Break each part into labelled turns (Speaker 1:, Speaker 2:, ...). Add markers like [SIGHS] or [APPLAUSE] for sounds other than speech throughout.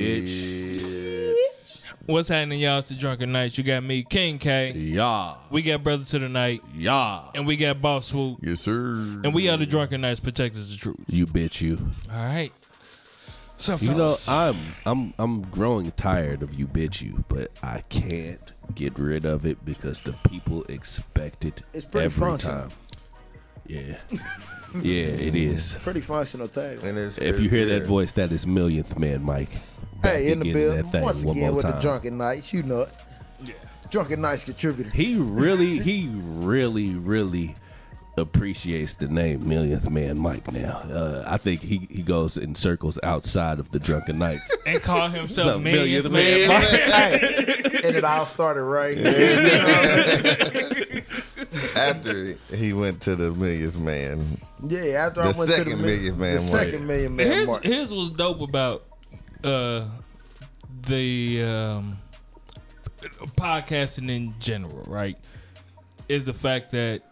Speaker 1: Bitch.
Speaker 2: What's happening, y'all? It's the Drunken Nights. You got me, King K.
Speaker 1: Yeah.
Speaker 2: We got Brother to the Night,
Speaker 1: Yeah.
Speaker 2: and we got Boss Swoop,
Speaker 1: Yes, sir.
Speaker 2: and we are the Drunken Nights Protectors of Truth.
Speaker 3: You bitch you.
Speaker 2: All right. So,
Speaker 3: You know,
Speaker 2: fellas,
Speaker 3: I'm I'm I'm growing tired of you bitch you, but I can't get rid of it because the people expect it
Speaker 4: It's pretty
Speaker 3: every
Speaker 4: functional.
Speaker 3: time. Yeah. [LAUGHS] yeah, it is.
Speaker 4: Pretty functional tag.
Speaker 1: And it's,
Speaker 3: If you hear that voice, that is millionth man Mike. back
Speaker 4: Hey, in the
Speaker 3: again
Speaker 4: bill
Speaker 3: that thing
Speaker 4: once
Speaker 3: one
Speaker 4: again
Speaker 3: more
Speaker 4: with the
Speaker 3: time.
Speaker 4: drunken nights. You know it.
Speaker 2: Yeah.
Speaker 4: Drunken nights contributor. [LAUGHS]
Speaker 3: He really, he really, really appreciates the name Millionth Man Mike now. Uh, I think he, he goes in circles outside of the Drunken Knights.
Speaker 2: and call himself
Speaker 3: Some
Speaker 2: Millionth
Speaker 3: millionth
Speaker 2: Man.
Speaker 3: man.
Speaker 4: and it all started right.
Speaker 1: After he went to the millionth man.
Speaker 4: Yeah, after I
Speaker 1: The
Speaker 4: went to the
Speaker 1: second
Speaker 4: mil-
Speaker 1: million man
Speaker 4: the
Speaker 1: mark.
Speaker 4: second million man
Speaker 2: Here's,
Speaker 4: mark.
Speaker 2: here's what's dope about uh, the um, podcasting in general, right? Is the fact that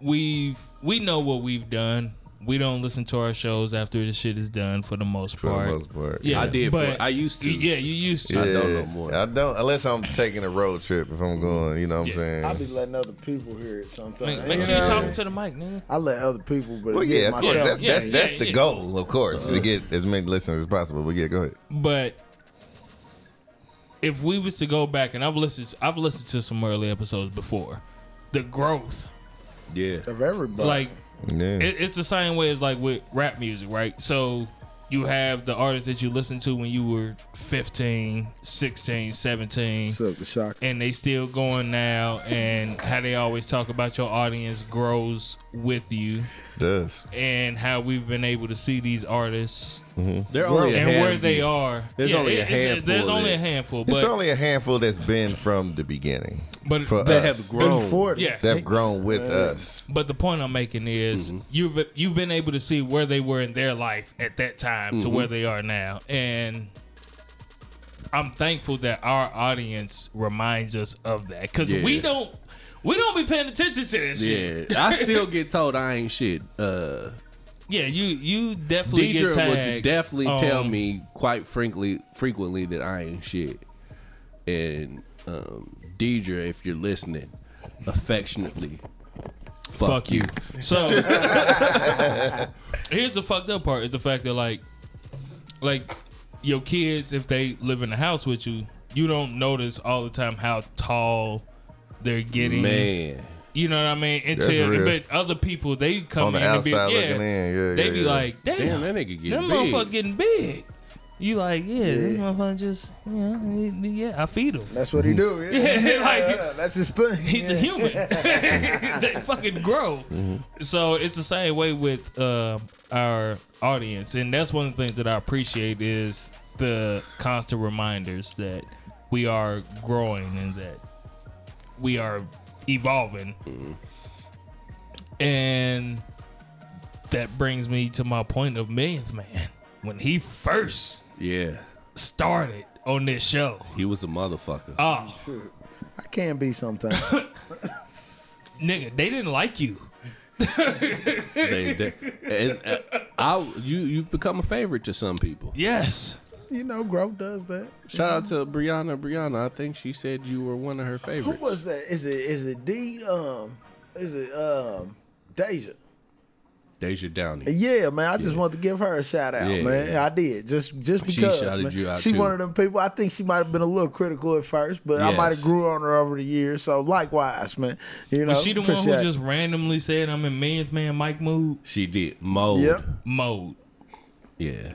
Speaker 2: we've we know what we've done. We don't listen to our shows after the shit is done for the most
Speaker 1: For
Speaker 2: part.
Speaker 1: the most part.
Speaker 2: Yeah,
Speaker 3: I did for
Speaker 2: but-
Speaker 3: it. I used to.
Speaker 2: Yeah, you used to.
Speaker 1: Yeah.
Speaker 3: I don't know more.
Speaker 1: I don't unless I'm taking a road trip if I'm going, you know what I'm
Speaker 2: Yeah.
Speaker 1: saying?
Speaker 4: I be letting other people hear it sometimes.
Speaker 2: Make,
Speaker 4: You
Speaker 2: make sure
Speaker 4: know
Speaker 2: you
Speaker 4: what I
Speaker 2: talking
Speaker 4: mean?
Speaker 2: to the mic, nigga.
Speaker 4: I let other people, but
Speaker 1: well,
Speaker 4: it did
Speaker 1: yeah, of course.
Speaker 4: myself.
Speaker 1: That's
Speaker 2: Yeah,
Speaker 1: that's,
Speaker 2: yeah,
Speaker 1: that's the
Speaker 2: yeah. Uh-huh.
Speaker 1: goal, of course, to get as many listeners as possible. But yeah, go ahead.
Speaker 2: But if we was to go back, and I've listened, I've listened to some early episodes before, the growth,
Speaker 3: Yeah.
Speaker 4: of everybody.
Speaker 2: like
Speaker 1: Yeah.
Speaker 2: It, it's the same way as like with rap music, right? So you have the artists that you listened to when you were 15, 16, 17,
Speaker 4: Suck the shock.
Speaker 2: and they still going now, and how they always talk about your audience grows with you,
Speaker 1: does.
Speaker 2: and how weey've been able to see these artists
Speaker 3: They're
Speaker 2: and where they are.
Speaker 3: There's only a handful
Speaker 2: There's
Speaker 3: of
Speaker 2: only
Speaker 3: that-
Speaker 2: a handful,
Speaker 1: It's
Speaker 2: but
Speaker 1: only a handful that's been from the beginning.
Speaker 2: but
Speaker 1: For
Speaker 3: They
Speaker 1: us.
Speaker 3: have
Speaker 4: Been
Speaker 3: grown.
Speaker 4: for it.
Speaker 2: yeah,
Speaker 1: They've grown with us.
Speaker 2: But the point I'm making is
Speaker 3: Mm-hmm.
Speaker 2: you've you've been able to see where they were in their life at that time to
Speaker 3: Mm-hmm.
Speaker 2: where they are now, and I'm thankful that our audience reminds us of that because we
Speaker 3: Yeah.
Speaker 2: don't we don't be paying attention to this shit.
Speaker 3: Yeah. I still get told I ain't shit. Uh,
Speaker 2: Yeah, you you definitely get
Speaker 3: Deidre
Speaker 2: tagged. Um,
Speaker 3: would definitely tell
Speaker 2: on-
Speaker 3: me quite frankly frequently that I ain't shit. And um Deidre, if you're listening, affectionately fuck,
Speaker 2: fuck you.
Speaker 3: you.
Speaker 2: So [LAUGHS] here's the fucked up part is the fact that like like your kids if they live in the house with you, you don't notice all the time how tall they're getting.
Speaker 3: Man.
Speaker 2: You know what I mean?
Speaker 1: That's
Speaker 2: Until
Speaker 1: real.
Speaker 2: but other people they come
Speaker 1: On
Speaker 2: in
Speaker 1: the
Speaker 2: and be yeah,
Speaker 1: outside looking in, yeah,
Speaker 2: they
Speaker 1: yeah,
Speaker 2: be
Speaker 1: yeah.
Speaker 2: like, damn,
Speaker 3: Damn, that nigga getting
Speaker 2: them
Speaker 3: big.
Speaker 2: motherfucker getting big. You like, yeah, this motherfucker just, you know, he- yeah, I feed [LAUGHS] him.
Speaker 4: That's what he do. [LAUGHS] Yeah,
Speaker 2: Yeah, like-
Speaker 4: Yeah, that's his thing.
Speaker 2: He's
Speaker 4: yeah.
Speaker 2: a human. [LAUGHS] they fucking grow. So it's the same way with uh, our audience, and that's one of the things that I appreciate is the constant reminders that we are growing and that we are evolving. And that brings me to my point of Millionth Man when he first
Speaker 3: Yeah.
Speaker 2: started on this show.
Speaker 3: He was a motherfucker.
Speaker 2: Oh,
Speaker 4: I can be [LAUGHS] sometimes.
Speaker 2: nigga, they didn't like you.
Speaker 3: They- they- and uh, I you you've become a favorite to some people.
Speaker 2: Yes.
Speaker 4: you know, growth does that.
Speaker 3: Shout out to Brianna. Brianna, I think she said you were one of her
Speaker 4: Who
Speaker 3: favorites.
Speaker 4: was that? Is it is it D um is it um Deja?
Speaker 3: Deja Downey.
Speaker 4: Yeah, man. I just wanted to give her a shout out,
Speaker 3: Yeah.
Speaker 4: man. I did just just
Speaker 3: She
Speaker 4: because
Speaker 3: shouted
Speaker 4: man.
Speaker 3: you out,
Speaker 4: she
Speaker 3: too.
Speaker 4: one of them people. I think she might have been a little critical at first, but I might have
Speaker 3: Yes.
Speaker 4: grew on her over the years. So likewise, man. You know,
Speaker 2: Was she the one who
Speaker 4: appreciate it.
Speaker 2: just randomly said I'm in man's man Mike mood
Speaker 3: She did. Mold.
Speaker 4: Yep.
Speaker 2: mode?
Speaker 3: Yeah.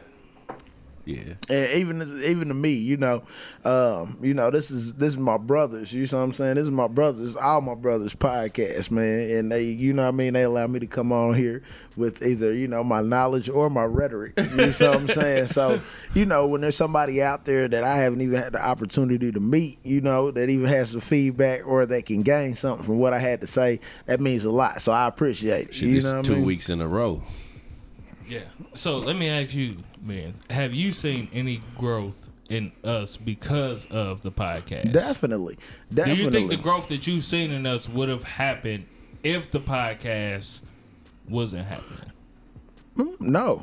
Speaker 3: Yeah.
Speaker 4: and even even to me, you know, um, you know, this is this is my brothers. You know what I'm saying? This is my brothers, all my brothers' podcast, man. And they, you know, what I mean, they allow me to come on here with either you know my knowledge or my rhetoric. You know what I'm saying? So, you know, when there's somebody out there that I haven't even had the opportunity to meet, you know, that even has some feedback or that can gain something from what I had to say, that means a lot. So I appreciate it.
Speaker 3: She
Speaker 4: you
Speaker 3: this
Speaker 4: know, what I
Speaker 3: two
Speaker 4: mean?
Speaker 3: weeks in a row.
Speaker 2: Yeah. So let me ask you, man, have you seen any growth in us because of the podcast?
Speaker 4: Definitely,
Speaker 2: Do
Speaker 4: definitely.
Speaker 2: you think the growth that you've seen in us would have happened if the podcast wasn't happening?
Speaker 4: No.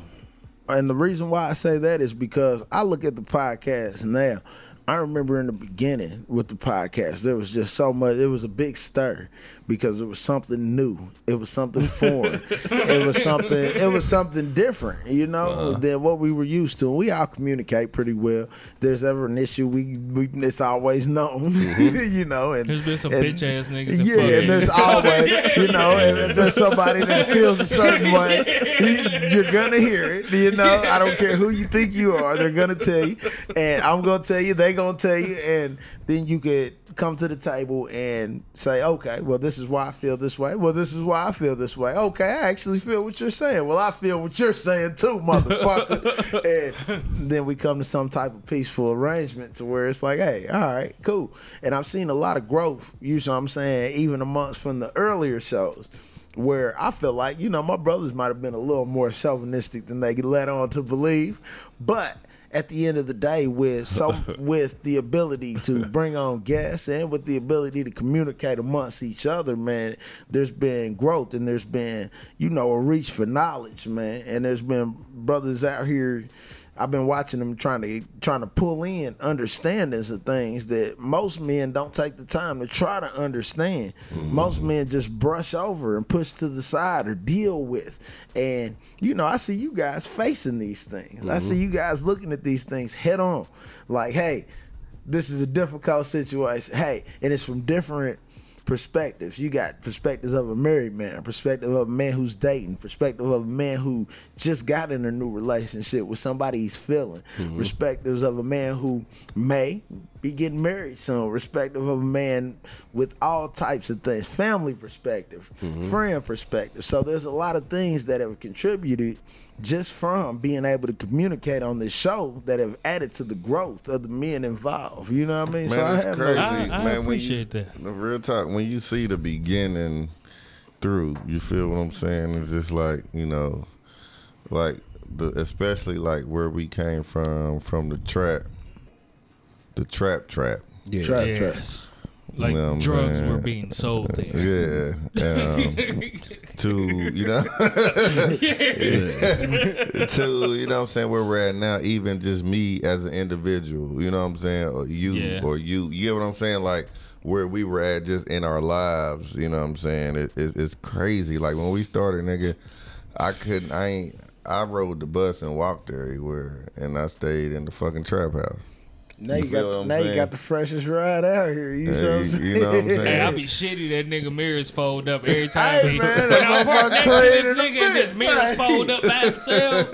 Speaker 4: and the reason why I say that is because I look at the podcast now. I remember in the beginning with the podcast, there was just so much. It was a big stir because it was something new. It was something foreign. it was something. It was something different, you know, than what we were used to. And we all communicate pretty well. If there's ever an issue, we, we it's always known, [LAUGHS] you know. And
Speaker 2: There's been some
Speaker 4: and-
Speaker 2: bitch ass niggas. in
Speaker 4: yeah,
Speaker 2: fucking-
Speaker 4: and there's always, you know, if, if there's somebody that feels a certain way, you- you're gonna hear it. You know, I don't care who you think you are, they're gonna tell you, and I'm gonna tell you, they gonna tell you, and then you could come to the table and say, okay, well, this is why I feel this way. Well, this is why I feel this way. Okay, I actually feel what you're saying. Well, I feel what you're saying too, motherfucker. and then we come to some type of peaceful arrangement to where it's like, hey, all right, cool. And I've seen a lot of growth, you know what I'm saying, even amongst from the earlier shows. Where I feel like, you know, my brothers might have been a little more chauvinistic than they let on to believe. But at the end of the day with so with the ability to bring on guests and with the ability to communicate amongst each other man there's been growth and there's been you know a reach for knowledge man and there's been brothers out here I've been watching them trying to trying to pull in understandings of things that most men don't take the time to try to understand. Most men just brush over and push to the side or deal with. And you know, I see you guys facing these things. I see you guys looking at these things head on. Like, hey, this is a difficult situation. Hey, and it's from different perspectives. You got perspectives of a married man, perspective of a man who's dating, perspective of a man who just got in a new relationship with somebody he's feeling, perspectives of a man who may be getting married soon, perspective of a man with all types of things, family perspective, friend perspective. So there's a lot of things that have contributed just from being able to communicate on this show that have added to the growth of the men involved. You know what I mean?
Speaker 1: Man, it's
Speaker 4: have no-
Speaker 1: crazy.
Speaker 2: I- I
Speaker 1: man,
Speaker 2: appreciate
Speaker 1: when you,
Speaker 2: that.
Speaker 1: The real talk, when you see the beginning through, you feel what I'm saying? It's just like, you know, like the especially like where we came from from the trap. The trap trap.
Speaker 3: Yeah.
Speaker 4: Try-
Speaker 2: yes. Like
Speaker 1: You know what I'm
Speaker 2: drugs
Speaker 1: saying?
Speaker 2: were being sold there.
Speaker 1: Yeah. Um, to, you know, [LAUGHS] to, you know what I'm saying, where we're at now, even just me as an individual, you know what I'm saying, or you,
Speaker 2: Yeah.
Speaker 1: or you, you get what I'm saying? Like, where we were at just in our lives, you know what I'm saying? It, it's, it's crazy. Like, when we started, nigga, I couldn't, I ain't, I rode the bus and walked everywhere, and I stayed in the fucking trap house.
Speaker 4: Now
Speaker 1: You
Speaker 4: you,
Speaker 1: feel what
Speaker 4: got
Speaker 1: I'm
Speaker 4: now you
Speaker 1: saying?
Speaker 4: got the freshest ride out here. You, know, what I'm
Speaker 1: Hey,
Speaker 4: saying?
Speaker 1: you
Speaker 4: [LAUGHS]
Speaker 1: know what I'm saying?
Speaker 2: Hey, I be shitty that nigga mirrors fold up every time
Speaker 4: Hey,
Speaker 2: he
Speaker 4: man,
Speaker 2: when
Speaker 4: that
Speaker 2: I park
Speaker 4: motherfucker
Speaker 2: next to this
Speaker 4: clean in the
Speaker 2: nigga and his
Speaker 4: bed.
Speaker 2: mirrors
Speaker 4: Right.
Speaker 2: fold up by themselves.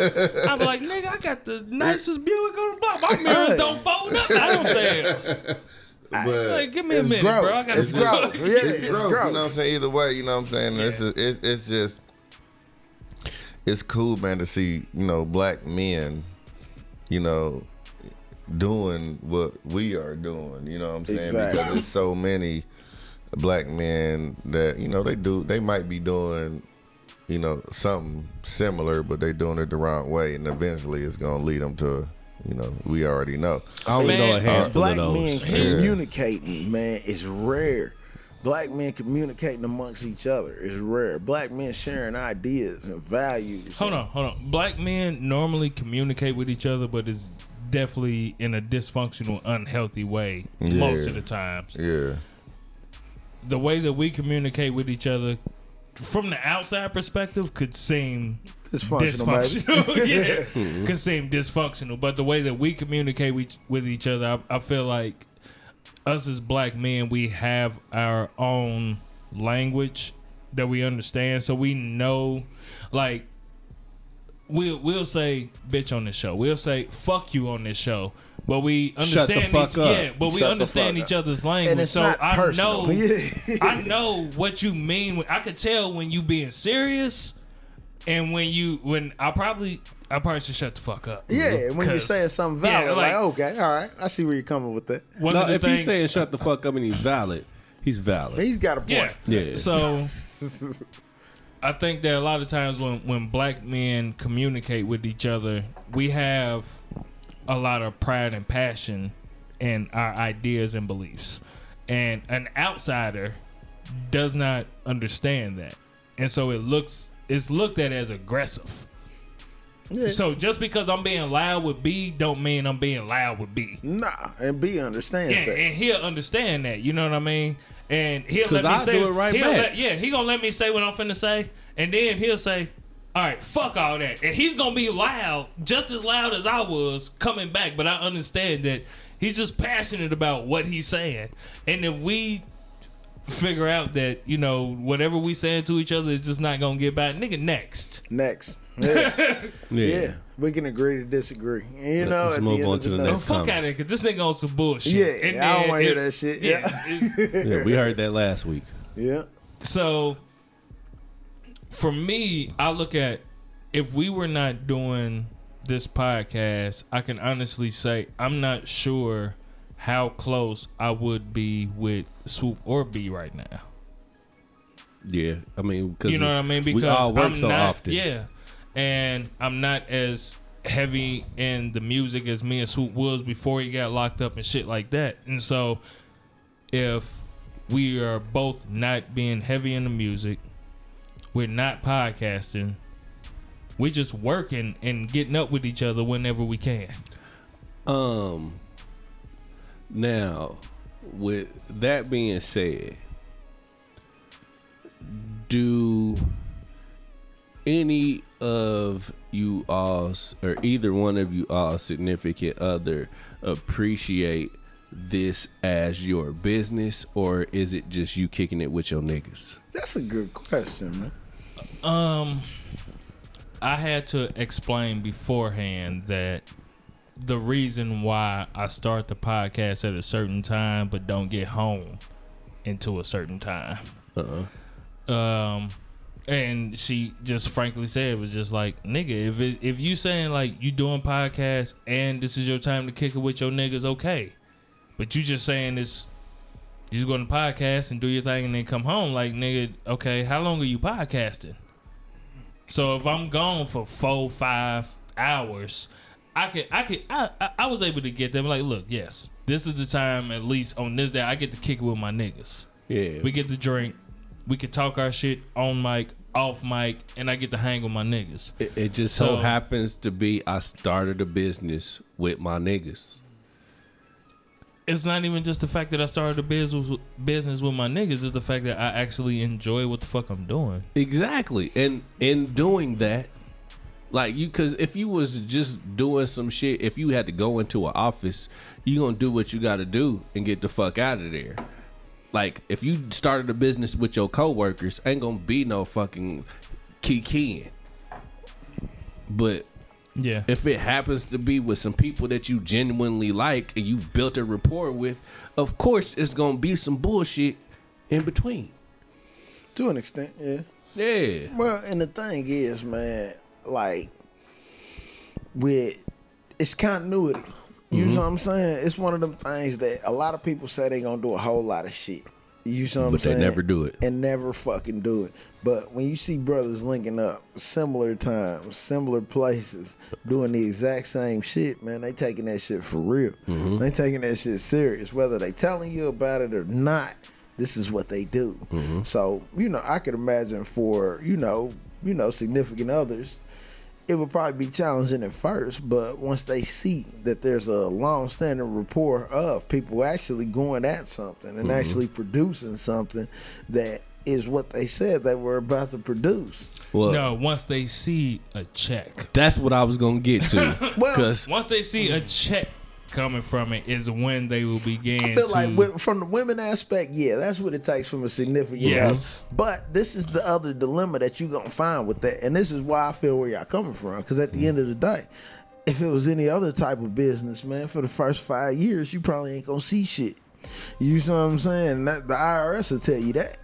Speaker 2: I'm like, nigga, I got the nicest Buick on the block. My mirrors
Speaker 4: Right.
Speaker 2: don't fold up by themselves.
Speaker 1: But-
Speaker 2: Like, give me a
Speaker 4: It's
Speaker 2: minute,
Speaker 4: gross.
Speaker 2: bro. I got
Speaker 4: It's gross. Yeah,
Speaker 1: it's, growth, You
Speaker 4: it's
Speaker 1: know what I'm
Speaker 4: gross.
Speaker 1: saying? Either way, you know what I'm saying? It's, just, it's, it's just, it's cool, man, to see, you know, black men, you know, doing what we are doing. You know what I'm saying?
Speaker 4: Exactly.
Speaker 1: Because there's so many black men that, you know, they do, they might be doing, you know, something similar, but they doing it the wrong way. And eventually it's going to lead them to, you know, we already know.
Speaker 3: I only
Speaker 2: Man,
Speaker 3: know a handful
Speaker 4: Black
Speaker 3: of
Speaker 4: men
Speaker 3: those.
Speaker 4: communicating, man, is rare. Black men communicating amongst each other is rare. Black men sharing ideas and values.
Speaker 2: Hold
Speaker 4: and-
Speaker 2: on, hold on. Black men normally communicate with each other, but it's definitely in a dysfunctional, unhealthy way most
Speaker 1: Yeah.
Speaker 2: of the times.
Speaker 1: Yeah.
Speaker 2: The way that we communicate with each other from the outside perspective could seem
Speaker 4: Dysfunctional, baby.
Speaker 2: dysfunctional. [LAUGHS] yeah. Could seem dysfunctional. But the way that we communicate with, with each other, I, I feel like us as black men, we have our own language that we understand. So we know, like, we'll, we'll say bitch on this show. We'll say fuck you on this show. But we
Speaker 3: Shut the
Speaker 2: understand
Speaker 3: fuck
Speaker 2: each,
Speaker 3: up.
Speaker 2: Yeah, but we
Speaker 4: Shut the
Speaker 2: understand
Speaker 4: fuck
Speaker 2: each
Speaker 4: up.
Speaker 2: other's language.
Speaker 4: And it's
Speaker 2: so
Speaker 4: not
Speaker 2: I
Speaker 4: personal.
Speaker 2: know
Speaker 4: [LAUGHS] Yeah.
Speaker 2: I know what you mean. when- I could tell when you being serious, and when you when I probably I probably should shut the fuck up.
Speaker 4: Yeah, when you're
Speaker 2: 'Cause-
Speaker 4: saying something
Speaker 2: yeah,
Speaker 4: valid, like, okay, all right, I see where you're coming with that.
Speaker 2: one
Speaker 3: No,
Speaker 2: of the
Speaker 3: if
Speaker 2: things,
Speaker 3: he's saying shut the fuck up and he's valid, he's valid.
Speaker 4: He's got a point.
Speaker 2: yeah,
Speaker 3: Yeah.
Speaker 2: So [LAUGHS] I think that a lot of times when when black men communicate with each other, we have a lot of pride and passion in our ideas and beliefs, and an outsider does not understand that, and so it looks it's looked at as aggressive. So just because I'm being loud with B, don't mean I'm being loud with B.
Speaker 4: Nah, and B understands
Speaker 2: Yeah,
Speaker 4: that.
Speaker 2: and he'll understand that. You know what I mean? And he'll let
Speaker 3: 'Cause
Speaker 2: me
Speaker 3: I'll
Speaker 2: say
Speaker 3: do it right
Speaker 2: he'll
Speaker 3: back.
Speaker 2: let- yeah, he gonna let me say what I'm finna say, and then he'll say, "All right, fuck all that," and he's gonna be loud, just as loud as I was coming back. But I understand that he's just passionate about what he's saying, and if we figure out that you know whatever we saying to each other is just not gonna get back, nigga, next. [LAUGHS]
Speaker 4: Next. Yeah.
Speaker 3: Yeah.
Speaker 4: yeah. We can agree to disagree. You
Speaker 3: Let's-
Speaker 4: know,
Speaker 3: let's
Speaker 4: at
Speaker 3: move
Speaker 4: the end
Speaker 3: on
Speaker 4: of
Speaker 3: to the
Speaker 2: Oh,
Speaker 3: next. It's
Speaker 2: fuck
Speaker 3: coming.
Speaker 2: out of here, cause this nigga on some bullshit.
Speaker 4: Yeah, I don't
Speaker 2: then
Speaker 4: wanna hear
Speaker 2: it-
Speaker 4: that shit.
Speaker 2: it-
Speaker 3: Yeah, we heard that last week.
Speaker 4: Yeah.
Speaker 2: So for me, I look at if we were not doing this podcast, I can honestly say I'm not sure how close I would be with Swoop or B right now.
Speaker 3: Yeah, I mean, because
Speaker 2: You know what I mean? Because
Speaker 3: we all work
Speaker 2: I'm
Speaker 3: so
Speaker 2: not,
Speaker 3: often.
Speaker 2: Yeah. And I'm not as heavy in the music as me and Swoop was before he got locked up and shit like that. And so if we are both not being heavy in the music, we're not podcasting, we're just working and getting up with each other whenever we can.
Speaker 3: Um. Now, with that being said, do any of you all's or either one of you all significant other appreciate this as your business or is it just you kicking it with your niggas?
Speaker 4: That's a good question, man.
Speaker 2: Um, I had to explain beforehand that the reason why I start the podcast at a certain time but don't get home until a certain time.
Speaker 3: Uh-uh.
Speaker 2: Um, and she just frankly said it was just like nigga, if it, if you saying like you doing podcasts and this is your time to kick it with your niggas, okay, but you just saying this. You just go to podcast and do your thing and then come home. Like, nigga, okay, how long are you podcasting? So if I'm gone for four, five hours, I could, I could, I, I, I was able to get them. Like, look, yes, this is the time. At least on this day, I get to kick it with my niggas.
Speaker 3: Yeah.
Speaker 2: We get to drink. We could talk our shit on mic, off mic, and I get to hang with my niggas.
Speaker 3: It, it just so,
Speaker 2: So-
Speaker 3: happens to be I started a business with my niggas.
Speaker 2: It's not even just the fact that I started a business business with my niggas. It's the fact that I actually enjoy what the fuck I'm doing.
Speaker 3: Exactly. And in doing that, like you cause if you was just doing some shit, if you had to go into an office, you gonna do what you gotta do and get the fuck out of there. Like if you started a business with your coworkers, ain't gonna be no fucking kikiing. But
Speaker 2: Yeah.
Speaker 3: if it happens to be with some people that you genuinely like and you've built a rapport with, of course it's gonna be some bullshit in between.
Speaker 4: To an extent, yeah.
Speaker 3: Yeah.
Speaker 4: Well, and the thing is, man, like with it's continuity. You
Speaker 3: Mm-hmm.
Speaker 4: know what I'm saying? It's one of them things that a lot of people say they gonna do a whole lot of shit. You know what I'm
Speaker 3: But they
Speaker 4: saying?
Speaker 3: never do it.
Speaker 4: And never fucking do it. But when you see brothers linking up, similar times, similar places, doing the exact same shit, man, they taking that shit for real.
Speaker 3: Mm-hmm.
Speaker 4: They taking that shit serious. Whether they telling you about it or not, this is what they do.
Speaker 3: Mm-hmm.
Speaker 4: So, you know, I could imagine for, you know, you know, significant others, it would probably be challenging at first, but once they see that there's a long-standing rapport of people actually going at something and actually producing something that is what they said they were about to produce.
Speaker 3: Well,
Speaker 2: no, once they see a check.
Speaker 3: That's what I was gonna get
Speaker 1: [LAUGHS]
Speaker 3: to.
Speaker 4: Well,
Speaker 3: Because
Speaker 2: Once they see a check coming from it is when they will begin
Speaker 4: Mm. I feel
Speaker 2: to
Speaker 4: like wi- from the women aspect, yeah, that's what it takes from a significant
Speaker 2: Yes.
Speaker 4: other. But this is the other dilemma that you're gonna find with that, and this is why I feel where y'all coming from. Because at the end of the day, if it was any other type of business, man, for the first five years, you probably ain't gonna see shit. You see what I'm saying? That, the IRS will tell you that.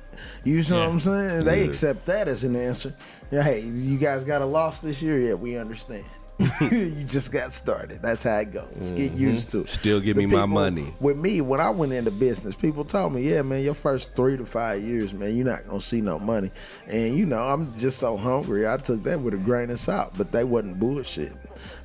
Speaker 4: You see what I'm saying? They accept that as an answer. Yeah, hey, you guys got a loss this year? Yeah, we understand. [LAUGHS] you just got started. That's how it goes. Get
Speaker 2: Mm-hmm.
Speaker 4: used to it.
Speaker 3: Still give
Speaker 4: The
Speaker 3: me my
Speaker 4: people-
Speaker 3: money.
Speaker 4: With me, when I went into business, people told me, "Yeah, man, your first three to five years, man, you're not gonna see no money." And you know, I'm just so hungry. I took that with a grain of salt, but they wasn't bullshit.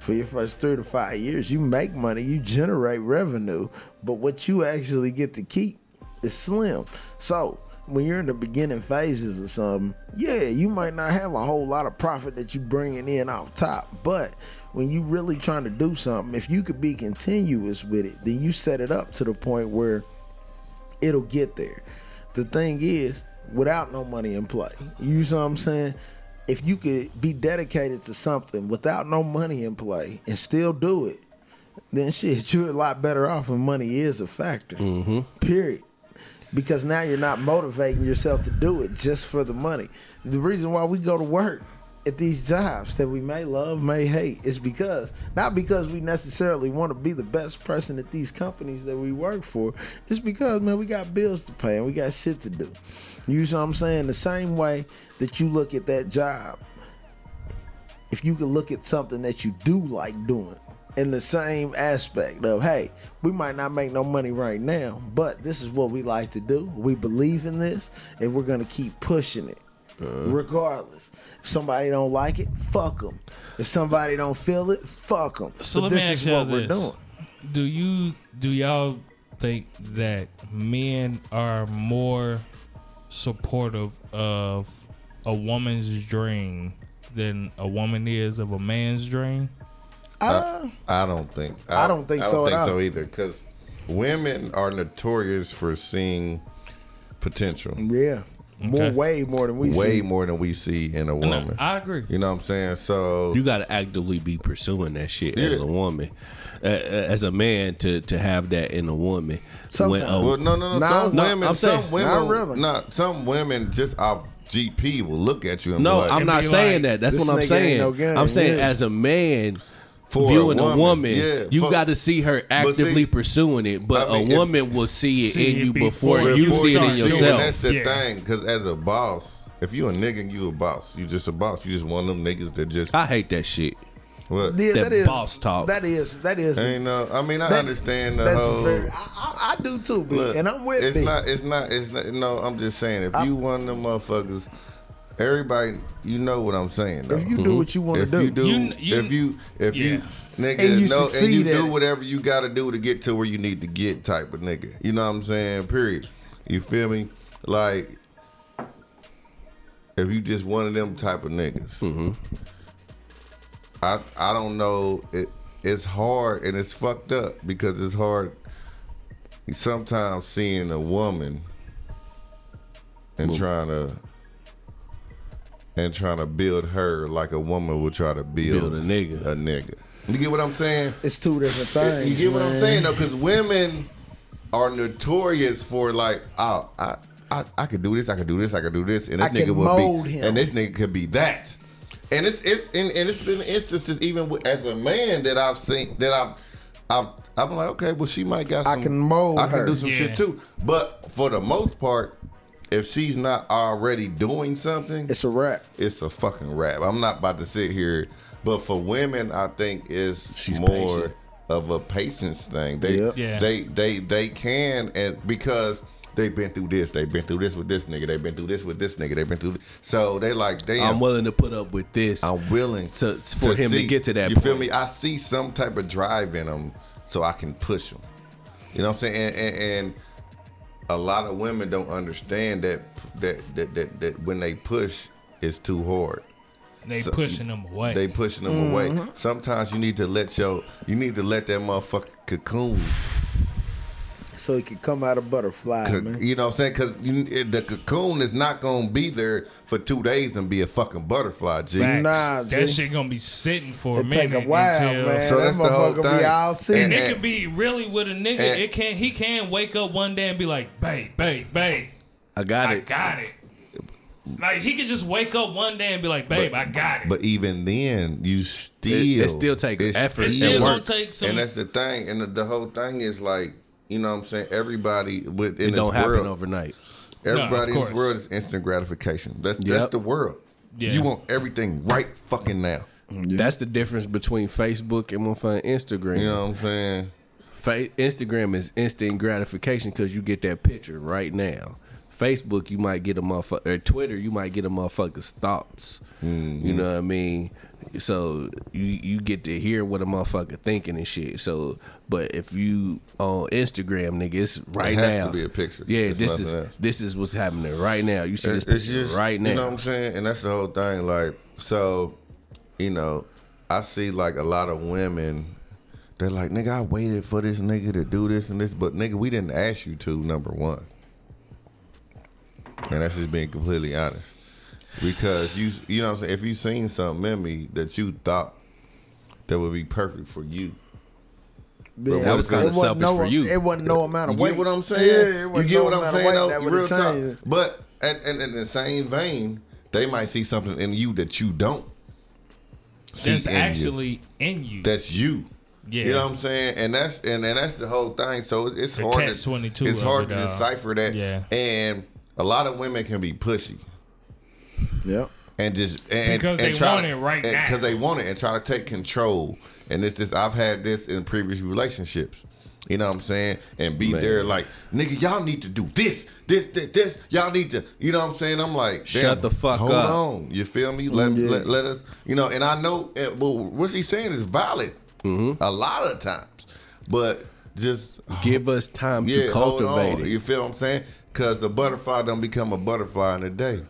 Speaker 4: For your first three to five years, you make money, you generate revenue, but what you actually get to keep is slim. So when you're in the beginning phases or something, yeah, you might not have a whole lot of profit that you bringing in off top. But when you really trying to do something, if you could be continuous with it, then you set it up to the point where it'll get there. The thing is, without no money in play, you see what I'm saying? If you could be dedicated to something without no money in play and still do it, then shit, [LAUGHS] you're a lot better off when money is a factor. Period. Because now you're not motivating yourself to do it just for the money. The reason why we go to work at these jobs that we may love, may hate, is because not because we necessarily want to be the best person at these companies that we work for. It's because man, we got bills to pay and we got shit to do. You see what I'm saying? The same way that you look at that job if you could look at something that you do like doing in the same aspect of hey we might not make no money right now but this is what we like to do we believe in this and we're gonna keep pushing it
Speaker 1: Uh-huh.
Speaker 4: regardless if somebody don't like it fuck them if somebody don't feel it fuck them
Speaker 2: So let me ask y'all this: Do you do y'all think that men are more supportive of a woman's dream than a woman is of a man's dream?
Speaker 4: uh,
Speaker 1: I don't think.
Speaker 4: I don't think so at
Speaker 1: I don't
Speaker 4: all.
Speaker 1: think so either. Because women are notorious for seeing potential
Speaker 4: yeah more
Speaker 2: Okay.
Speaker 4: way more than we
Speaker 1: way
Speaker 4: see
Speaker 1: more than we see in a woman.
Speaker 2: I agree.
Speaker 1: you know what I'm saying? So
Speaker 3: You got to actively be pursuing that shit as
Speaker 1: Yeah.
Speaker 3: a woman, uh, as a man to to have that in a woman. oh,
Speaker 4: Sometimes.
Speaker 3: a-
Speaker 1: Well, no, no, no.
Speaker 4: Nah,
Speaker 1: some
Speaker 4: no,
Speaker 1: women,
Speaker 3: I'm
Speaker 1: some
Speaker 3: saying-
Speaker 1: women,
Speaker 4: Nah, really.
Speaker 1: nah, some women just off GP will look at you and
Speaker 3: no,
Speaker 1: be like,
Speaker 3: I'm not
Speaker 2: be like,
Speaker 3: saying that. That's
Speaker 4: "This
Speaker 3: what I'm
Speaker 4: nigga ain't
Speaker 3: saying.
Speaker 4: no gun,"
Speaker 3: I'm saying
Speaker 4: yeah.
Speaker 3: as a man.
Speaker 1: For a
Speaker 3: viewing a
Speaker 1: woman,
Speaker 3: woman,
Speaker 1: yeah,
Speaker 3: you
Speaker 1: for-
Speaker 3: got to see her actively
Speaker 1: see-
Speaker 3: pursuing it, but
Speaker 1: I mean,
Speaker 3: a
Speaker 1: if-
Speaker 3: woman will see it
Speaker 2: See
Speaker 3: in
Speaker 2: it
Speaker 3: you
Speaker 2: before
Speaker 3: before,
Speaker 2: it
Speaker 3: you
Speaker 2: starts.
Speaker 3: see it in
Speaker 2: See, and
Speaker 1: And
Speaker 3: yourself.
Speaker 1: that's the
Speaker 2: Yeah.
Speaker 1: thing, because as a boss, if you a nigga, you a boss. You just a boss. You just one of them niggas that just
Speaker 3: I hate that shit.
Speaker 1: what?
Speaker 4: yeah,
Speaker 3: that
Speaker 4: that is
Speaker 3: boss talk.
Speaker 4: that is that is
Speaker 1: Ain't no. I mean, I
Speaker 4: That-
Speaker 1: understand the
Speaker 4: That's
Speaker 1: whole.
Speaker 4: very, I, I, I do too, B,
Speaker 1: Look,
Speaker 4: and I'm with
Speaker 1: it's
Speaker 4: B.
Speaker 1: not. It's not. It's not. No, I'm just saying. If you one of them motherfuckers, everybody, you know what I'm saying. Though.
Speaker 4: if you do what you want to
Speaker 1: Mm-hmm. if
Speaker 4: do,
Speaker 1: you do,
Speaker 2: You- you-
Speaker 1: if you, if you,
Speaker 2: Yeah.
Speaker 1: nigga,
Speaker 4: And you
Speaker 1: know, and you
Speaker 4: succeed at
Speaker 1: do
Speaker 4: it.
Speaker 1: whatever you got to do to get to where you need to get, type of nigga. You know what I'm saying? Period. You feel me? Like, if you just one of them type of niggas,
Speaker 2: Mm-hmm.
Speaker 1: I I don't know. It it's hard and it's fucked up because it's hard. Sometimes seeing a woman and trying to and trying to build her like a woman will try to build,
Speaker 3: Build a nigga.
Speaker 1: A nigga. You get what I'm saying?
Speaker 4: it's two different things.
Speaker 1: you get what I'm
Speaker 4: man.
Speaker 1: saying though, because women are notorious for like, oh, I, I, I could do this, I could do this, I could do this, and this
Speaker 4: I
Speaker 1: nigga
Speaker 4: can
Speaker 1: will
Speaker 4: mold
Speaker 1: be,
Speaker 4: him.
Speaker 1: and this nigga could be that. And it's it's and, and it's been instances even with, as a man that I've seen that I've I've I'm like okay, well she might got
Speaker 4: I
Speaker 1: some.
Speaker 4: can mold
Speaker 1: I can
Speaker 4: her.
Speaker 1: do some
Speaker 2: Yeah.
Speaker 1: shit too. But for the most part, if she's not already doing something,
Speaker 4: It's a wrap.
Speaker 1: it's a fucking rap. I'm not about to sit here, but for women, I think is
Speaker 3: She's
Speaker 1: more
Speaker 3: patient.
Speaker 1: of a patience thing. They
Speaker 4: Yep.
Speaker 2: Yeah.
Speaker 1: they they they can and because they've been through this, they've been through this with this nigga, they've been through this with this nigga, they've been through. So they like damn.
Speaker 3: I'm willing to put up with this.
Speaker 1: I'm willing
Speaker 3: to- for him to get to that
Speaker 1: You feel
Speaker 3: point.
Speaker 1: me? I see some type of drive in him, so I can push him. You know what I'm saying? And, and, and a lot of women don't understand that that that that, that when they push, it's too hard
Speaker 2: They
Speaker 1: So-
Speaker 2: pushing them away.
Speaker 1: they pushing them away. Sometimes you need to let your you need to let that motherfucker cocoon.
Speaker 4: So it could come out a butterfly,
Speaker 1: Co-
Speaker 4: man.
Speaker 1: you know what I'm saying? Because the cocoon is not gonna be there for two days and be a fucking butterfly, G.
Speaker 2: Facts.
Speaker 4: Nah,
Speaker 2: that
Speaker 4: G.
Speaker 2: shit gonna be sitting for a
Speaker 4: It
Speaker 2: minute.
Speaker 4: take a while,
Speaker 2: until,
Speaker 4: man.
Speaker 1: So
Speaker 4: that
Speaker 1: that's the whole
Speaker 4: motherfucker be
Speaker 1: thing.
Speaker 4: all season.
Speaker 2: It could be really with a nigga.
Speaker 1: And-
Speaker 2: it can he can wake up one day and be like, babe, babe, babe,
Speaker 3: I got
Speaker 2: I
Speaker 3: it.
Speaker 2: got it. Like he could just wake up one day and be like, babe, I got it.
Speaker 1: But even then, you still
Speaker 3: It- it still take effort
Speaker 2: It
Speaker 3: and
Speaker 2: still
Speaker 3: work.
Speaker 2: gonna take some.
Speaker 1: and that's the thing. And the, the whole thing is like, you know what I'm saying? Everybody with
Speaker 3: It
Speaker 1: in this
Speaker 3: don't happen
Speaker 1: world,
Speaker 3: overnight.
Speaker 2: of
Speaker 1: Everybody in this
Speaker 2: course.
Speaker 1: world is instant gratification. That's
Speaker 3: Yep.
Speaker 1: that's the world.
Speaker 2: Yeah.
Speaker 1: You want everything right fucking now.
Speaker 3: That's the difference between Facebook and one fun Instagram.
Speaker 1: You know what I'm saying?
Speaker 3: Fa- Instagram is instant gratification because you get that picture right now. Facebook, you might get a motherfucker, or Twitter, you might get a motherfucker's thoughts.
Speaker 1: Mm-hmm.
Speaker 3: You know what I mean? So you you get to hear what a motherfucker thinking and shit. So, but if you on Instagram, nigga, it's right
Speaker 1: has to
Speaker 3: now.
Speaker 1: be a picture.
Speaker 3: Yeah,
Speaker 1: It's
Speaker 3: this
Speaker 1: nothing
Speaker 3: is
Speaker 1: else.
Speaker 3: this is what's happening right now. You see this
Speaker 1: It- it's
Speaker 3: picture right now.
Speaker 1: You know what I'm saying? And that's the whole thing. Like, so, you know, I see like a lot of women. They're like, nigga, I waited for this nigga to do this and this, but nigga, we didn't ask you to. Number one, and that's just being completely honest, because you, you know, what I'm saying, if you seen something in me that you thought that would be perfect for you,
Speaker 4: But
Speaker 1: that was
Speaker 4: it
Speaker 1: kinda
Speaker 4: wasn't
Speaker 3: selfish
Speaker 4: no-
Speaker 3: for you.
Speaker 4: It wasn't no amount of
Speaker 1: you
Speaker 4: weight.
Speaker 1: get what I'm saying?
Speaker 4: Yeah, it
Speaker 1: you
Speaker 4: wasn't
Speaker 1: get
Speaker 4: no
Speaker 1: what
Speaker 4: amount
Speaker 1: I'm
Speaker 4: of
Speaker 1: saying?
Speaker 4: weight
Speaker 1: Though,
Speaker 4: that
Speaker 1: real
Speaker 4: would've
Speaker 1: talk.
Speaker 4: changed it.
Speaker 1: But and, and in the same vein, they might see something in you that you don't. See
Speaker 2: That's
Speaker 1: in you.
Speaker 2: actually in you.
Speaker 1: that's you.
Speaker 2: yeah.
Speaker 1: You know what I'm saying? And that's and, and that's the whole thing. So it's, it's
Speaker 2: The
Speaker 1: hard.
Speaker 2: catch 22
Speaker 1: It's
Speaker 2: of
Speaker 1: hard
Speaker 2: it
Speaker 1: to
Speaker 2: all.
Speaker 1: decipher that.
Speaker 2: Yeah.
Speaker 1: And a lot of women can be pushy
Speaker 4: Yep.
Speaker 1: and just and,
Speaker 2: Because
Speaker 1: and
Speaker 2: they
Speaker 1: try
Speaker 2: want
Speaker 1: to-
Speaker 2: it right
Speaker 1: and-
Speaker 2: now.
Speaker 1: Because they want it and try to take control. And this is I've had this in previous relationships. You know what I'm saying? And be
Speaker 3: Man.
Speaker 1: there like, nigga, y'all need to do this, this, this, this. Y'all need to, you know what I'm saying? I'm like,
Speaker 3: Shut
Speaker 1: damn,
Speaker 3: the fuck
Speaker 1: hold
Speaker 3: up.
Speaker 1: on. You feel me? Let, let, let us, you know, and I know eh, well, what she's saying is valid
Speaker 3: Mm-hmm.
Speaker 1: a lot of times. But just
Speaker 3: Give us time to
Speaker 1: hold on.
Speaker 3: cultivate it.
Speaker 1: You feel what I'm saying? Because a butterfly don't become a butterfly in a day.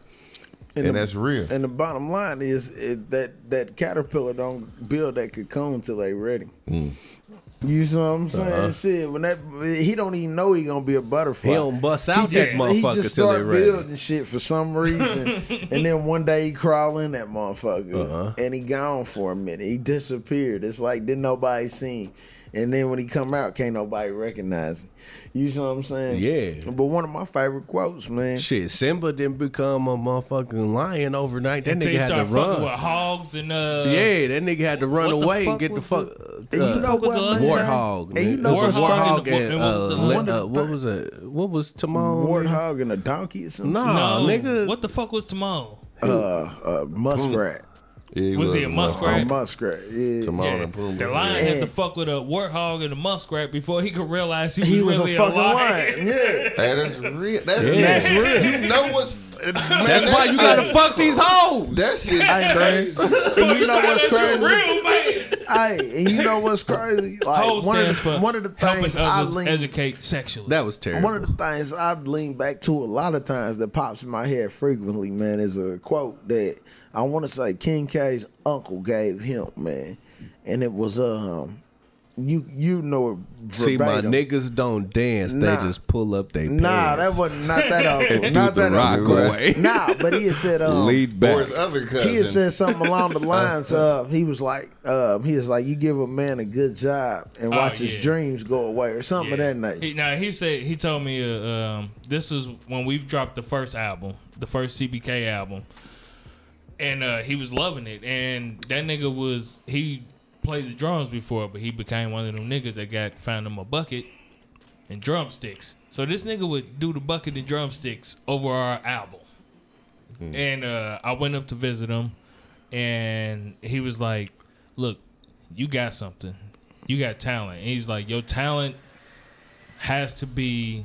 Speaker 1: And,
Speaker 4: the-
Speaker 1: that's real.
Speaker 4: And the bottom line is it, that that caterpillar don't build that cocoon till they ready. You see what I'm saying? Shit, when that he don't even know he gonna be a butterfly.
Speaker 3: He don't bust out that
Speaker 4: he
Speaker 3: motherfucker
Speaker 4: just
Speaker 3: till they
Speaker 4: start
Speaker 3: ready.
Speaker 4: building shit
Speaker 3: [LAUGHS]
Speaker 4: for some reason, and then one day he crawl in that motherfucker,
Speaker 3: Uh-huh.
Speaker 4: and he gone for a minute. He disappeared. It's like didn't nobody see him. And then when he come out, can't nobody recognize him. You see what I'm saying?
Speaker 3: Yeah.
Speaker 4: But one of my favorite quotes, man.
Speaker 3: Shit, Simba didn't become a motherfucking lion overnight. That
Speaker 2: Until
Speaker 3: nigga
Speaker 2: you
Speaker 3: had to
Speaker 2: start fucking with
Speaker 3: run.
Speaker 2: hogs and uh,
Speaker 3: Yeah, that nigga had to run
Speaker 2: What the
Speaker 3: away and
Speaker 2: fuck
Speaker 3: get the
Speaker 2: was
Speaker 3: fuck.
Speaker 4: And you
Speaker 3: uh,
Speaker 4: know
Speaker 2: was
Speaker 4: what,
Speaker 2: the
Speaker 4: man?
Speaker 2: other
Speaker 3: Warthog.
Speaker 4: And you
Speaker 3: nigga.
Speaker 4: know
Speaker 3: It was
Speaker 2: Warthog
Speaker 3: warthog
Speaker 2: and the-
Speaker 3: and,
Speaker 2: and what
Speaker 3: uh,
Speaker 2: was the
Speaker 3: le-
Speaker 4: other
Speaker 3: uh, what
Speaker 4: thing?
Speaker 3: was it? What was
Speaker 2: Um,
Speaker 3: Timon?
Speaker 4: warthog and a donkey or something?
Speaker 3: Nah,
Speaker 2: No,
Speaker 3: nigga.
Speaker 2: What the fuck was Timon?
Speaker 4: Uh, uh, muskrat.
Speaker 1: It
Speaker 2: Was he a muskrat?
Speaker 4: A muskrat. Yeah.
Speaker 1: Timon
Speaker 2: Yeah,
Speaker 1: and Pumbaa.
Speaker 2: the lion had
Speaker 4: Yeah.
Speaker 2: to fuck with a warthog and a muskrat before he could realize he was,
Speaker 4: He was
Speaker 2: really
Speaker 4: a fucking
Speaker 2: lion. [LAUGHS]
Speaker 4: lion. Yeah.
Speaker 1: Hey, that's real. That's,
Speaker 3: Yeah.
Speaker 1: that's real. You
Speaker 2: [LAUGHS]
Speaker 1: know what's man,
Speaker 3: That's why you gotta fuck these hoes.
Speaker 1: That shit
Speaker 4: Hey, man.
Speaker 1: crazy.
Speaker 4: And you know what's
Speaker 2: That's your
Speaker 4: crazy?
Speaker 2: real man.
Speaker 4: Hey, and you know what's crazy?
Speaker 2: [LAUGHS]
Speaker 4: Like
Speaker 2: Hoes
Speaker 4: one of
Speaker 2: stands
Speaker 4: the,
Speaker 2: for
Speaker 4: one of the
Speaker 2: helping
Speaker 4: things I
Speaker 2: others
Speaker 4: lean
Speaker 2: educate sexually.
Speaker 3: that was terrible.
Speaker 4: One of the things I lean back to a lot of times that pops in my head frequently, man, is a quote that I want to say King K's uncle gave him, man, and it was um, you you know it.
Speaker 3: See, my
Speaker 4: verbatim.
Speaker 3: niggas don't dance.
Speaker 4: Nah.
Speaker 3: They just pull up they
Speaker 4: Nah, that
Speaker 3: pants.
Speaker 4: wasn't
Speaker 3: [LAUGHS]
Speaker 4: not that uncle.
Speaker 3: and
Speaker 4: not
Speaker 3: do the
Speaker 4: that
Speaker 3: rock
Speaker 4: uncle.
Speaker 1: right?
Speaker 3: away.
Speaker 4: Nah, but he had said um,
Speaker 3: Lead
Speaker 1: Or
Speaker 3: back.
Speaker 1: his other
Speaker 4: he had
Speaker 1: cousin.
Speaker 4: said something
Speaker 3: [LAUGHS]
Speaker 4: along the lines of he was like um, he was like you give a man a good job and
Speaker 2: Oh,
Speaker 4: watch
Speaker 2: yeah.
Speaker 4: his dreams go away or something
Speaker 2: Yeah.
Speaker 4: of that nature.
Speaker 2: He, now he said he told me uh, um, this is when we've dropped the first album, the first TBK album, and uh, he was loving it. And that nigga was he played the drums before, but he became one of them niggas that got found him a bucket and drumsticks. So this nigga would do the bucket and drumsticks over our album. And uh, I went up to visit him, and he was like, "Look, you got something. You got talent." And he's like, "Your talent has to be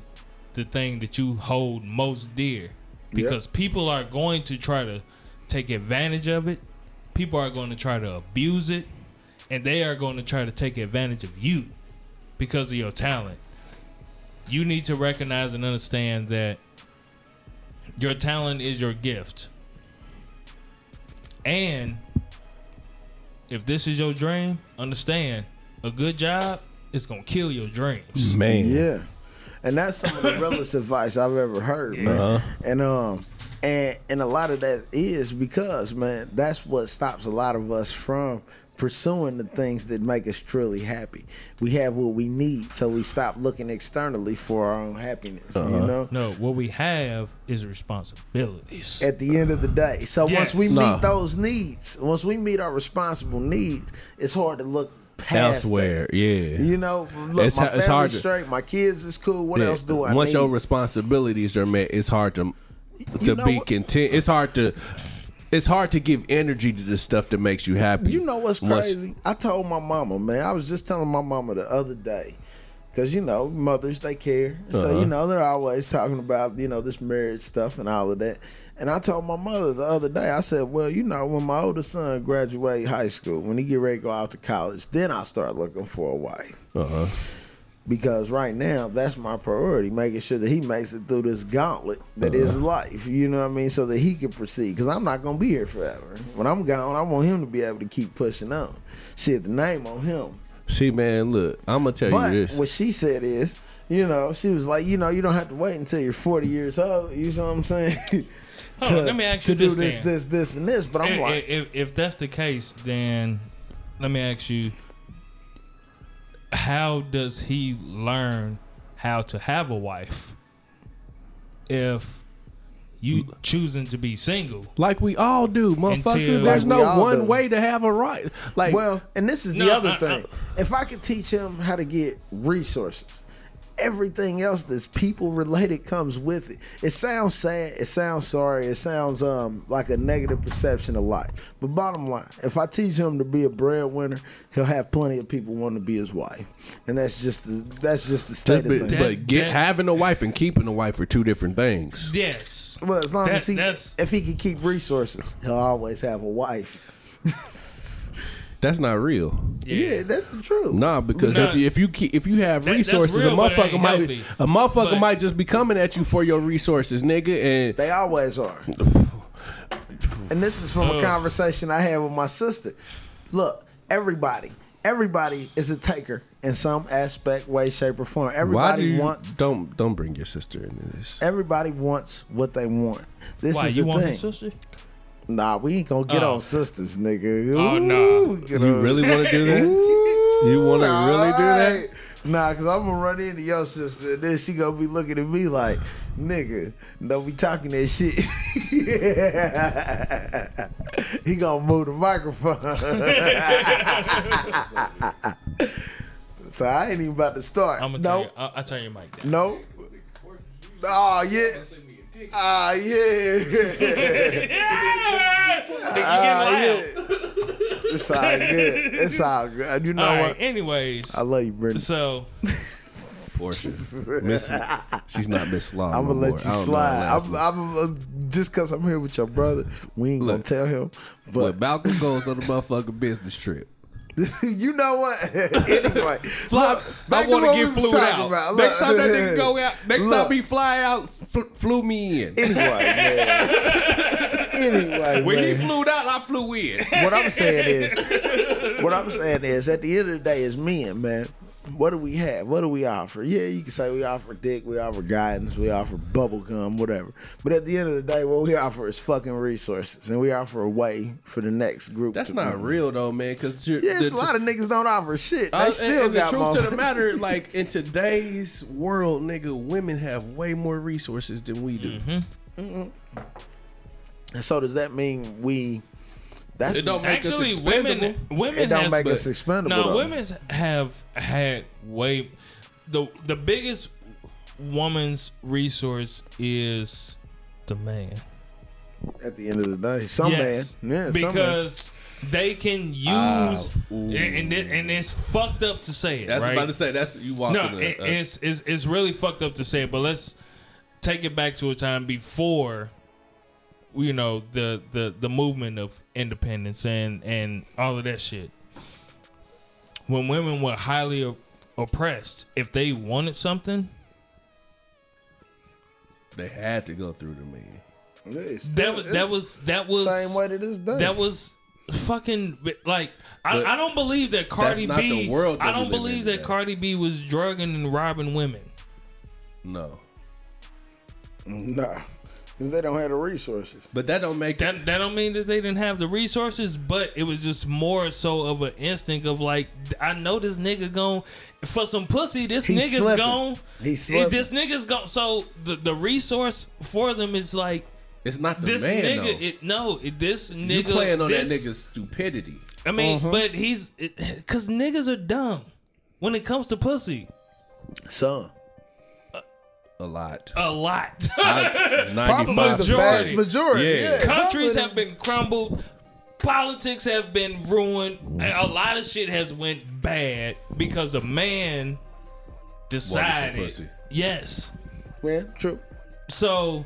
Speaker 2: the thing that you hold most dear because people are going to try to take advantage of it. People are going to try to abuse it and they are going to try to take advantage of you because of your talent. You need to recognize and understand that your talent is your gift. And if this is your dream, understand a good job is going to kill your dreams.
Speaker 3: man.
Speaker 4: Yeah. And that's some of the
Speaker 3: [LAUGHS]
Speaker 4: realest advice I've ever heard, man.
Speaker 3: Uh-huh.
Speaker 4: And um and and a lot of that is because, man, that's what stops a lot of us from pursuing the things that make us truly happy. We have what we need, so we stop looking externally for our own happiness.
Speaker 3: Uh-huh.
Speaker 4: You know?
Speaker 2: No, what we have is responsibilities.
Speaker 4: at the end of the day. So
Speaker 2: Yes.
Speaker 4: once we meet
Speaker 3: No.
Speaker 4: those needs, once we meet our responsible needs, it's hard to look past that.
Speaker 3: Elsewhere, yeah.
Speaker 4: You know, look,
Speaker 3: It's
Speaker 4: my
Speaker 3: ha- it's
Speaker 4: family's
Speaker 3: hard to-
Speaker 4: straight, my kids is cool. What
Speaker 3: Yeah.
Speaker 4: else do I
Speaker 3: Once
Speaker 4: need?
Speaker 3: your responsibilities are met, it's hard to to
Speaker 4: know
Speaker 3: be
Speaker 4: what-
Speaker 3: content. It's hard to it's hard to give energy to the stuff that makes you happy.
Speaker 4: You know what's
Speaker 3: Once-
Speaker 4: crazy? I told my mama, man. I was just telling my mama the other day. Cause you know mothers they care,
Speaker 3: Uh-huh.
Speaker 4: so you know they're always talking about you know this marriage stuff and all of that. And I told my mother the other day, I said, well, you know, when my older son graduate high school, when he get ready to go out to college, then I'll start looking for a wife
Speaker 3: Uh huh.
Speaker 4: because right now that's my priority making sure that he makes it through this gauntlet that is
Speaker 3: Uh-huh.
Speaker 4: life you know what i mean so that he can proceed because i'm not gonna be here forever when i'm gone i want him to be able to keep pushing on shit the name on him
Speaker 3: See, man, look, I'm gonna tell
Speaker 4: but
Speaker 3: you this.
Speaker 4: what she said is you know she was like you know you don't have to wait until you're 40 years old you know what i'm saying [LAUGHS]
Speaker 2: Hold on, let me ask
Speaker 4: to
Speaker 2: you
Speaker 4: do
Speaker 2: this
Speaker 4: this
Speaker 2: then.
Speaker 4: this this and this but i'm
Speaker 2: if,
Speaker 4: like
Speaker 2: if, if that's the case, then let me ask you: How does he learn how to have a wife if you choosing to be single?
Speaker 3: Like we all do, motherfucker.
Speaker 2: Until-
Speaker 3: There's
Speaker 4: Like
Speaker 3: no
Speaker 4: we all
Speaker 3: one
Speaker 4: do.
Speaker 3: way to have a right. Like,
Speaker 4: Well, and this is the
Speaker 2: No,
Speaker 4: other
Speaker 2: I- I-
Speaker 4: thing. if I could teach him how to get resources, everything else that's people related comes with it. It sounds sad, it sounds sorry, it sounds um like a negative perception of life. But bottom line, if I teach him to be a breadwinner, he'll have plenty of people wanting to be his wife. And that's just the that's just the state
Speaker 3: but,
Speaker 4: of things.
Speaker 3: but get
Speaker 2: That-
Speaker 3: having a wife and keeping a wife are two different things.
Speaker 2: Yes.
Speaker 4: well, as long
Speaker 2: That-
Speaker 4: as he
Speaker 2: that's-
Speaker 4: if he can keep resources, he'll always have a wife.
Speaker 3: That's not real.
Speaker 4: Yeah, that's the truth.
Speaker 3: Nah, because
Speaker 2: Nah.
Speaker 3: if you if you keep, if you have
Speaker 2: That- that's
Speaker 3: resources,
Speaker 2: real,
Speaker 3: a
Speaker 2: but it ain't
Speaker 3: motherfucker might
Speaker 2: healthy.
Speaker 3: a motherfucker
Speaker 2: But-
Speaker 3: might just be coming at you for your resources, nigga. And
Speaker 4: They
Speaker 2: [LAUGHS]
Speaker 4: always are. and this is from a conversation I had with my sister. Look, everybody, everybody is a taker in some aspect, way, shape, or form.
Speaker 3: why do
Speaker 4: Everybody
Speaker 3: you
Speaker 4: wants.
Speaker 3: don't don't bring your sister into this?
Speaker 4: Everybody wants what they want. This
Speaker 2: Why
Speaker 4: is
Speaker 2: you
Speaker 4: the
Speaker 2: want
Speaker 4: thing.
Speaker 2: his sister?
Speaker 4: Nah, we ain't gonna get
Speaker 2: Oh.
Speaker 4: on sisters, nigga.
Speaker 2: Oh, nah.
Speaker 4: get
Speaker 3: You
Speaker 4: on-
Speaker 3: really want to do that?
Speaker 4: [LAUGHS]
Speaker 3: you want to really do that?
Speaker 4: Alright. Nah, cause I'm gonna run into your sister, and then she gonna be looking at me like, "Nigga, don't be talking that shit." [LAUGHS] he gonna move the microphone. [LAUGHS] so I ain't even about to start.
Speaker 2: I'm gonna turn.
Speaker 4: nope,
Speaker 2: Your, I, I turn your mic
Speaker 4: [LAUGHS]
Speaker 2: down.
Speaker 4: nope. Oh yeah, ah yeah. [LAUGHS]
Speaker 2: Yeah! Nigga, you get
Speaker 4: Ah,
Speaker 2: loud.
Speaker 4: yeah. It's all good. It's all good. You know
Speaker 2: All right.
Speaker 4: what?
Speaker 2: Anyways,
Speaker 4: I love you, Brittany.
Speaker 2: so
Speaker 3: Portia, Miss, she's not Miss Law.
Speaker 4: I'm
Speaker 3: no
Speaker 4: gonna
Speaker 3: more.
Speaker 4: let you
Speaker 3: I don't know her
Speaker 4: slide.
Speaker 3: last
Speaker 4: I'm,
Speaker 3: name.
Speaker 4: I'm, I'm just cause I'm here with your brother. We ain't
Speaker 3: Look.
Speaker 4: gonna tell him,
Speaker 3: When
Speaker 4: but
Speaker 3: Malcolm goes on the motherfucking business trip.
Speaker 4: [LAUGHS] you know what? [LAUGHS] anyway,
Speaker 3: Fly,
Speaker 4: back
Speaker 3: I
Speaker 4: to
Speaker 3: want to
Speaker 4: what we
Speaker 3: get
Speaker 4: was
Speaker 3: flew
Speaker 4: talking
Speaker 3: out.
Speaker 4: about.
Speaker 3: Next
Speaker 4: Look.
Speaker 3: time that nigga go out, next
Speaker 4: Look.
Speaker 3: time he fly out, fl- flew me in.
Speaker 4: anyway, man. anyway,
Speaker 3: When he
Speaker 4: man.
Speaker 3: flew out, I flew in.
Speaker 4: what I'm saying is, what I'm saying is, at the end of the day, as men, man, what do we have? What do we offer? Yeah, you can say we offer dick, we offer guidance, we offer bubble gum, whatever. But at the end of the day, what we offer is fucking resources, and we offer a way for the next group.
Speaker 3: That's
Speaker 4: to
Speaker 3: not
Speaker 4: move.
Speaker 3: real though, man. Because
Speaker 4: Yeah, it's a lot of niggas don't offer shit. They still
Speaker 3: uh, and, and
Speaker 4: got
Speaker 3: the truth to
Speaker 4: motherfuckers.
Speaker 3: the matter, like in today's world, nigga, women have way more resources than we do.
Speaker 2: Mm-hmm.
Speaker 4: And so does that mean we? That's
Speaker 3: It don't make us
Speaker 2: actually,
Speaker 3: expendable.
Speaker 2: women women
Speaker 4: It don't
Speaker 2: has-
Speaker 4: make us expendable,
Speaker 2: No,
Speaker 4: though.
Speaker 2: women's have had way the the biggest woman's resource is the man.
Speaker 4: at the end of the day. Some
Speaker 2: yes,
Speaker 4: man, Ah, yeah, some man.
Speaker 2: because they can use and, and it- and it's fucked up to say it.
Speaker 3: That's
Speaker 2: right?
Speaker 3: about to say. That's you walking.
Speaker 2: No, it,
Speaker 3: a,
Speaker 2: it's, it's it's really fucked up to say, it, but let's take it back to a time before you know the the the movement of independence and and all of that shit. When women were highly op- oppressed, if they wanted something,
Speaker 3: they had to go through the man.
Speaker 4: Yeah, it's
Speaker 2: that
Speaker 4: still-
Speaker 2: was that was that was
Speaker 4: same way to this day.
Speaker 2: that was fucking like
Speaker 3: But
Speaker 2: I, I don't believe that Cardi
Speaker 3: not
Speaker 2: B.
Speaker 3: the world
Speaker 2: I
Speaker 3: that we
Speaker 2: don't
Speaker 3: live in
Speaker 2: believe that
Speaker 3: today.
Speaker 2: Cardi B was drugging and robbing women.
Speaker 3: No,
Speaker 4: nah, because they don't have the resources.
Speaker 3: but that don't make
Speaker 2: that that don't mean that they didn't have the resources, but it was just more so of an instinct of like, I know this nigga gone for some pussy. This
Speaker 4: He's
Speaker 2: nigga's
Speaker 4: slipping.
Speaker 2: gone.
Speaker 4: He's slipping.
Speaker 2: This nigga's gone. So the the resource for them is like
Speaker 3: it's not the
Speaker 2: this
Speaker 3: man
Speaker 2: nigga.
Speaker 3: though.
Speaker 2: It, no, it, this nigga.
Speaker 3: you playing on
Speaker 2: this-
Speaker 3: that nigga's stupidity.
Speaker 2: I mean,
Speaker 4: Mm-hmm.
Speaker 2: but he's because niggas are dumb when it comes to pussy.
Speaker 4: Some.
Speaker 3: A lot.
Speaker 2: A lot. [LAUGHS]
Speaker 4: Probably the vast
Speaker 2: Majority.
Speaker 4: majority.
Speaker 3: Yeah.
Speaker 4: Yeah.
Speaker 2: countries
Speaker 4: probably
Speaker 2: have been crumbled politics have been ruined and a lot of shit has went bad because a man decided.
Speaker 3: pussy.
Speaker 2: Yes.
Speaker 4: Yeah, true.
Speaker 2: So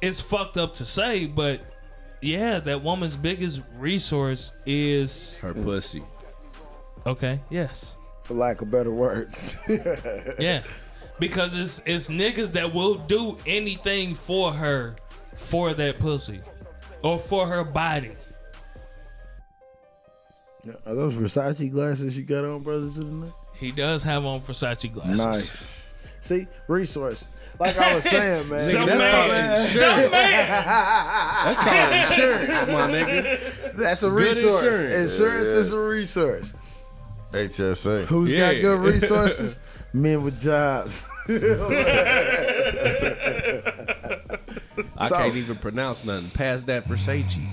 Speaker 2: it's fucked up to say, but yeah, that woman's biggest resource is
Speaker 3: her pussy.
Speaker 2: okay. Yes.
Speaker 4: For lack of better words. [LAUGHS]
Speaker 2: Yeah. Because it's it's niggas that will do anything for her for that pussy or for her body.
Speaker 4: Are those Versace glasses you got on, brother, to the neck?
Speaker 2: He does have on Versace glasses.
Speaker 4: Nice. See, resource. Like
Speaker 2: [LAUGHS]
Speaker 4: I was saying, man.
Speaker 2: Some
Speaker 3: that's
Speaker 2: man,
Speaker 3: called
Speaker 2: some
Speaker 4: [LAUGHS]
Speaker 2: man. [LAUGHS]
Speaker 3: That's called insurance, my nigga.
Speaker 4: That's a
Speaker 3: Good
Speaker 4: resource. Insurance,
Speaker 3: insurance.
Speaker 4: is a resource.
Speaker 1: HSA.
Speaker 4: Who's got
Speaker 3: Yeah.
Speaker 4: good
Speaker 3: [LAUGHS]
Speaker 4: resources? Men with jobs.
Speaker 3: I
Speaker 4: So-
Speaker 3: can't even pronounce nothing. Pass that Versace.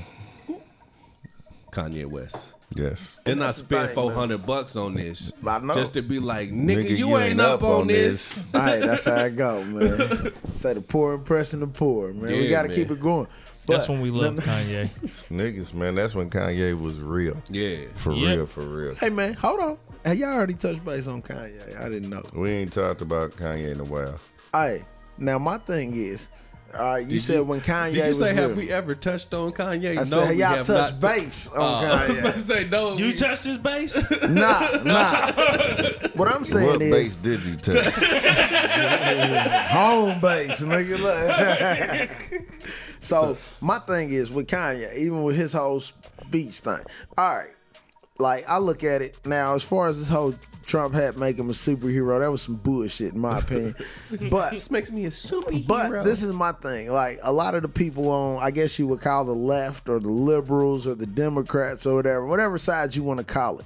Speaker 3: Kanye West.
Speaker 1: Yes.
Speaker 3: Then I
Speaker 4: That's the
Speaker 3: spent
Speaker 4: thing, man.
Speaker 3: four hundred bucks on this.
Speaker 4: I know.
Speaker 3: Just to be like, nigga, you, ain't, up, on this.
Speaker 4: All right, that's how I go, man. Say the poor impressing the poor, man. we
Speaker 3: Yeah,
Speaker 4: got to
Speaker 3: man.
Speaker 4: keep it going.
Speaker 2: That's
Speaker 4: But-
Speaker 2: when we love Kanye.
Speaker 1: Niggas, man, that's when Kanye was real.
Speaker 3: Yeah.
Speaker 1: For
Speaker 2: Yeah.
Speaker 1: real, for real.
Speaker 4: Hey, man, hold on. Hey, y'all already touched base on Kanye. I didn't know.
Speaker 1: We ain't talked about Kanye in a while.
Speaker 4: All right, now my thing is, all right, you
Speaker 3: Did
Speaker 4: said when Kanye
Speaker 3: Did you
Speaker 4: was
Speaker 3: say have
Speaker 4: real.
Speaker 3: we ever touched on Kanye?
Speaker 4: I said, hey,
Speaker 3: we
Speaker 4: y'all
Speaker 3: have
Speaker 4: touched
Speaker 3: [LAUGHS] not tou-
Speaker 4: base on
Speaker 3: Uh, I was about to [LAUGHS]
Speaker 4: Kanye.
Speaker 3: say no.
Speaker 2: You
Speaker 3: we-
Speaker 2: touched his base?
Speaker 4: nah, nah. What I'm saying
Speaker 1: What
Speaker 4: is
Speaker 1: base did you touch?
Speaker 4: home base, nigga. Look. so my thing is with Kanye, even with his whole speech thing. All right, like I look at it now as far as this whole Trump hat make him a superhero. That was some bullshit in my opinion. but
Speaker 3: this makes me a superhero. [LAUGHS]
Speaker 4: But this is my thing. Like a lot of the people on, I guess you would call the left or the liberals or the Democrats or whatever, whatever side you want to call it.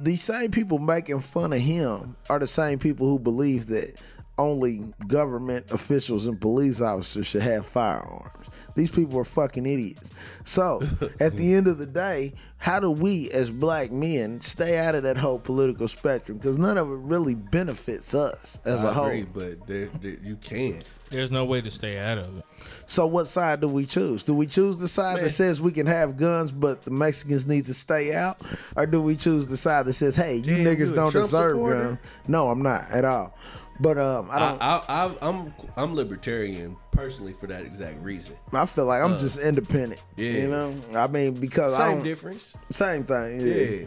Speaker 4: The same people making fun of him are the same people who believe that only government officials and police officers should have firearms. These people are fucking idiots.
Speaker 3: [LAUGHS]
Speaker 4: So, at the end of the day, how do we as black men stay out of that whole political spectrum? Because none of it really benefits us as a
Speaker 3: I
Speaker 4: whole.
Speaker 3: agree, but there, there, you can't.
Speaker 2: There's no way to stay out of it.
Speaker 4: So what side do we choose? Do we choose the side that says we can have guns, but the Mexicans need to stay out, or do we choose the side that says, "Hey, you
Speaker 3: Damn,
Speaker 4: niggas
Speaker 3: you a
Speaker 4: don't
Speaker 3: Trump
Speaker 4: deserve
Speaker 3: supporter?
Speaker 4: guns"? No, I'm not at all. But um, I
Speaker 3: I,
Speaker 4: don't.
Speaker 3: I, I, I'm I'm libertarian personally for that exact reason.
Speaker 4: I, feel like I'm just independent.
Speaker 3: Uh, yeah.
Speaker 4: You know, I mean, because I
Speaker 3: Same
Speaker 4: don't.
Speaker 3: difference.
Speaker 4: Same thing. Yeah.
Speaker 3: Yeah.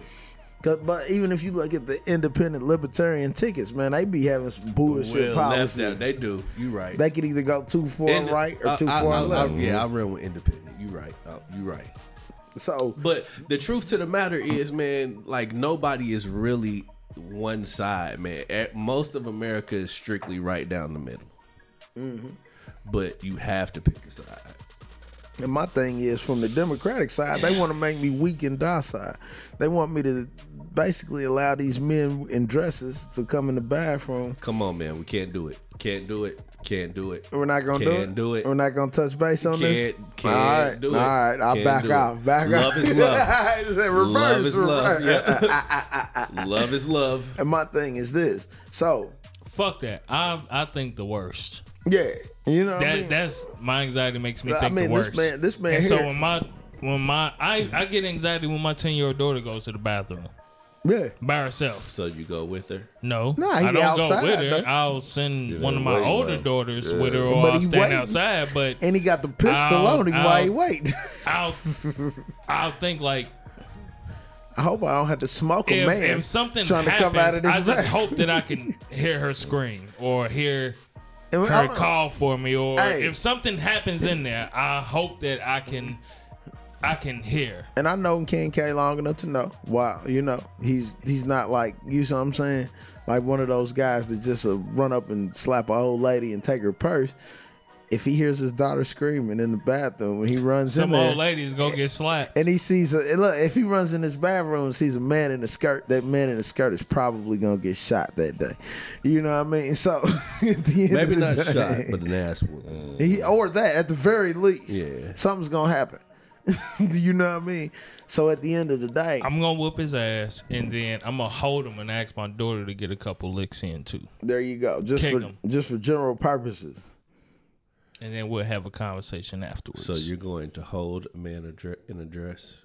Speaker 4: 'Cause- But even if you look at the independent libertarian tickets, man, they be having some bullshit
Speaker 3: Well, that's
Speaker 4: policies.
Speaker 3: that they do. You right.
Speaker 4: They could either go too far
Speaker 3: And-
Speaker 4: right or
Speaker 3: I-
Speaker 4: too
Speaker 3: I-
Speaker 4: far
Speaker 3: I-
Speaker 4: left.
Speaker 3: I- yeah, I run with independent. You right. Uh, you right.
Speaker 4: so
Speaker 3: But the truth to the matter is, man, like nobody is really one side, man. Eh, Most of America is strictly right down the middle.
Speaker 4: Mm-hmm.
Speaker 3: But you have to pick a side.
Speaker 4: And my thing is, from the Democratic side, they want to make me weak and docile. They want me to basically allow these men in dresses to come in the bathroom.
Speaker 3: Come on, man. We can't do it. Can't do it. Can't do it.
Speaker 4: We're not gonna
Speaker 3: Can't
Speaker 4: do
Speaker 3: do
Speaker 4: it.
Speaker 3: it.
Speaker 4: We're not gonna touch base on this.
Speaker 3: Can't- can't
Speaker 4: all right,
Speaker 3: do it.
Speaker 4: all right. I'll
Speaker 3: Can't
Speaker 4: back
Speaker 3: do it.
Speaker 4: off. Back off.
Speaker 3: Love is love.
Speaker 4: [LAUGHS] I said reverse.
Speaker 3: love is love.
Speaker 4: [LAUGHS] reverse.
Speaker 3: Yeah. love is love.
Speaker 4: And my thing is this. So
Speaker 2: Fuck that. I I think the worst.
Speaker 4: yeah, you know. what I
Speaker 2: That
Speaker 4: mean?
Speaker 2: that's my anxiety makes me
Speaker 4: I
Speaker 2: think
Speaker 4: mean,
Speaker 2: the
Speaker 4: this
Speaker 2: worst.
Speaker 4: man- this man
Speaker 2: And so
Speaker 4: here-
Speaker 2: when my when my I, I get anxiety when my ten year old daughter goes to the bathroom
Speaker 4: yeah.
Speaker 2: by herself.
Speaker 3: So you go with her.
Speaker 2: No,
Speaker 4: Nah, he
Speaker 2: I don't
Speaker 4: outside,
Speaker 2: go with her.
Speaker 4: though.
Speaker 2: I'll send one of
Speaker 1: he
Speaker 2: my
Speaker 1: waiting,
Speaker 2: older
Speaker 1: man.
Speaker 2: daughters with her, or
Speaker 4: But
Speaker 2: I'll
Speaker 4: he
Speaker 2: stand
Speaker 4: waiting.
Speaker 2: outside. But
Speaker 4: And he got the pistol
Speaker 2: Ow,
Speaker 4: on him while
Speaker 2: ow.
Speaker 4: he wait. [LAUGHS]
Speaker 2: I'll I'll think like
Speaker 4: I hope I don't have to smoke a
Speaker 2: if,
Speaker 4: man
Speaker 2: if something
Speaker 4: trying
Speaker 2: happens,
Speaker 4: to come out of this
Speaker 2: I just
Speaker 4: [LAUGHS] bathroom.
Speaker 2: hope that I can hear her scream or hear
Speaker 4: And we-
Speaker 2: her
Speaker 4: I'm-
Speaker 2: call for me, or
Speaker 4: Hey.
Speaker 2: if something happens in there, I hope that I can I can hear.
Speaker 4: and I know King K long enough to know. Wow, you know he's he's not like you. know what I'm saying like one of those guys that just uh, run up and slap a old lady and take her purse. If he hears his daughter screaming in the bathroom when he runs in
Speaker 2: Some
Speaker 4: there,
Speaker 2: old ladies gonna get slapped.
Speaker 4: and he sees a and look, if he runs in his bathroom and sees a man in a skirt, that man in a skirt is probably gonna get shot that day. You know what I mean? So [LAUGHS] at the end
Speaker 3: Maybe
Speaker 4: of the
Speaker 3: not
Speaker 4: day,
Speaker 3: shot, but
Speaker 4: [LAUGHS]
Speaker 3: an ass whooping.
Speaker 4: he, or that at the very least,
Speaker 3: Yeah.
Speaker 4: something's gonna happen. [LAUGHS] Do you know what I mean? So at the end of the day,
Speaker 2: I'm gonna whoop his ass, and then I'm gonna hold him and ask my daughter to get a couple licks in too,
Speaker 4: There you go. Just
Speaker 2: Kick
Speaker 4: for
Speaker 2: 'em.
Speaker 4: just for general purposes.
Speaker 2: and then we'll have a conversation afterwards.
Speaker 3: So you're going to hold a man a dre- in a dress?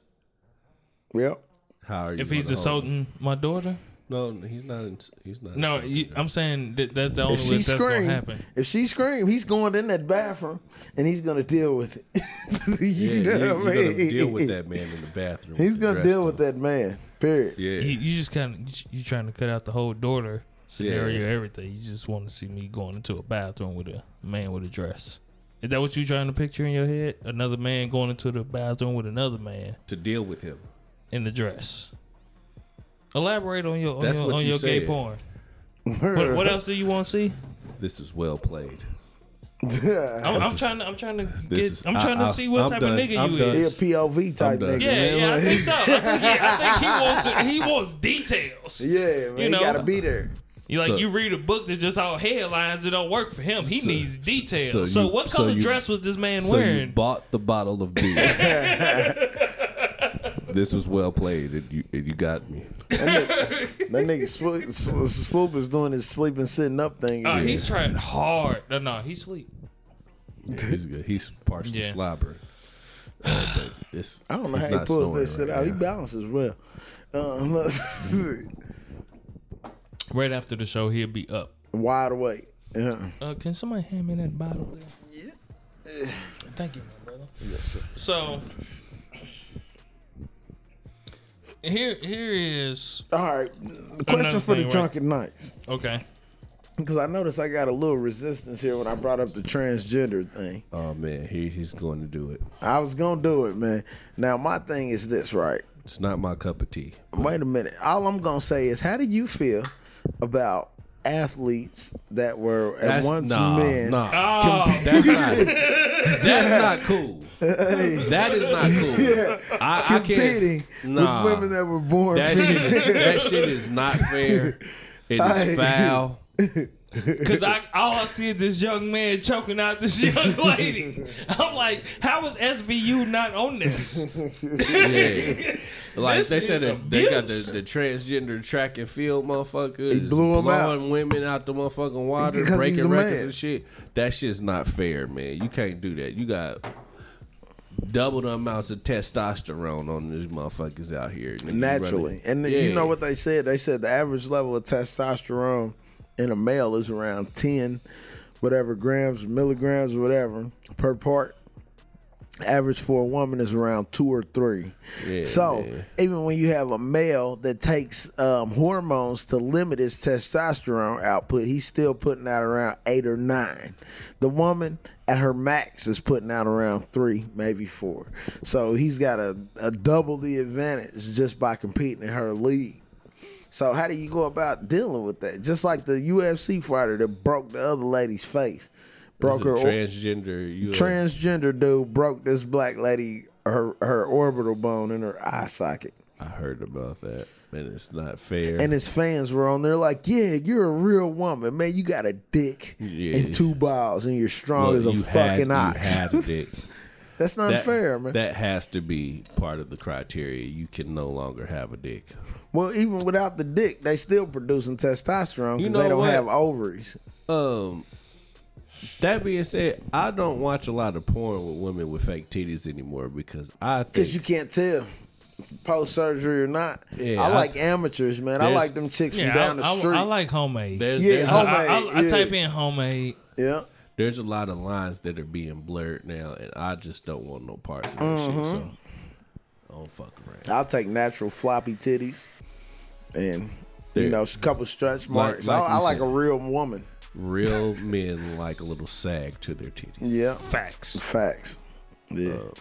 Speaker 4: Yep.
Speaker 3: How are you?
Speaker 2: if he's
Speaker 3: gonna hold him?
Speaker 2: assaulting my daughter,
Speaker 3: No, he's not. In, he's not.
Speaker 2: No,
Speaker 3: insulted.
Speaker 2: you, I'm saying that that's the only
Speaker 4: If she
Speaker 2: list that's gonna
Speaker 4: scream,
Speaker 2: happen.
Speaker 4: if she scream, he's going in that bathroom and he's gonna deal with it. [LAUGHS]
Speaker 3: yeah,
Speaker 4: you
Speaker 3: you,
Speaker 4: know
Speaker 3: you're
Speaker 4: what I
Speaker 3: gonna
Speaker 4: mean?
Speaker 3: deal with that man in the bathroom.
Speaker 4: He's
Speaker 3: with the
Speaker 4: gonna
Speaker 3: dress
Speaker 4: deal with
Speaker 3: down.
Speaker 4: that man. Period.
Speaker 3: Yeah,
Speaker 2: You, you just kind of you, you trying to cut out the whole daughter scenario,
Speaker 3: Yeah.
Speaker 2: everything. You just want to see me going into a bathroom with a man with a dress. Is that what you trying to picture in your head? Another man going into the bathroom with another man
Speaker 3: to deal with him.
Speaker 2: in the dress. Elaborate on your on
Speaker 3: That's
Speaker 2: your,
Speaker 3: what
Speaker 2: on
Speaker 3: you
Speaker 2: your gay
Speaker 3: said.
Speaker 2: porn.
Speaker 4: [LAUGHS]
Speaker 2: What, what else do you want to see?
Speaker 3: This is well played.
Speaker 2: I'm, I'm
Speaker 3: is-
Speaker 2: trying to I'm trying to get
Speaker 3: is-
Speaker 2: I'm trying
Speaker 3: I-
Speaker 2: to
Speaker 3: I-
Speaker 2: see what
Speaker 3: I'm
Speaker 2: type
Speaker 3: done.
Speaker 2: of nigga
Speaker 3: I'm
Speaker 2: you
Speaker 3: done.
Speaker 4: [LAUGHS] He a
Speaker 2: is.
Speaker 4: POV type
Speaker 3: done.
Speaker 4: nigga.
Speaker 2: Yeah,
Speaker 4: man.
Speaker 2: yeah, I
Speaker 4: Like-
Speaker 2: think so. I think, yeah, I think he wants to, he wants
Speaker 4: [LAUGHS]
Speaker 2: details.
Speaker 4: [LAUGHS] Yeah, man,
Speaker 2: You
Speaker 4: you
Speaker 2: know?
Speaker 4: gotta be there.
Speaker 2: You like
Speaker 3: So-
Speaker 2: you read a book that's just all headlines that don't work for him. He
Speaker 3: So-
Speaker 2: needs details. So,
Speaker 3: so you-
Speaker 2: what
Speaker 3: so
Speaker 2: color
Speaker 3: you-
Speaker 2: dress was this man
Speaker 3: So you
Speaker 2: wearing?
Speaker 3: bought the bottle of beer. this was well played. It, you, it, you got
Speaker 4: [LAUGHS]
Speaker 3: me.
Speaker 4: That
Speaker 2: [LAUGHS]
Speaker 4: nigga Swoop, Swoop is doing his sleeping sitting up thing.
Speaker 2: Uh,
Speaker 4: again.
Speaker 2: He's trying hard. No, no, he's sleep.
Speaker 3: Yeah, he's good. He's partially
Speaker 2: Yeah.
Speaker 3: slobbering. Uh, but it's,
Speaker 4: I don't know
Speaker 3: he's
Speaker 4: how he
Speaker 3: not
Speaker 4: pulls
Speaker 3: snoring
Speaker 4: that shit
Speaker 3: right
Speaker 4: out. He
Speaker 3: now.
Speaker 4: balances well. Um, [LAUGHS]
Speaker 2: Right after the show, he'll be up.
Speaker 4: wide awake. Yeah.
Speaker 2: Uh, can somebody hand me that bottle? There? Yeah. Thank you, my brother. Yes, sir. So here, here is
Speaker 4: All right. Question for
Speaker 2: thing,
Speaker 4: the
Speaker 2: right?
Speaker 4: drunken knights.
Speaker 2: okay.
Speaker 4: Because I noticed I got a little resistance here when I brought up the transgender thing.
Speaker 3: Oh man, he, he's going to do it.
Speaker 4: I was gonna do it, man. Now my thing is this, right?
Speaker 3: It's not my cup of tea.
Speaker 4: Wait a minute. All I'm gonna say is, how do you feel about athletes that were at
Speaker 3: That's
Speaker 4: once
Speaker 3: nah,
Speaker 4: men?
Speaker 3: nah.
Speaker 2: Oh,
Speaker 3: That's not. [LAUGHS] that's not cool. That is not
Speaker 4: [LAUGHS]
Speaker 3: cool. I, I
Speaker 4: Competing
Speaker 3: can't. Nah.
Speaker 4: with women that were born
Speaker 3: that
Speaker 4: female.
Speaker 3: shit is that shit is not fair. It
Speaker 4: I- [LAUGHS]
Speaker 3: is foul.
Speaker 2: Cause I all I see is this young man choking out
Speaker 3: [LAUGHS]
Speaker 2: this young lady. I'm like, how is SVU not on this?
Speaker 3: Yeah. Like
Speaker 2: This
Speaker 3: they
Speaker 2: is
Speaker 3: said, that they got the,
Speaker 2: abuse.
Speaker 3: the transgender track and field motherfucker. is
Speaker 4: blew 'em
Speaker 3: blowing women out the motherfucking water,
Speaker 4: Because he's a
Speaker 3: breaking records
Speaker 4: man.
Speaker 3: and shit. That shit's not fair, man. You can't do that. You got double the amounts of testosterone on these motherfuckers out here. nigga. You
Speaker 4: naturally.
Speaker 3: running-
Speaker 4: And then
Speaker 3: Yeah.
Speaker 4: you know what they said? They said the average level of testosterone in a male is around 10 whatever grams, milligrams, whatever per part. Average for a woman is around two or three.
Speaker 3: Yeah,
Speaker 4: so
Speaker 3: yeah.
Speaker 4: even when you have a male that takes um, hormones to limit his testosterone output, he's still putting out around eight or nine. The woman at her max is putting out around three, maybe four. So he's got a, a double the advantage just by competing in her league. So how do you go about dealing with that? Just like the UFC fighter that broke the other lady's face, broke
Speaker 3: It's a
Speaker 4: her or-
Speaker 3: transgender. You a-
Speaker 4: transgender dude broke this black lady her her orbital bone in her eye socket.
Speaker 3: I heard about that, and it's not fair.
Speaker 4: And his fans were on there like, "Yeah, you're a real woman, man. You got a dick
Speaker 3: Yeah.
Speaker 4: and two balls, and you're strong
Speaker 3: Look,
Speaker 4: as a
Speaker 3: you
Speaker 4: fucking
Speaker 3: had,
Speaker 4: ox.
Speaker 3: You had a dick.
Speaker 4: [LAUGHS] That's not
Speaker 3: That-
Speaker 4: fair, man.
Speaker 3: That has to be part of the criteria. You can no longer have a dick.
Speaker 4: well, even without the dick, they still producing testosterone because
Speaker 3: You know
Speaker 4: they don't
Speaker 3: what?
Speaker 4: have ovaries.
Speaker 3: Um, that being said, I don't watch a lot of porn with women with fake titties anymore because I think
Speaker 4: Because you can't tell post surgery or not.
Speaker 3: Yeah,
Speaker 4: I
Speaker 3: I-
Speaker 4: like amateurs, man. I
Speaker 3: There's-
Speaker 4: like them chicks
Speaker 2: Yeah,
Speaker 4: from down
Speaker 2: I,
Speaker 4: the
Speaker 2: I-
Speaker 4: street.
Speaker 2: I like homemade.
Speaker 3: there's
Speaker 4: Yeah, oh
Speaker 3: there's,
Speaker 2: I,
Speaker 4: homemade,
Speaker 3: a,
Speaker 2: I, I
Speaker 4: yeah.
Speaker 2: type in homemade.
Speaker 4: yeah.
Speaker 3: there's a lot of lines that are being blurred now, and I just don't want no parts of this
Speaker 4: Mm-hmm.
Speaker 3: shit. So I don't fuck around.
Speaker 4: I'll take natural floppy titties and you
Speaker 3: There.
Speaker 4: know a couple stretch marks.
Speaker 3: like
Speaker 4: I, I
Speaker 3: you
Speaker 4: like
Speaker 3: said.
Speaker 4: a real woman.
Speaker 3: Real men like a little sag to their titties.
Speaker 4: Yeah,
Speaker 2: Facts.
Speaker 4: facts. Yeah,
Speaker 3: Uh,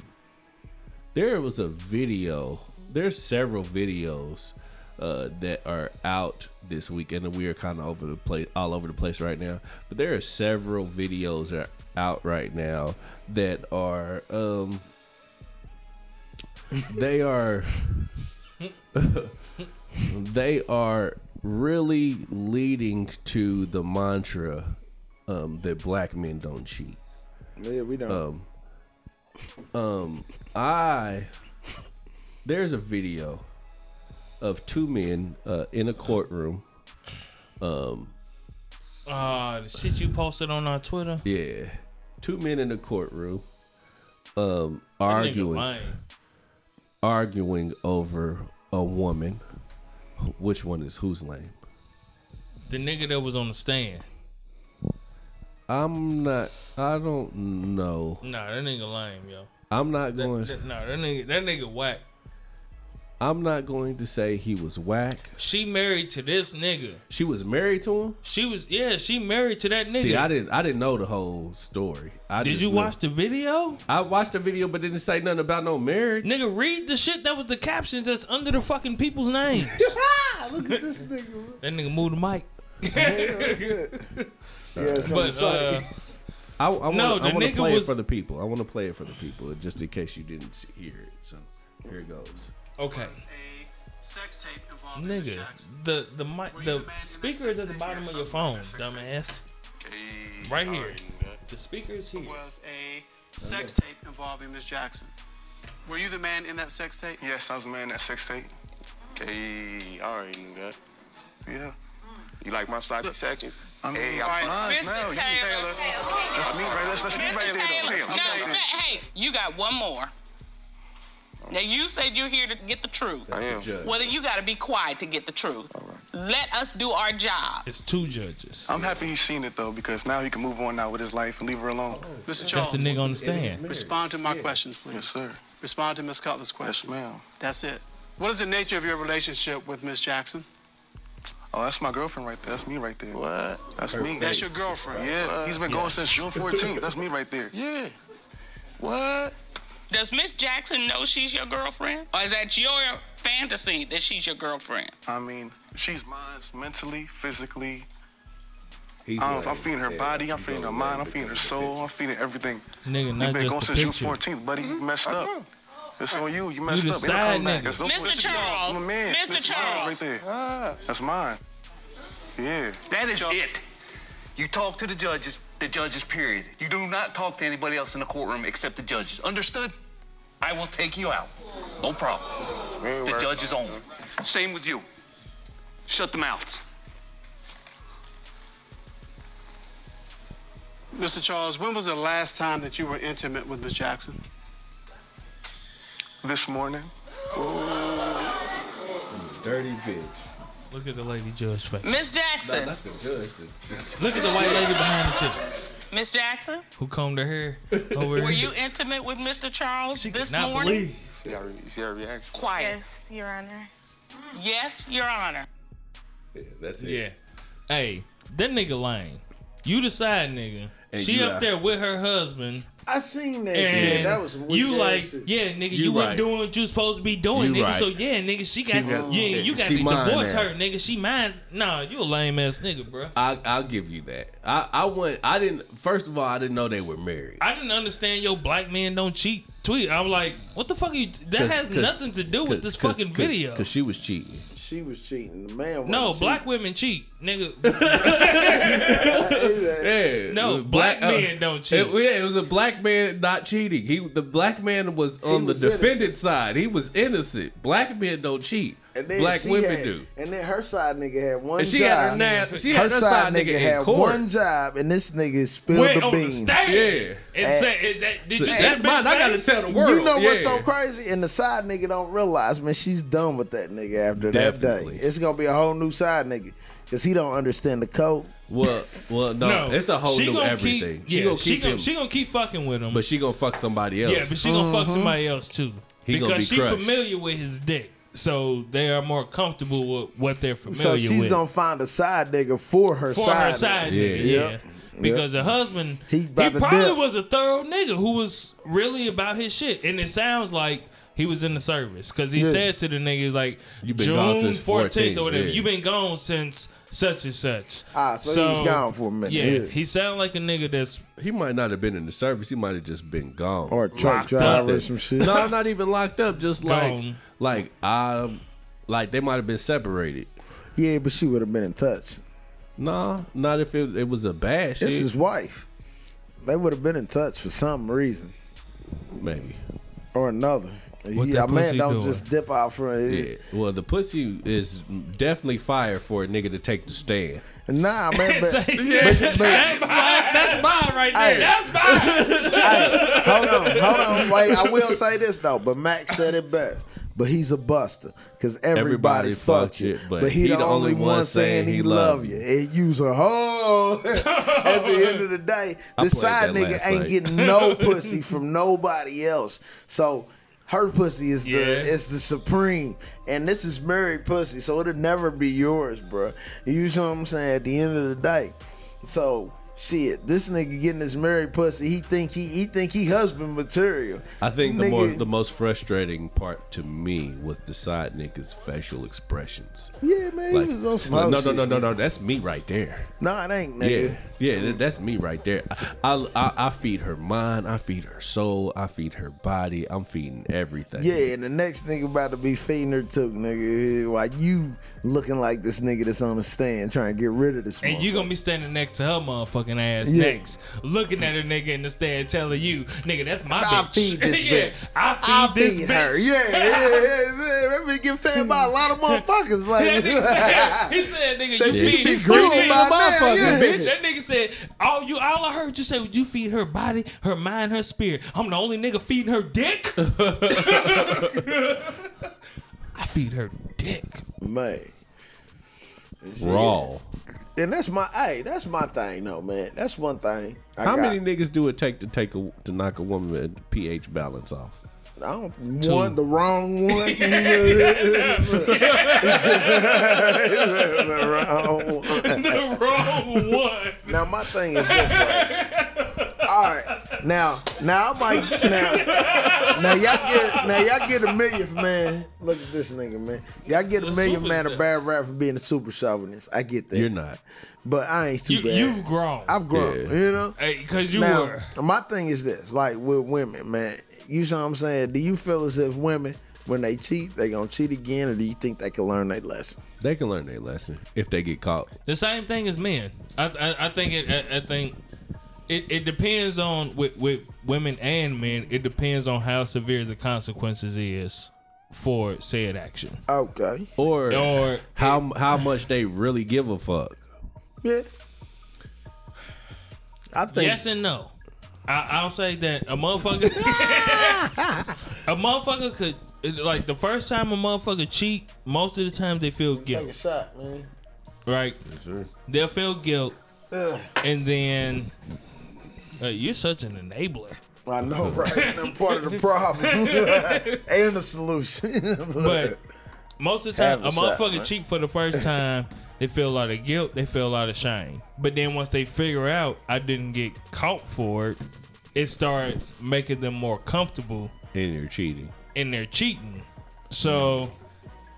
Speaker 3: there was a video there's several videos uh, that are out this week and we are kind of over the place all over the place right now but there are several videos that are out right now that are um they are [LAUGHS] they are really leading to the mantra um, that black men don't cheat
Speaker 4: yeah, we don't.
Speaker 3: um, I there's a video of two men uh, in a courtroom.
Speaker 2: Uh, the shit you posted on our Twitter.
Speaker 3: Yeah, two men in a courtroom, um,
Speaker 2: That nigga
Speaker 3: arguing
Speaker 2: lying.
Speaker 3: arguing over a woman Which one is who's lame?
Speaker 2: The nigga that was on the stand.
Speaker 3: I'm not. I don't know.
Speaker 2: Nah, that nigga lame, yo.
Speaker 3: I'm not
Speaker 2: That,
Speaker 3: going.
Speaker 2: that- nah, that nigga, that nigga whack.
Speaker 3: I'm not going to say he was whack.
Speaker 2: She married to this nigga.
Speaker 3: She was married to him.
Speaker 2: She was, yeah, she married to that nigga.
Speaker 3: See, I didn't. I didn't know the whole story. I
Speaker 2: Did
Speaker 3: just
Speaker 2: you
Speaker 3: knew-
Speaker 2: watch the video?
Speaker 3: I watched the video, but didn't say nothing about no marriage.
Speaker 2: Nigga, read the shit that was the captions that's under the fucking
Speaker 4: [LAUGHS]
Speaker 2: people's names.
Speaker 4: Look at this nigga.
Speaker 2: that nigga moved the mic.
Speaker 4: Yeah, it's on the
Speaker 2: But
Speaker 4: site.
Speaker 2: uh,
Speaker 3: I, I want to
Speaker 2: No, the nigga
Speaker 3: play
Speaker 2: was-
Speaker 3: it for the people. I want to play it for the people, just in case you didn't s- hear it. So here it goes.
Speaker 2: uh, okay,
Speaker 5: was a sex tape involving Miss
Speaker 2: nigga,
Speaker 5: Jackson.
Speaker 2: the the mic,
Speaker 5: Were you
Speaker 2: the
Speaker 5: the man in that
Speaker 2: speaker is at the
Speaker 5: sex
Speaker 2: bottom
Speaker 5: tape
Speaker 2: of
Speaker 5: or
Speaker 2: your phone,
Speaker 5: something in
Speaker 2: dumbass.
Speaker 5: Hey,
Speaker 2: Right
Speaker 5: all
Speaker 2: here.
Speaker 5: man.
Speaker 2: The speaker is here.
Speaker 5: Was a sex tape involving Miss Jackson. Were you the man in that sex tape?
Speaker 6: Yes, I was the man at six eight.
Speaker 7: Hey, I already knew that.
Speaker 6: Yeah.
Speaker 7: You like my sloppy seconds?
Speaker 6: I'm
Speaker 7: hey,
Speaker 6: all right,
Speaker 7: I'm
Speaker 6: mine now.
Speaker 8: Mr.
Speaker 6: Uh, You Taylor.
Speaker 8: Taylor.
Speaker 6: That's me, right? Let's let's leave
Speaker 8: Mr.
Speaker 6: right there. though.
Speaker 8: Taylor.
Speaker 6: Pam,
Speaker 8: No,
Speaker 6: Pam.
Speaker 8: no, hey, you got one more. Now you said you're here to get the truth.
Speaker 7: I am.
Speaker 3: Judge.
Speaker 8: Well, then you got to be quiet to get the truth. Let us do our job.
Speaker 2: It's two judges.
Speaker 6: I'm happy he's seen it though, because now he can move on now with his life and leave her alone.
Speaker 5: Mr.
Speaker 2: That's
Speaker 5: Charles,
Speaker 2: the nigga on the stand.
Speaker 5: respond to my questions, please.
Speaker 6: Yes, sir.
Speaker 5: Respond to Miss Cutler's questions.
Speaker 6: ma'am.
Speaker 5: That's it. What is the nature of your relationship with Miss Jackson?
Speaker 6: Oh, that's my girlfriend right there. That's me right there.
Speaker 7: What?
Speaker 6: That's me.
Speaker 5: That's your girlfriend.
Speaker 6: Yeah, he's been going since June 14th. That's me right there.
Speaker 7: Yeah. What?
Speaker 8: Does Miss Jackson know she's your girlfriend? Or is that your fantasy that she's your girlfriend?
Speaker 6: I mean, she's mine mentally, physically.
Speaker 3: He's
Speaker 6: I'm,
Speaker 3: like,
Speaker 6: I'm feeding her
Speaker 3: yeah,
Speaker 6: body. I'm
Speaker 3: you
Speaker 6: feeding
Speaker 3: go
Speaker 6: her mind.
Speaker 3: look
Speaker 6: I'm
Speaker 3: at
Speaker 6: feeding her
Speaker 3: the
Speaker 6: soul. I'm feeding everything.
Speaker 2: Nigga,
Speaker 6: We've
Speaker 2: not
Speaker 6: been going
Speaker 2: just the
Speaker 6: since June
Speaker 2: picture.
Speaker 6: 14th, buddy. You messed up.
Speaker 7: Mm-hmm.
Speaker 6: It's on you. You messed
Speaker 2: the
Speaker 6: up. Ain't no
Speaker 2: side
Speaker 6: coming back.
Speaker 2: nigga.
Speaker 6: That's no-
Speaker 8: Mr.
Speaker 6: that's your-
Speaker 8: Charles.
Speaker 6: I'm a man.
Speaker 8: Mr.
Speaker 6: That's mine
Speaker 8: Charles.
Speaker 6: Right there. That's mine. Yeah.
Speaker 9: That is
Speaker 5: Chuck.
Speaker 9: it. You talk to the judges, the judges, period. You do not talk to anybody else in the courtroom except the judges. Understood? I will take you out. No problem. The judges only. Same with you. Shut the mouths.
Speaker 5: Mr. Charles, when was the last time that you were intimate with Miss Jackson?
Speaker 6: This morning.
Speaker 3: Dirty bitch.
Speaker 2: Look at the lady judge face.
Speaker 8: Miss Jackson.
Speaker 3: Not the judge.
Speaker 2: Look at the white lady behind the chick
Speaker 8: Miss Jackson,
Speaker 2: who combed her hair over
Speaker 8: were
Speaker 2: here.
Speaker 8: you intimate with Mr. Charles
Speaker 2: She could
Speaker 8: this
Speaker 2: not
Speaker 8: morning?
Speaker 2: believe.
Speaker 7: See how you see her reaction?
Speaker 8: Quiet.
Speaker 10: Yes, Your Honor.
Speaker 8: Yes, Your Honor.
Speaker 3: The, yeah, that's it.
Speaker 2: Yeah. Hey, that nigga lame. You decide, nigga.
Speaker 3: And
Speaker 2: she
Speaker 3: you
Speaker 2: up
Speaker 3: out.
Speaker 2: there with her husband,
Speaker 4: [LAUGHS] I seen that shit.
Speaker 2: and
Speaker 4: That was some
Speaker 2: you
Speaker 4: weird
Speaker 2: like,
Speaker 4: ass shit.
Speaker 2: yeah, nigga, you,
Speaker 3: You
Speaker 2: weren't
Speaker 3: right.
Speaker 2: doing what you supposed to be doing,
Speaker 3: You
Speaker 2: nigga.
Speaker 3: right.
Speaker 2: So yeah, nigga, she got,
Speaker 3: got-
Speaker 2: yeah, you got to
Speaker 3: she mine
Speaker 2: divorce
Speaker 3: now.
Speaker 2: her, nigga. She mine. Nah, you a lame ass nigga, bro.
Speaker 3: I, I'll give you that. I, I went. I didn't. First of all, I didn't know they were married.
Speaker 2: I didn't understand your black man don't cheat tweet. I'm like, what the fuck? Are you, that has nothing to do with this fucking video.
Speaker 3: Because she was cheating.
Speaker 4: She was cheating. The man was
Speaker 2: no,
Speaker 4: cheating.
Speaker 2: black women cheat,
Speaker 3: [LAUGHS]
Speaker 2: nigga.
Speaker 3: Yeah.
Speaker 2: No,
Speaker 3: it was uh,
Speaker 2: black men don't cheat.
Speaker 3: It, yeah, it was a black man not cheating. He the black man was on
Speaker 4: was
Speaker 3: the
Speaker 4: innocent.
Speaker 3: defendant side. He was innocent. Black men don't cheat.
Speaker 4: And then
Speaker 3: Black
Speaker 4: she
Speaker 3: women
Speaker 4: had-
Speaker 3: do.
Speaker 4: And then her side nigga had one
Speaker 3: And she
Speaker 4: job.
Speaker 3: had her na- she had her side nigga in
Speaker 4: had
Speaker 3: court.
Speaker 4: one job, and this nigga spilled
Speaker 2: Went
Speaker 4: the
Speaker 2: on the
Speaker 4: beans.
Speaker 2: stand.
Speaker 3: Yeah.
Speaker 2: And said, is that, did you see
Speaker 3: that's
Speaker 2: the
Speaker 3: mine.
Speaker 2: bitch
Speaker 3: I gotta
Speaker 2: face?
Speaker 3: tell the world.
Speaker 4: You know what's
Speaker 3: Yeah.
Speaker 4: so crazy? And the side nigga don't realize, man, she's done with that nigga after
Speaker 3: Definitely.
Speaker 4: that day. It's gonna be a whole new side nigga. Cause he don't understand the code.
Speaker 3: Well, well, no, it's a whole
Speaker 2: she
Speaker 3: new
Speaker 2: gonna
Speaker 3: everything.
Speaker 2: Keep,
Speaker 3: she
Speaker 2: yeah,
Speaker 3: gonna
Speaker 2: she
Speaker 3: keep
Speaker 2: gonna,
Speaker 3: him,
Speaker 2: she gonna keep fucking with him.
Speaker 3: but she gonna fuck somebody else.
Speaker 2: yeah, but she gonna
Speaker 4: Uh-huh.
Speaker 2: fuck somebody else too.
Speaker 3: He gonna
Speaker 2: because
Speaker 3: be
Speaker 2: she
Speaker 3: crushed.
Speaker 2: familiar with his dick, so they are more comfortable with what they're familiar
Speaker 4: So she's
Speaker 2: with.
Speaker 4: gonna find a side nigga for her
Speaker 2: for
Speaker 4: side.
Speaker 2: her side,
Speaker 3: Yeah.
Speaker 2: nigga, yeah.
Speaker 4: Yeah.
Speaker 2: Because the husband,
Speaker 4: He
Speaker 2: he,
Speaker 4: about to
Speaker 2: probably
Speaker 4: dip.
Speaker 2: was a thorough nigga who was really about his shit, and it sounds like he was in the service because he
Speaker 4: Yeah.
Speaker 2: said to the nigga like
Speaker 3: You been gone
Speaker 2: June
Speaker 3: since
Speaker 2: fourteenth or whatever.
Speaker 3: 14, yeah.
Speaker 2: You've been gone since such and such.
Speaker 4: Ah, so he was gone for a minute,
Speaker 2: Yeah,
Speaker 4: yeah.
Speaker 2: he sounded like a nigga that's
Speaker 3: He might not have been in the service. He might have just been gone
Speaker 4: Or a truck
Speaker 2: Locked up.
Speaker 4: driver or some shit.
Speaker 3: No, not even locked up. Just like,
Speaker 2: Gone.
Speaker 3: like um, like they might have been separated.
Speaker 4: Yeah, but she would have been in touch.
Speaker 3: Nah, not if it, it was a bad shit.
Speaker 4: It's his wife. They would have been in touch for some reason
Speaker 3: maybe.
Speaker 4: or another.
Speaker 2: What
Speaker 4: yeah,
Speaker 2: that
Speaker 4: a man
Speaker 2: pussy
Speaker 4: don't
Speaker 2: doing?
Speaker 4: just dip out for it.
Speaker 3: Yeah. Well, the pussy is definitely fire for a nigga to take the stand.
Speaker 4: Nah,
Speaker 2: [LAUGHS]
Speaker 4: man. But,
Speaker 2: Say-
Speaker 3: [LAUGHS]
Speaker 4: but, but,
Speaker 3: That's mine right
Speaker 4: Hey.
Speaker 2: that's mine.
Speaker 4: Hey, hold on, hold on. Wait, I will say this though, but Max said it best. but he's a buster because
Speaker 3: Everybody
Speaker 4: everybody,
Speaker 3: fuck
Speaker 4: fucked you.
Speaker 3: you,
Speaker 4: But, he, the, only, one saying he love you. And you's a hoe. [LAUGHS] At the end of the [LAUGHS] day,
Speaker 3: I
Speaker 4: this
Speaker 3: played
Speaker 4: side
Speaker 3: that
Speaker 4: nigga
Speaker 3: last
Speaker 4: ain't
Speaker 3: night.
Speaker 2: [LAUGHS]
Speaker 4: getting no pussy from nobody else. So her pussy is
Speaker 2: Yeah.
Speaker 4: the it's the supreme, and this is married pussy, so it'll never be yours, bruh. You see what I'm saying? At the end of the day, so shit, this nigga getting this married pussy, he think he he think he husband material.
Speaker 3: I think the
Speaker 4: Nigga-
Speaker 3: more the most frustrating part to me was the side niggas' facial expressions.
Speaker 4: yeah man,
Speaker 3: Like,
Speaker 4: he was on
Speaker 3: it's
Speaker 4: some
Speaker 3: like,
Speaker 4: hoe
Speaker 3: no, no,
Speaker 4: shit.
Speaker 3: no, no, no, that's me right there.
Speaker 4: no, it ain't nigga.
Speaker 3: Yeah, yeah, that- that's me right there. I, I I feed her mind, I feed her soul, I feed her body, I'm feeding everything.
Speaker 4: Yeah, and the next nigga about to be feeding her too, nigga. While you looking like this nigga that's on the stand trying to get rid of this.
Speaker 2: And you gonna be standing next to her motherfucking ass
Speaker 4: Yeah.
Speaker 2: next, looking at her nigga in the stand, telling you, nigga, that's my
Speaker 4: I
Speaker 2: bitch.
Speaker 4: feed
Speaker 2: [LAUGHS]
Speaker 4: this
Speaker 2: Yeah,
Speaker 4: bitch.
Speaker 2: I feed this bitch.
Speaker 4: her. Yeah, yeah, yeah, yeah. That bitch get fed by a lot of
Speaker 2: [LAUGHS] [LAUGHS]
Speaker 4: motherfuckers.
Speaker 2: That
Speaker 4: Like,
Speaker 2: nigga
Speaker 4: [LAUGHS]
Speaker 2: said, he said, nigga,
Speaker 3: [LAUGHS]
Speaker 4: So
Speaker 2: you
Speaker 4: she-
Speaker 2: feed
Speaker 4: she
Speaker 2: you
Speaker 4: greedy
Speaker 2: feed
Speaker 4: by
Speaker 2: her
Speaker 4: now,
Speaker 2: motherfucker,
Speaker 4: yeah.
Speaker 2: bitch. [LAUGHS] That nigga said, all you, all I heard you say was you feed her body, her mind, her spirit. I'm the only nigga feeding her
Speaker 4: [LAUGHS]
Speaker 2: dick. I feed her
Speaker 4: [LAUGHS]
Speaker 2: dick. [LAUGHS]
Speaker 4: man.
Speaker 3: raw.
Speaker 4: And that's my hey, that's my thing though, man. That's one thing. I
Speaker 3: How
Speaker 4: got.
Speaker 3: many niggas do it take to take a, to knock a woman pH balance off?
Speaker 4: I don't one the
Speaker 2: [LAUGHS]
Speaker 4: wrong one. [LAUGHS] The wrong one.
Speaker 2: The wrong one.
Speaker 4: Now my thing is this way. All right, now now I might now now y'all get now y'all get a million man. Look at this nigga man. Y'all get a
Speaker 2: The
Speaker 4: million man a
Speaker 2: superstar.
Speaker 4: bad rap for being a super chauvinist. I get that.
Speaker 3: You're not.
Speaker 4: but I ain't too
Speaker 2: You,
Speaker 4: bad.
Speaker 2: you've grown.
Speaker 4: I've grown.
Speaker 3: Yeah.
Speaker 4: You know.
Speaker 2: Hey, cause you
Speaker 4: now
Speaker 2: were.
Speaker 4: my thing is this, like with women, man. You see what I'm saying? Do you feel as if women when they cheat they gonna cheat again, or do you think they can learn their lesson?
Speaker 3: They can learn their lesson if they get caught.
Speaker 2: The same thing as men. I I, I think it. I, I think it, it depends on with with women and men. It depends on how severe the consequences is for said action.
Speaker 4: Okay.
Speaker 3: Or,
Speaker 2: Or
Speaker 3: how how much they really give a fuck.
Speaker 4: Yeah. I think
Speaker 2: yes and no. I, I'll say that a motherfucker, [LAUGHS] a motherfucker could like the first time a motherfucker cheat. Most of the time they feel
Speaker 4: take a
Speaker 2: guilt,
Speaker 4: shot, man.
Speaker 2: right? They'll feel guilt, and then uh, you're such an enabler.
Speaker 4: I know, [LAUGHS] right? And I'm part of the problem [LAUGHS] and the solution. [LAUGHS]
Speaker 2: But most of the time, a
Speaker 4: Have a shot,
Speaker 2: motherfucker
Speaker 4: man.
Speaker 2: cheat for the first time, they feel a lot of guilt, they feel a lot of shame. But then once they figure out I didn't get caught for it, it starts making them more comfortable
Speaker 3: And you're cheating.
Speaker 2: in their cheating. So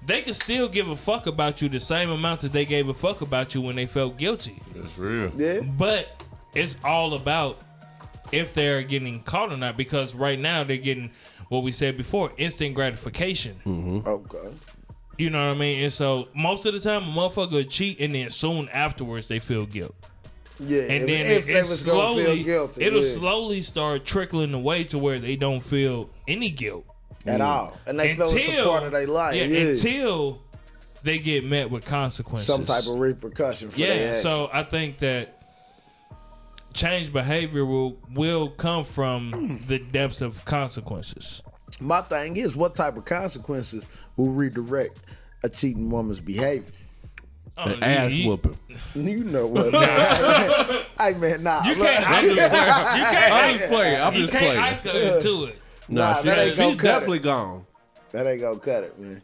Speaker 2: they can still give a fuck about you the same amount that they gave a fuck about you when they felt guilty.
Speaker 1: That's real.
Speaker 4: yeah,
Speaker 2: But it's all about if they're getting caught or not because right now they're getting what we said before instant gratification.
Speaker 4: okay.
Speaker 2: You know what I mean? And so most of the time, a motherfucker would cheat, and then soon afterwards they feel guilt,
Speaker 4: Yeah,
Speaker 2: and
Speaker 4: if,
Speaker 2: then
Speaker 4: if
Speaker 2: it,
Speaker 4: they
Speaker 2: it
Speaker 4: was gonna
Speaker 2: slowly
Speaker 4: feel guilty,
Speaker 2: it'll
Speaker 4: yeah,
Speaker 2: slowly start trickling away to where they don't feel any guilt
Speaker 4: at all, and they feel it's a part of their life. Yeah,
Speaker 2: yeah, until they get met with consequences,
Speaker 4: some type of repercussion for
Speaker 2: yeah.
Speaker 4: their action.
Speaker 2: So I think that change behavior will will come from the depths of consequences.
Speaker 4: my thing is, what type of consequences will redirect a cheating woman's behavior?
Speaker 2: Oh,
Speaker 3: An ass
Speaker 2: you-
Speaker 3: whooping.
Speaker 4: You
Speaker 2: [LAUGHS]
Speaker 4: know what? man. hey man, nah,
Speaker 2: You
Speaker 4: [LAUGHS] look.
Speaker 2: can't underplay. You can't
Speaker 3: I'm just playing. I'm
Speaker 2: You
Speaker 3: just
Speaker 2: can't
Speaker 3: playing.
Speaker 2: anchor into it.
Speaker 4: Nah,
Speaker 3: Nah,
Speaker 4: that
Speaker 3: she-
Speaker 4: ain't gonna
Speaker 3: she's
Speaker 4: cut it.
Speaker 3: definitely gone.
Speaker 4: that ain't gonna cut it, man.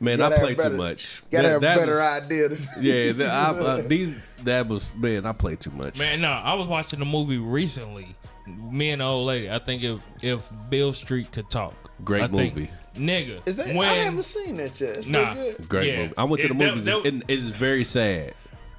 Speaker 3: Man,
Speaker 4: Gotta
Speaker 3: I
Speaker 4: have
Speaker 3: play
Speaker 4: better-
Speaker 3: too much.
Speaker 4: Gotta
Speaker 3: That-
Speaker 4: have
Speaker 3: that
Speaker 4: a better
Speaker 3: was-
Speaker 4: idea. Than,
Speaker 3: [LAUGHS]
Speaker 4: [LAUGHS]
Speaker 3: Yeah, that, I, uh, these that was man. I play too much.
Speaker 2: Man, no, I was watching a movie recently. Me and the old lady. I think if if Bill Street could talk,
Speaker 3: Great
Speaker 2: I think-
Speaker 3: movie.
Speaker 2: nigga.
Speaker 4: is that?
Speaker 2: when,
Speaker 4: I haven't seen that yet. It's pretty
Speaker 2: Nah.
Speaker 4: good.
Speaker 3: Great
Speaker 2: Yeah.
Speaker 3: movie. I went to the
Speaker 2: It- that-
Speaker 3: movies.
Speaker 2: that-
Speaker 3: and it's very sad.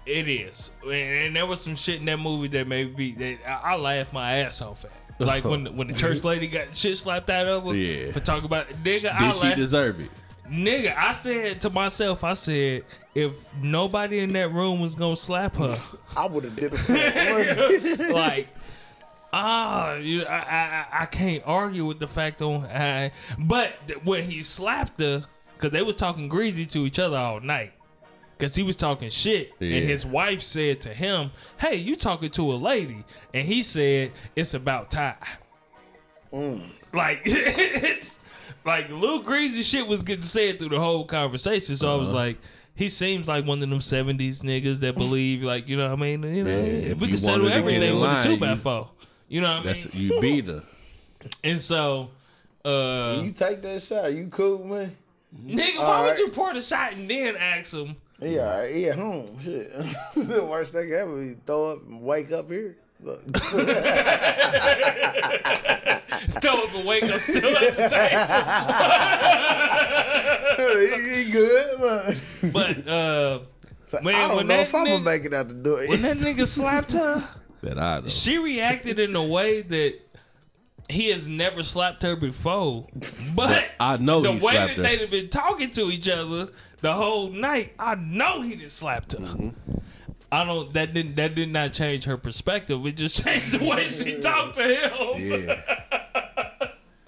Speaker 2: It is, and, and there was some shit in that movie that made me that I, I laughed my ass off at. Like when the, when the
Speaker 3: [LAUGHS]
Speaker 2: church lady got shit slapped out of her
Speaker 3: Yeah.
Speaker 2: for talking about nigga. I
Speaker 3: Did she
Speaker 2: laughed-
Speaker 3: deserve it?
Speaker 2: nigga, I said to myself, I said if nobody in that room was gonna slap her,
Speaker 4: I would have did
Speaker 2: [LAUGHS]
Speaker 4: it. For her.
Speaker 2: like. Ah, you, I, I I- I can't argue with the fact on, I, but th- when he slapped her, cause they was talking greasy to each other all night, cause he was talking shit,
Speaker 3: Yeah.
Speaker 2: and his wife said to him, "Hey, you talking to a lady?" And he said, [LAUGHS] "It's about time." Like it's like Lou Greasy shit was getting said through the whole conversation. So I was
Speaker 3: Uh-huh.
Speaker 2: like, he seems like one of them seventies niggas that believe, like, you know what I mean? You know,
Speaker 3: if
Speaker 2: we
Speaker 3: you
Speaker 2: can settle
Speaker 3: wanted to get in
Speaker 2: everything with a
Speaker 3: line,
Speaker 2: two by
Speaker 3: you-
Speaker 2: four. You know what I mean?
Speaker 3: That's you beat her.
Speaker 2: And so uh
Speaker 4: You take that shot. You cool, man.
Speaker 2: nigga, why
Speaker 4: All
Speaker 2: would
Speaker 4: right.
Speaker 2: you pour the shot and then ask him?
Speaker 4: He all right. He at home. Shit. [LAUGHS] the worst thing ever. He throw up and wake up here. Look. [LAUGHS]
Speaker 2: Throw up and wake up still at the
Speaker 3: [LAUGHS]
Speaker 2: table.
Speaker 4: he, he good. Look.
Speaker 2: But uh
Speaker 4: So,
Speaker 2: Man,
Speaker 4: I
Speaker 2: when
Speaker 4: don't know
Speaker 2: that
Speaker 4: if I'm
Speaker 2: nigga-
Speaker 4: gonna make it out the door.
Speaker 2: when
Speaker 4: [LAUGHS]
Speaker 2: that nigga slapped her,
Speaker 3: That I know.
Speaker 2: she reacted in a way that he has never slapped her before. But
Speaker 3: I know
Speaker 2: the
Speaker 3: he
Speaker 2: way
Speaker 3: slapped
Speaker 2: that
Speaker 3: her.
Speaker 2: they'd have been talking to each other the whole night, I know he didn't slapped her.
Speaker 3: Mm-hmm.
Speaker 2: I don't. That didn't. That did not change her perspective. It just [LAUGHS] changed the way she talked to him.
Speaker 3: Yeah.
Speaker 2: [LAUGHS]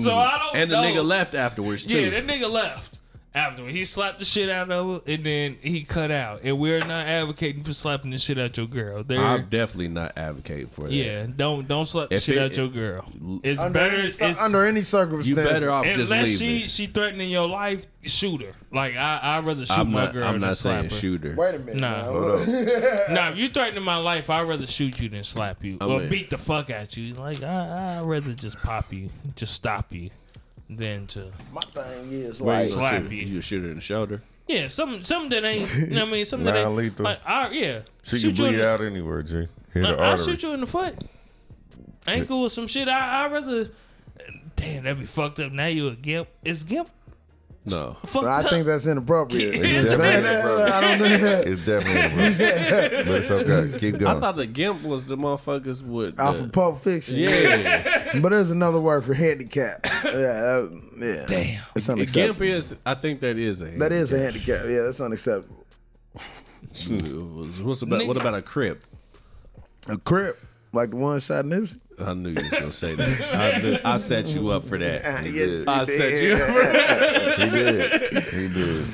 Speaker 2: So I don't.
Speaker 3: And the
Speaker 2: know.
Speaker 3: nigga left afterwards too.
Speaker 2: Yeah, that nigga left after he slapped the shit out of her, and then he cut out. And we're not advocating for slapping the shit out your girl. There,
Speaker 3: I'm definitely not advocating for that.
Speaker 2: yeah, don't don't slap the
Speaker 3: If
Speaker 2: shit
Speaker 3: it-
Speaker 2: out your girl. It's
Speaker 4: under,
Speaker 2: better.
Speaker 4: any,
Speaker 2: It's,
Speaker 4: under any
Speaker 3: You
Speaker 4: circumstance,
Speaker 3: better off just
Speaker 2: unless she
Speaker 3: leaving.
Speaker 2: she threatening your life, shoot her. Like I I would rather shoot
Speaker 3: I'm
Speaker 2: my
Speaker 3: not.
Speaker 2: girl.
Speaker 3: I'm
Speaker 2: than
Speaker 3: not
Speaker 2: slap
Speaker 3: saying
Speaker 2: her.
Speaker 3: shoot her.
Speaker 4: Wait a minute.
Speaker 2: Nah.
Speaker 4: now.
Speaker 2: Hold Nah, if you threatening my life, I'd rather shoot you than slap you or
Speaker 3: in.
Speaker 2: beat the fuck out you. Like I I'd rather just pop you, just stop you, than to
Speaker 4: My thing is like
Speaker 2: you slap you.
Speaker 3: You shoot her in the shoulder.
Speaker 2: Yeah, some some that ain't. You know what I mean? Some that ain't
Speaker 1: Non-lethal.
Speaker 2: Like, I, yeah, [LAUGHS]
Speaker 1: She
Speaker 2: Shoot you
Speaker 1: can
Speaker 2: in
Speaker 1: bleed
Speaker 2: the-
Speaker 1: out anywhere, G. Hit
Speaker 2: No,
Speaker 1: her
Speaker 2: I'll
Speaker 1: artery.
Speaker 2: shoot you in the foot, ankle, or some shit. I I rather. Damn, that'd be fucked up. Now you a gimp. Is gimp
Speaker 3: No.
Speaker 2: fucked
Speaker 4: I
Speaker 2: up?
Speaker 4: think
Speaker 2: [LAUGHS]
Speaker 4: that's inappropriate.
Speaker 1: It's
Speaker 4: Nah,
Speaker 1: definitely
Speaker 4: nah, nah,
Speaker 1: inappropriate.
Speaker 4: I don't do that.
Speaker 1: It's definitely inappropriate. But it's okay.
Speaker 4: [LAUGHS]
Speaker 1: Keep
Speaker 3: I
Speaker 1: going.
Speaker 3: thought the gimp was the motherfuckers with. the-
Speaker 4: Off of Pulp Fiction.
Speaker 3: yeah.
Speaker 4: But there's another word for
Speaker 2: [LAUGHS]
Speaker 4: handicap. Yeah. that- yeah.
Speaker 2: Damn.
Speaker 4: It's
Speaker 3: gimp
Speaker 4: unacceptable.
Speaker 3: is. I think that is a.
Speaker 4: That is a handicap. Yeah, that's unacceptable.
Speaker 3: What's about? What about a crip?
Speaker 4: A crip, like the one shot Nipsey.
Speaker 3: I knew you was gonna say that. I, knew, I set you up for that.
Speaker 4: Yes,
Speaker 3: I set Ah, you. up.
Speaker 1: He did. He did.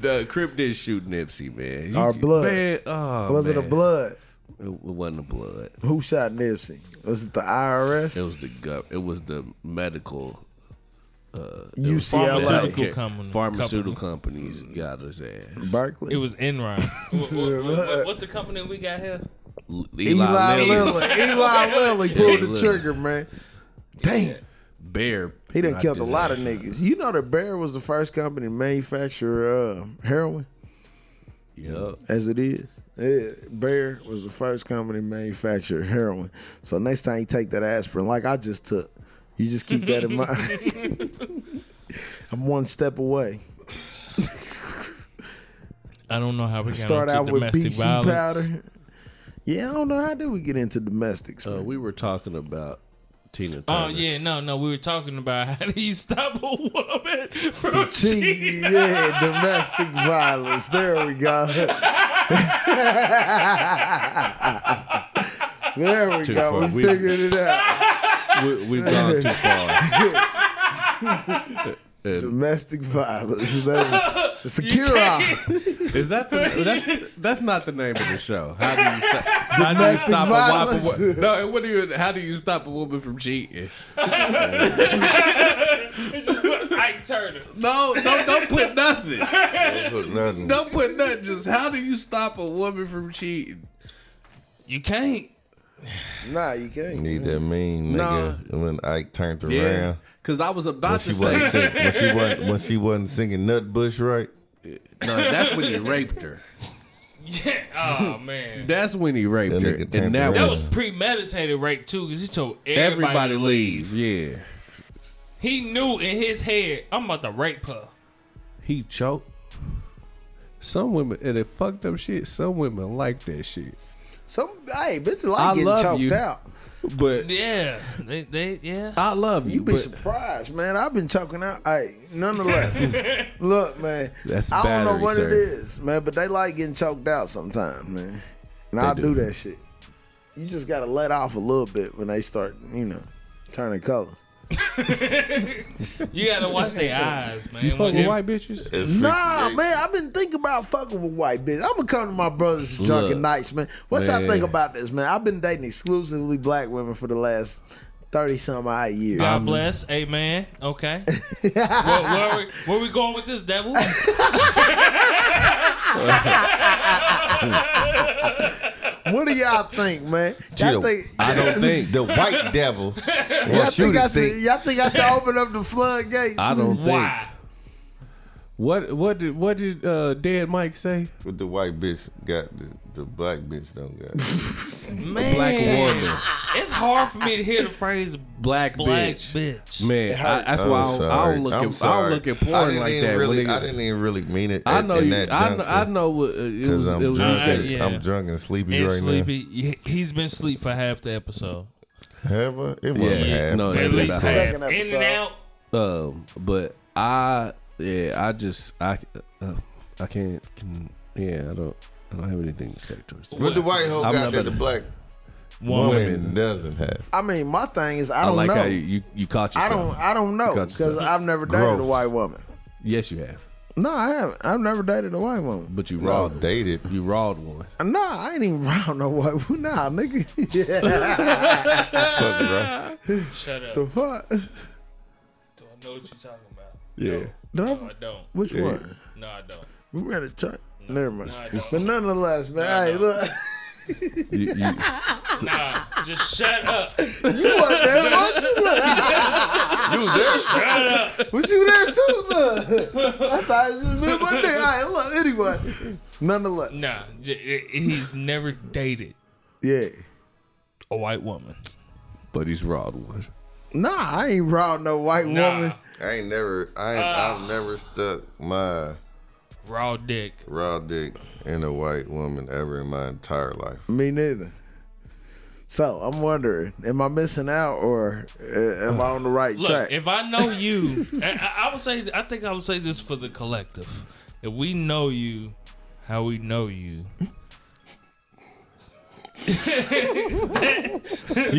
Speaker 3: The crip did shoot Nipsey, man. You-
Speaker 4: Our blood.
Speaker 3: Man, oh,
Speaker 4: Was it a
Speaker 3: man.
Speaker 4: blood?
Speaker 3: It, it wasn't the blood.
Speaker 4: Who shot Nipsey? Was it the IRS?
Speaker 3: It was the gut. It was the medical
Speaker 4: UCLA?
Speaker 2: Pharmaceutical company-
Speaker 3: pharmaceutical companies got his ass.
Speaker 2: It
Speaker 4: Berkeley?
Speaker 2: was Enron. what, what- what- what's the company we got here?
Speaker 3: L-
Speaker 4: Eli
Speaker 3: Lilly.
Speaker 4: Lilly. Eli Lilly
Speaker 3: Eli
Speaker 4: pulled the
Speaker 3: Lilly.
Speaker 4: trigger, man. Damn.
Speaker 3: Bear.
Speaker 4: He done
Speaker 3: knocked
Speaker 4: killed a
Speaker 3: his
Speaker 4: lot of
Speaker 3: ass out.
Speaker 4: niggas. You know that Bear was the first company to manufacture uh, heroin
Speaker 3: Yup.
Speaker 4: as it is. Yeah, Bear was the first company to manufacture heroin. So next time you take that aspirin, like I just took, you just
Speaker 2: [LAUGHS]
Speaker 4: keep that in mind. [LAUGHS] I'm one step away.
Speaker 2: I don't know how we got
Speaker 4: Start
Speaker 2: into
Speaker 4: out with
Speaker 2: domestic
Speaker 4: BC
Speaker 2: violence.
Speaker 4: powder. Yeah, I don't know. How did we get into domestics?
Speaker 3: Uh,
Speaker 4: man?
Speaker 3: we were talking about Tina Turner.
Speaker 2: Oh yeah, no, no. We were talking about how [LAUGHS] do you stop a woman [LAUGHS] from
Speaker 4: Gee,
Speaker 2: cheating? [LAUGHS]
Speaker 4: yeah, domestic violence. There we go. [LAUGHS] there we
Speaker 3: Too
Speaker 4: go.
Speaker 3: far.
Speaker 4: We,
Speaker 3: We-
Speaker 4: figured it out.
Speaker 3: we, we've gone too
Speaker 4: [LAUGHS]
Speaker 3: far.
Speaker 4: Domestic violence. That- It's a
Speaker 2: [LAUGHS] You
Speaker 4: cure
Speaker 2: can't-
Speaker 4: all.
Speaker 3: Is that the, [LAUGHS] that's that's not the name of the show? How do you stop? How do you
Speaker 4: Domestic
Speaker 3: stop a
Speaker 4: violence.
Speaker 3: woman? [LAUGHS] No, what do you? How do you stop a woman from cheating?
Speaker 2: It's just put Ike Turner.
Speaker 3: No, don't don't put nothing.
Speaker 1: Don't put nothing.
Speaker 3: Don't put nothing. Just how do you stop a woman from cheating?
Speaker 2: You can't.
Speaker 4: Nah, you can't.
Speaker 1: Need that mean nigga when Ike turned around.
Speaker 3: Yeah, because I was
Speaker 1: When
Speaker 3: about
Speaker 1: she,
Speaker 3: to say
Speaker 1: wasn't sing, when, she wasn't, when she wasn't singing Nutbush right,
Speaker 3: no. That's when he raped her.
Speaker 2: Yeah. [LAUGHS] Oh man.
Speaker 3: That's when he raped
Speaker 1: That
Speaker 3: her,
Speaker 1: nigga
Speaker 3: and that
Speaker 1: tampered.
Speaker 2: That
Speaker 3: was,
Speaker 2: was premeditated rape too, because he told everybody,
Speaker 3: everybody leave. Yeah,
Speaker 2: he knew in his head, I'm about to rape her.
Speaker 3: he choked. Some women and it fucked up shit. Some women like that shit,
Speaker 4: Some hey, bitches like
Speaker 3: I
Speaker 4: getting
Speaker 3: love
Speaker 4: choked
Speaker 3: you.
Speaker 4: out.
Speaker 3: but
Speaker 2: Yeah, they, they yeah.
Speaker 3: I love you.
Speaker 4: You be
Speaker 3: but
Speaker 4: surprised, man. I've been choking out. Hey, nonetheless, look, man.
Speaker 3: That's
Speaker 4: I don't know
Speaker 3: battery,
Speaker 4: what
Speaker 3: sir.
Speaker 4: it is, man, but they like getting choked out sometimes, man. And I
Speaker 3: do.
Speaker 4: do. that shit. You just gotta let off a little bit when they start, you know, turning colors.
Speaker 2: You gotta watch
Speaker 4: [LAUGHS]
Speaker 2: their eyes, man.
Speaker 3: you
Speaker 2: When-
Speaker 3: fuck with white bitches.
Speaker 1: it's
Speaker 4: Nah, man, I've been thinking about fucking with white bitch. I'm gonna come to my brothers
Speaker 3: Look,
Speaker 4: drunken nights, man. What y'all
Speaker 3: man.
Speaker 4: think about this, man? I've been dating exclusively black women for the last thirty some odd years.
Speaker 2: God bless. Amen. Okay. where, where, are we, where we going with this, devil?
Speaker 4: What do y'all think, man? Y'all
Speaker 1: Chill.
Speaker 4: think?
Speaker 1: I [LAUGHS] don't think the white devil
Speaker 3: [LAUGHS]
Speaker 4: Y'all
Speaker 1: wants you
Speaker 4: think,
Speaker 1: to
Speaker 4: I should,
Speaker 1: think.
Speaker 4: y'all think I should open up the floodgates?
Speaker 3: I don't
Speaker 2: Why?
Speaker 3: think. What what did what did uh, Dead Mike say?
Speaker 1: What the white bitch got, the, the black bitch don't got.
Speaker 2: Man.
Speaker 3: Black woman,
Speaker 2: It's hard for me to hear the phrase
Speaker 3: black,
Speaker 2: black
Speaker 3: bitch.
Speaker 2: bitch.
Speaker 3: Man, I, that's why I
Speaker 1: I'm
Speaker 3: don't, I
Speaker 1: sorry.
Speaker 3: don't look
Speaker 1: I'm
Speaker 3: at I
Speaker 1: sorry.
Speaker 3: don't look at
Speaker 1: I
Speaker 3: porn
Speaker 1: didn't
Speaker 3: like
Speaker 1: even
Speaker 3: that.
Speaker 1: Really,
Speaker 3: nigga.
Speaker 1: I didn't even really mean it.
Speaker 3: I
Speaker 1: at-
Speaker 3: know
Speaker 1: in
Speaker 3: you.
Speaker 1: that
Speaker 3: I know, I know what uh, it
Speaker 1: Because
Speaker 3: was.
Speaker 1: I'm,
Speaker 3: It was
Speaker 1: drunk
Speaker 2: Uh,
Speaker 1: and-
Speaker 2: yeah.
Speaker 1: I'm drunk and sleepy
Speaker 2: And
Speaker 1: right
Speaker 2: sleepy. He- He's been asleep for half the episode.
Speaker 1: now. Have I? It wasn't
Speaker 3: Yeah.
Speaker 1: half.
Speaker 3: No, it's
Speaker 2: At
Speaker 3: been
Speaker 2: least
Speaker 3: about
Speaker 2: half.
Speaker 3: half.
Speaker 4: Second
Speaker 2: In
Speaker 4: episode.
Speaker 2: and out.
Speaker 3: Um, but I, yeah, I just, I, uh, I can't, can, yeah, I don't, I don't have anything to say towards that.
Speaker 1: What the white hoe
Speaker 3: I'm
Speaker 1: got
Speaker 3: not
Speaker 1: that
Speaker 3: about
Speaker 1: the
Speaker 3: to-
Speaker 1: black
Speaker 2: One
Speaker 1: woman,
Speaker 2: woman.
Speaker 1: doesn't have?
Speaker 4: I mean, my thing is I
Speaker 3: I,
Speaker 4: don't
Speaker 3: like
Speaker 4: know.
Speaker 3: how you, you, you caught
Speaker 4: I
Speaker 3: yourself.
Speaker 4: don't. I don't know
Speaker 3: Because,
Speaker 4: because
Speaker 3: uh,
Speaker 4: I've never dated
Speaker 1: gross.
Speaker 4: a white woman.
Speaker 3: Yes, you have,
Speaker 4: No, I haven't. I've never dated a white woman.
Speaker 3: but you
Speaker 1: We're all
Speaker 3: rawed,
Speaker 1: dated.
Speaker 3: you rawed one.
Speaker 4: Nah, I ain't even [LAUGHS] around no white. woman. Nah, nigga. [LAUGHS] Yeah.
Speaker 1: Fuck, bro.
Speaker 2: Shut up.
Speaker 4: the fuck?
Speaker 2: Do I know what you're talking about?
Speaker 3: Yeah.
Speaker 4: Did
Speaker 2: No,
Speaker 4: I-
Speaker 2: I don't.
Speaker 4: Which one?
Speaker 2: No, I don't.
Speaker 4: We were at a church. Never mind.
Speaker 2: I don't.
Speaker 4: But nonetheless, man,
Speaker 2: I
Speaker 4: hey,
Speaker 2: don't.
Speaker 4: look,
Speaker 3: You, you,
Speaker 2: Nah, just shut up.
Speaker 4: you was there, wasn't you? Look. was you there too? Look, I thought it was just me one day. All right, look, anyway, nonetheless,
Speaker 2: Nah, j- eh, he's never dated
Speaker 4: yeah,
Speaker 2: a white woman.
Speaker 3: but he's rawed one.
Speaker 4: nah, I ain't round no white woman.
Speaker 2: Nah,
Speaker 1: I ain't never. I ain't, I've never stuck my
Speaker 2: raw dick.
Speaker 1: raw dick in a white woman ever in my entire life.
Speaker 4: Me neither. So I'm wondering, am I missing out or uh, am I on the right
Speaker 2: Look,
Speaker 4: track?
Speaker 2: if I know
Speaker 1: [LAUGHS]
Speaker 2: you, and I, I would say, I think I would say this for the collective. If we know you, how we know you,
Speaker 3: You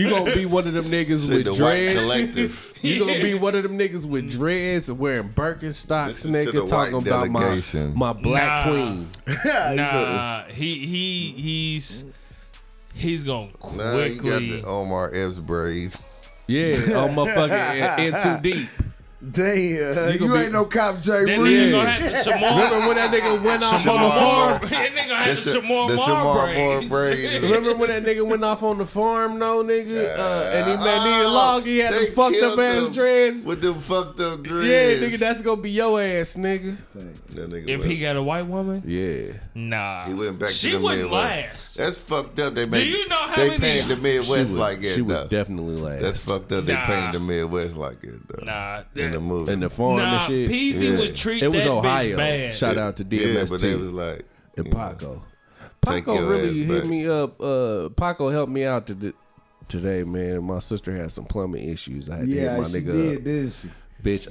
Speaker 3: gonna be one of them
Speaker 1: [LAUGHS]
Speaker 3: niggas
Speaker 1: Said the
Speaker 3: with
Speaker 1: white
Speaker 3: dreads. [LAUGHS]
Speaker 1: collective.
Speaker 3: You gonna be one of them niggas with dreads and wearing Birkenstocks,
Speaker 1: This is to
Speaker 3: nigga,
Speaker 1: the white
Speaker 3: talking about my
Speaker 1: delegation.
Speaker 3: my black
Speaker 2: Nah.
Speaker 3: queen.
Speaker 4: yeah, exactly.
Speaker 2: nah, he he he's he's gonna
Speaker 1: Nah, you got
Speaker 2: quickly.
Speaker 1: the Omar Epps braids. [LAUGHS]
Speaker 3: Yeah, on motherfucking in too deep.
Speaker 4: Damn, you,
Speaker 3: gonna be-
Speaker 4: ain't no cop, J.
Speaker 2: that
Speaker 4: Reed.
Speaker 2: nigga
Speaker 3: Yeah.
Speaker 2: gonna have the Shamar.
Speaker 3: Remember when that nigga went off on the
Speaker 2: Shamar
Speaker 3: farm?
Speaker 2: Moore. That nigga had
Speaker 1: That's
Speaker 2: the
Speaker 1: the-
Speaker 2: Shamar
Speaker 1: the Shamar
Speaker 2: Moore
Speaker 1: Moore
Speaker 2: braids.
Speaker 1: braids.
Speaker 3: Remember when that nigga went off on the farm, though, nigga? Uh, and he made nigga log. He had
Speaker 1: They
Speaker 3: the fucked up
Speaker 1: killed
Speaker 3: ass
Speaker 1: them
Speaker 3: dreads.
Speaker 1: With them fucked up dreads.
Speaker 3: Yeah, nigga, that's gonna be your ass, nigga.
Speaker 1: That nigga
Speaker 2: If
Speaker 1: was-
Speaker 2: he got a white woman,
Speaker 3: Yeah.
Speaker 2: nah.
Speaker 1: He went back
Speaker 2: she
Speaker 1: to the
Speaker 2: wouldn't
Speaker 1: Midwest.
Speaker 2: last.
Speaker 1: That's fucked up. They made,
Speaker 2: you know how
Speaker 1: they
Speaker 2: many-
Speaker 1: painted the Midwest like it.
Speaker 3: she would
Speaker 1: though.
Speaker 3: definitely last.
Speaker 1: That's fucked up.
Speaker 2: Nah.
Speaker 1: They painted the Midwest like it though.
Speaker 2: Nah,
Speaker 1: in the movie.
Speaker 3: And the farm
Speaker 2: nah.
Speaker 3: and shit.
Speaker 2: Peasy
Speaker 1: Yeah.
Speaker 2: would treat
Speaker 3: It was
Speaker 2: that
Speaker 3: Ohio.
Speaker 2: bitch bad.
Speaker 3: Shout out to
Speaker 1: yeah, but they was
Speaker 3: DMST
Speaker 1: like
Speaker 3: and
Speaker 1: you know,
Speaker 3: Paco.
Speaker 1: Take
Speaker 3: Paco
Speaker 1: your
Speaker 3: really
Speaker 1: ass
Speaker 3: hit
Speaker 1: back.
Speaker 3: me up. Uh, Paco helped me out to today, man. My sister had some plumbing issues. I had to hit my nigga up.
Speaker 4: didn't she?
Speaker 3: bitch.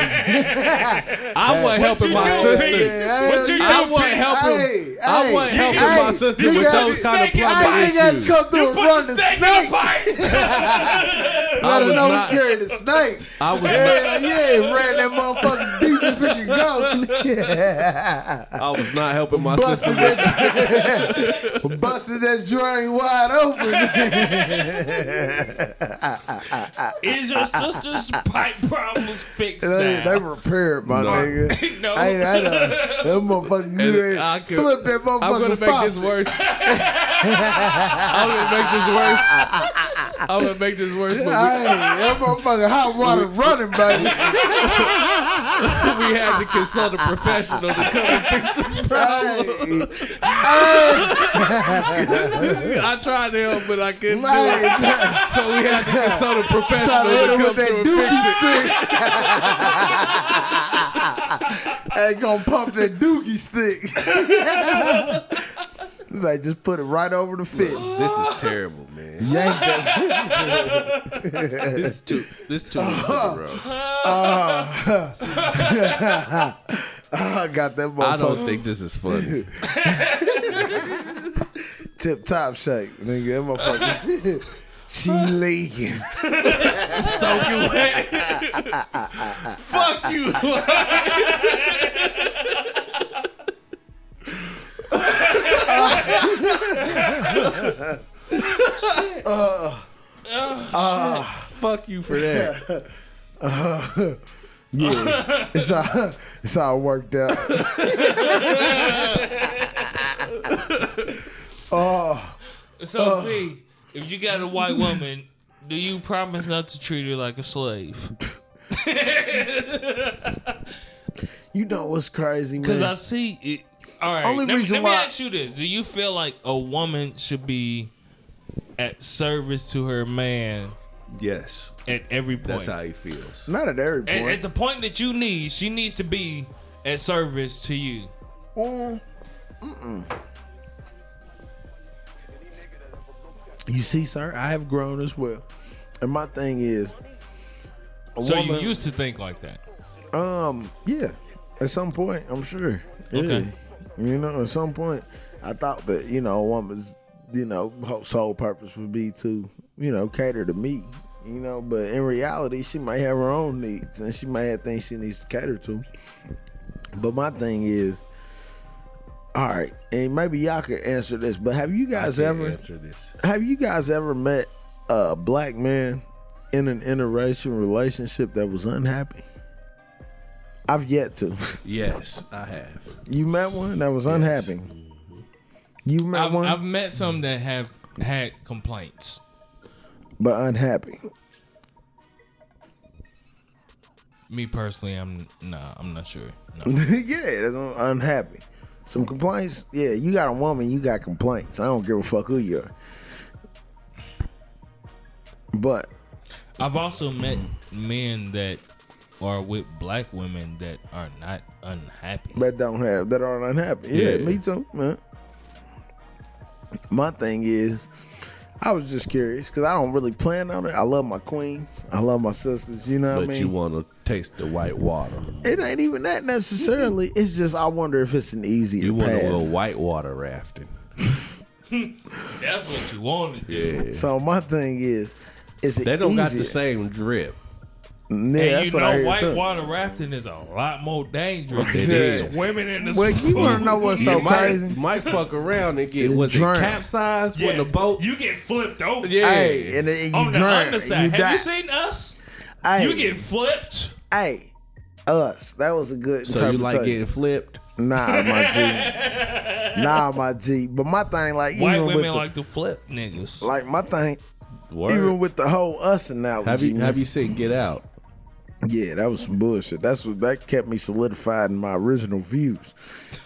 Speaker 3: [LAUGHS] I wasn't helping
Speaker 2: you
Speaker 3: my
Speaker 2: doing,
Speaker 3: sister.
Speaker 2: Pete? What you
Speaker 3: I
Speaker 2: doing,
Speaker 3: wasn't
Speaker 2: Pete?
Speaker 3: helping.
Speaker 4: Hey,
Speaker 3: I
Speaker 4: hey,
Speaker 3: wasn't helping
Speaker 4: hey,
Speaker 3: my sister
Speaker 4: nigga,
Speaker 3: with
Speaker 4: I
Speaker 3: those
Speaker 4: did-
Speaker 3: kind of
Speaker 2: I
Speaker 3: plumbing
Speaker 4: I ain't had to
Speaker 3: issues.
Speaker 4: come through
Speaker 2: You
Speaker 4: and
Speaker 2: put
Speaker 4: run
Speaker 2: the
Speaker 4: the
Speaker 2: snake in
Speaker 4: snake.
Speaker 2: the pipe.
Speaker 3: I
Speaker 4: [LAUGHS] I
Speaker 3: was
Speaker 4: don't
Speaker 3: not.
Speaker 4: carry the snake.
Speaker 3: I was
Speaker 4: Yeah, yeah, ran that motherfucker deep as it could go. Yeah.
Speaker 3: I was not helping my sister.
Speaker 4: Busted that, [LAUGHS] busted that drain wide open.
Speaker 2: Is your sister's pipe problems fixed
Speaker 4: they, they
Speaker 2: now?
Speaker 4: repaired
Speaker 3: [LAUGHS]
Speaker 4: my
Speaker 3: No.
Speaker 4: nigga.
Speaker 2: No.
Speaker 4: I, ain't- I, done- that motherfucker, you
Speaker 3: And I
Speaker 4: ain't
Speaker 3: could-
Speaker 4: flip that motherfucker.
Speaker 3: I'm gonna make this
Speaker 4: [LAUGHS]
Speaker 3: worse. I'm gonna make this worse. I'm gonna make this worse. But we,
Speaker 4: that motherfucker hot
Speaker 3: [LAUGHS]
Speaker 4: water running, baby.
Speaker 3: we had to consult a professional to come and fix the problem.
Speaker 4: Hey,
Speaker 3: I tried to help, but I couldn't do it.
Speaker 4: like,
Speaker 3: So we had to consult a
Speaker 4: Try to
Speaker 3: professional
Speaker 4: hit
Speaker 3: to
Speaker 4: him
Speaker 3: come
Speaker 4: with
Speaker 3: through
Speaker 4: that
Speaker 3: and fix it.
Speaker 4: dookie stick. Ain't gonna pump that dookie stick. [LAUGHS] it's like just put it right over
Speaker 3: [LAUGHS]
Speaker 4: the fit.
Speaker 3: This is terrible, man.
Speaker 4: Yank that. [LAUGHS]
Speaker 3: This is two. This is two weeks in a row.
Speaker 4: I got
Speaker 3: I
Speaker 4: that motherfucker
Speaker 3: don't think this is funny.
Speaker 4: tip top shape, nigga. That motherfucker. [LAUGHS] She [LAUGHS] leaking.
Speaker 3: Soaking
Speaker 2: [LAUGHS]
Speaker 3: wet. Fuck you.
Speaker 4: Uh,
Speaker 3: Fuck you for that.
Speaker 4: [LAUGHS] Yeah, it's all it's all worked out. Uh.
Speaker 2: So, P, if you got a white woman, do you promise not to treat her like a slave?
Speaker 4: [LAUGHS] You know what's crazy,
Speaker 2: Because
Speaker 4: man?
Speaker 2: I see it. All right.
Speaker 4: Only
Speaker 2: let, me-
Speaker 4: reason
Speaker 2: let
Speaker 4: why-
Speaker 2: me ask you this: Do you feel like a woman should be at service to her man
Speaker 3: yes,
Speaker 2: at every point?
Speaker 3: that's how he feels.
Speaker 4: Not at every
Speaker 2: at,
Speaker 4: point.
Speaker 2: at the point that you need, she needs to be at service to you.
Speaker 4: you see, sir, I have grown as well, and my thing is, a
Speaker 2: So
Speaker 4: woman,
Speaker 2: you used to think like that.
Speaker 4: um, yeah, at some point, I'm sure. Yeah.
Speaker 2: Okay.
Speaker 4: You know, at some point, I thought that you know a woman's you know whole- sole purpose would be to you know cater to me. You know, but in reality, she might have her own needs, and she might have things she needs to cater to. But my thing is, all right, and maybe y'all could answer this. But have you guys ever
Speaker 3: Answer this.
Speaker 4: have you guys ever met a black man in an interracial relationship that was unhappy? I've yet to. [LAUGHS]
Speaker 3: Yes, I have.
Speaker 4: You met one that was unhappy. You met
Speaker 2: I've,
Speaker 4: one,
Speaker 2: I've met some that have had complaints.
Speaker 4: but unhappy. [LAUGHS]
Speaker 2: Me personally, I'm nah, I'm not sure. No.
Speaker 4: yeah, that's un- unhappy. Some complaints. Yeah, you got a woman, you got complaints. I don't give a fuck who you are. But
Speaker 2: I've also met men that are with black women that are not unhappy.
Speaker 4: that don't have that aren't unhappy. Yeah,
Speaker 3: Yeah.
Speaker 4: me too, man. My thing is, I was just curious because I don't really plan on it. I love my queen. I love my sisters. You know
Speaker 3: But
Speaker 4: what I mean?
Speaker 3: you want to taste the white water.
Speaker 4: it ain't even
Speaker 3: [LAUGHS]
Speaker 4: that necessarily. It's just I wonder if it's an easier
Speaker 3: You want to
Speaker 4: path.
Speaker 3: go white water rafting.
Speaker 2: That's what you wanted. Yeah.
Speaker 3: Yeah.
Speaker 4: So my thing is, is it
Speaker 3: They don't got
Speaker 4: easier?
Speaker 3: the same drip.
Speaker 4: Yeah,
Speaker 2: And
Speaker 4: that's
Speaker 2: you
Speaker 4: what I
Speaker 2: know,
Speaker 4: hear
Speaker 2: white
Speaker 4: too.
Speaker 2: water rafting is a lot more dangerous
Speaker 3: It
Speaker 2: than just
Speaker 3: is.
Speaker 2: swimming in the
Speaker 4: Well, you
Speaker 2: pool.
Speaker 4: wanna know what's so
Speaker 3: you might,
Speaker 4: crazy?
Speaker 3: might fuck around and get
Speaker 4: And
Speaker 3: was it
Speaker 4: drown.
Speaker 3: capsized
Speaker 2: Yeah,
Speaker 3: when the boat.
Speaker 2: You get flipped over.
Speaker 3: Yeah.
Speaker 4: Hey, and, then you
Speaker 2: on the
Speaker 4: drown.
Speaker 2: underside.
Speaker 4: You
Speaker 2: Have
Speaker 4: die.
Speaker 2: you seen us?
Speaker 4: hey,
Speaker 2: You get flipped.
Speaker 4: hey, us. That was a good.
Speaker 3: so you like
Speaker 4: interpretation.
Speaker 3: getting flipped?
Speaker 4: Nah, my G.
Speaker 2: [LAUGHS]
Speaker 4: nah, my G. But my thing, like
Speaker 2: White
Speaker 4: even
Speaker 2: women
Speaker 4: with the,
Speaker 2: like to flip niggas.
Speaker 4: like my thing,
Speaker 3: Word.
Speaker 4: even with the whole us analogy.
Speaker 3: have you
Speaker 4: man.
Speaker 3: have you seen Get Out?
Speaker 4: Yeah, that was some bullshit. That's what that kept me solidified in my original
Speaker 2: [LAUGHS]
Speaker 4: views.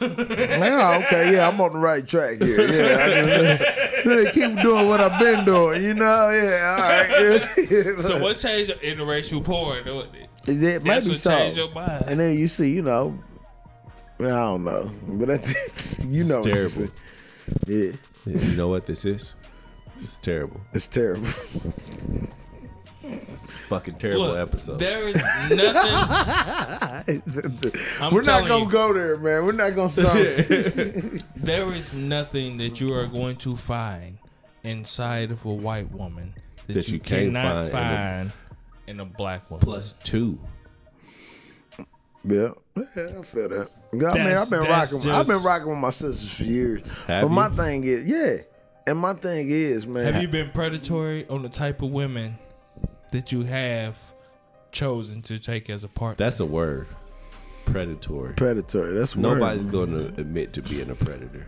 Speaker 4: yeah, okay, yeah, I'm on the right track here. Yeah, I just, yeah, keep doing what I've been doing. You know, yeah, all right. [LAUGHS] yeah.
Speaker 2: so what changed your interracial porn? wasn't it?
Speaker 4: That
Speaker 2: That's
Speaker 4: maybe
Speaker 2: what
Speaker 4: so.
Speaker 2: changed your mind.
Speaker 4: And then you see, you know, I don't know, but I think [LAUGHS] you know, what you
Speaker 3: terrible.
Speaker 4: see. Yeah,
Speaker 3: You know what this is? It's terrible.
Speaker 4: it's terrible.
Speaker 3: Fucking terrible
Speaker 2: Look,
Speaker 3: episode.
Speaker 2: There is
Speaker 4: [LAUGHS]
Speaker 2: nothing.
Speaker 4: We're not
Speaker 2: telling
Speaker 4: gonna
Speaker 2: you.
Speaker 4: go there, man. We're not
Speaker 2: [LAUGHS]
Speaker 4: gonna start.
Speaker 2: there is nothing that you are going to find inside of a white woman that,
Speaker 3: That
Speaker 2: you,
Speaker 3: you can't
Speaker 2: cannot find
Speaker 3: find
Speaker 2: in a, black woman.
Speaker 3: Plus two.
Speaker 4: Yeah, yeah, I feel that. God, man,
Speaker 2: That's-
Speaker 4: I've been
Speaker 2: that's
Speaker 4: rocking. I've been
Speaker 2: just-
Speaker 4: rocking with my sisters for years.
Speaker 3: Have
Speaker 4: But my
Speaker 3: you?
Speaker 4: thing is, yeah, and my thing is, man, [LAUGHS]
Speaker 2: Have you been predatory on the type of women that you have chosen to take as a partner?
Speaker 3: That's a word. Predatory.
Speaker 4: predatory. That's what
Speaker 3: Nobody's going to admit to being a predator.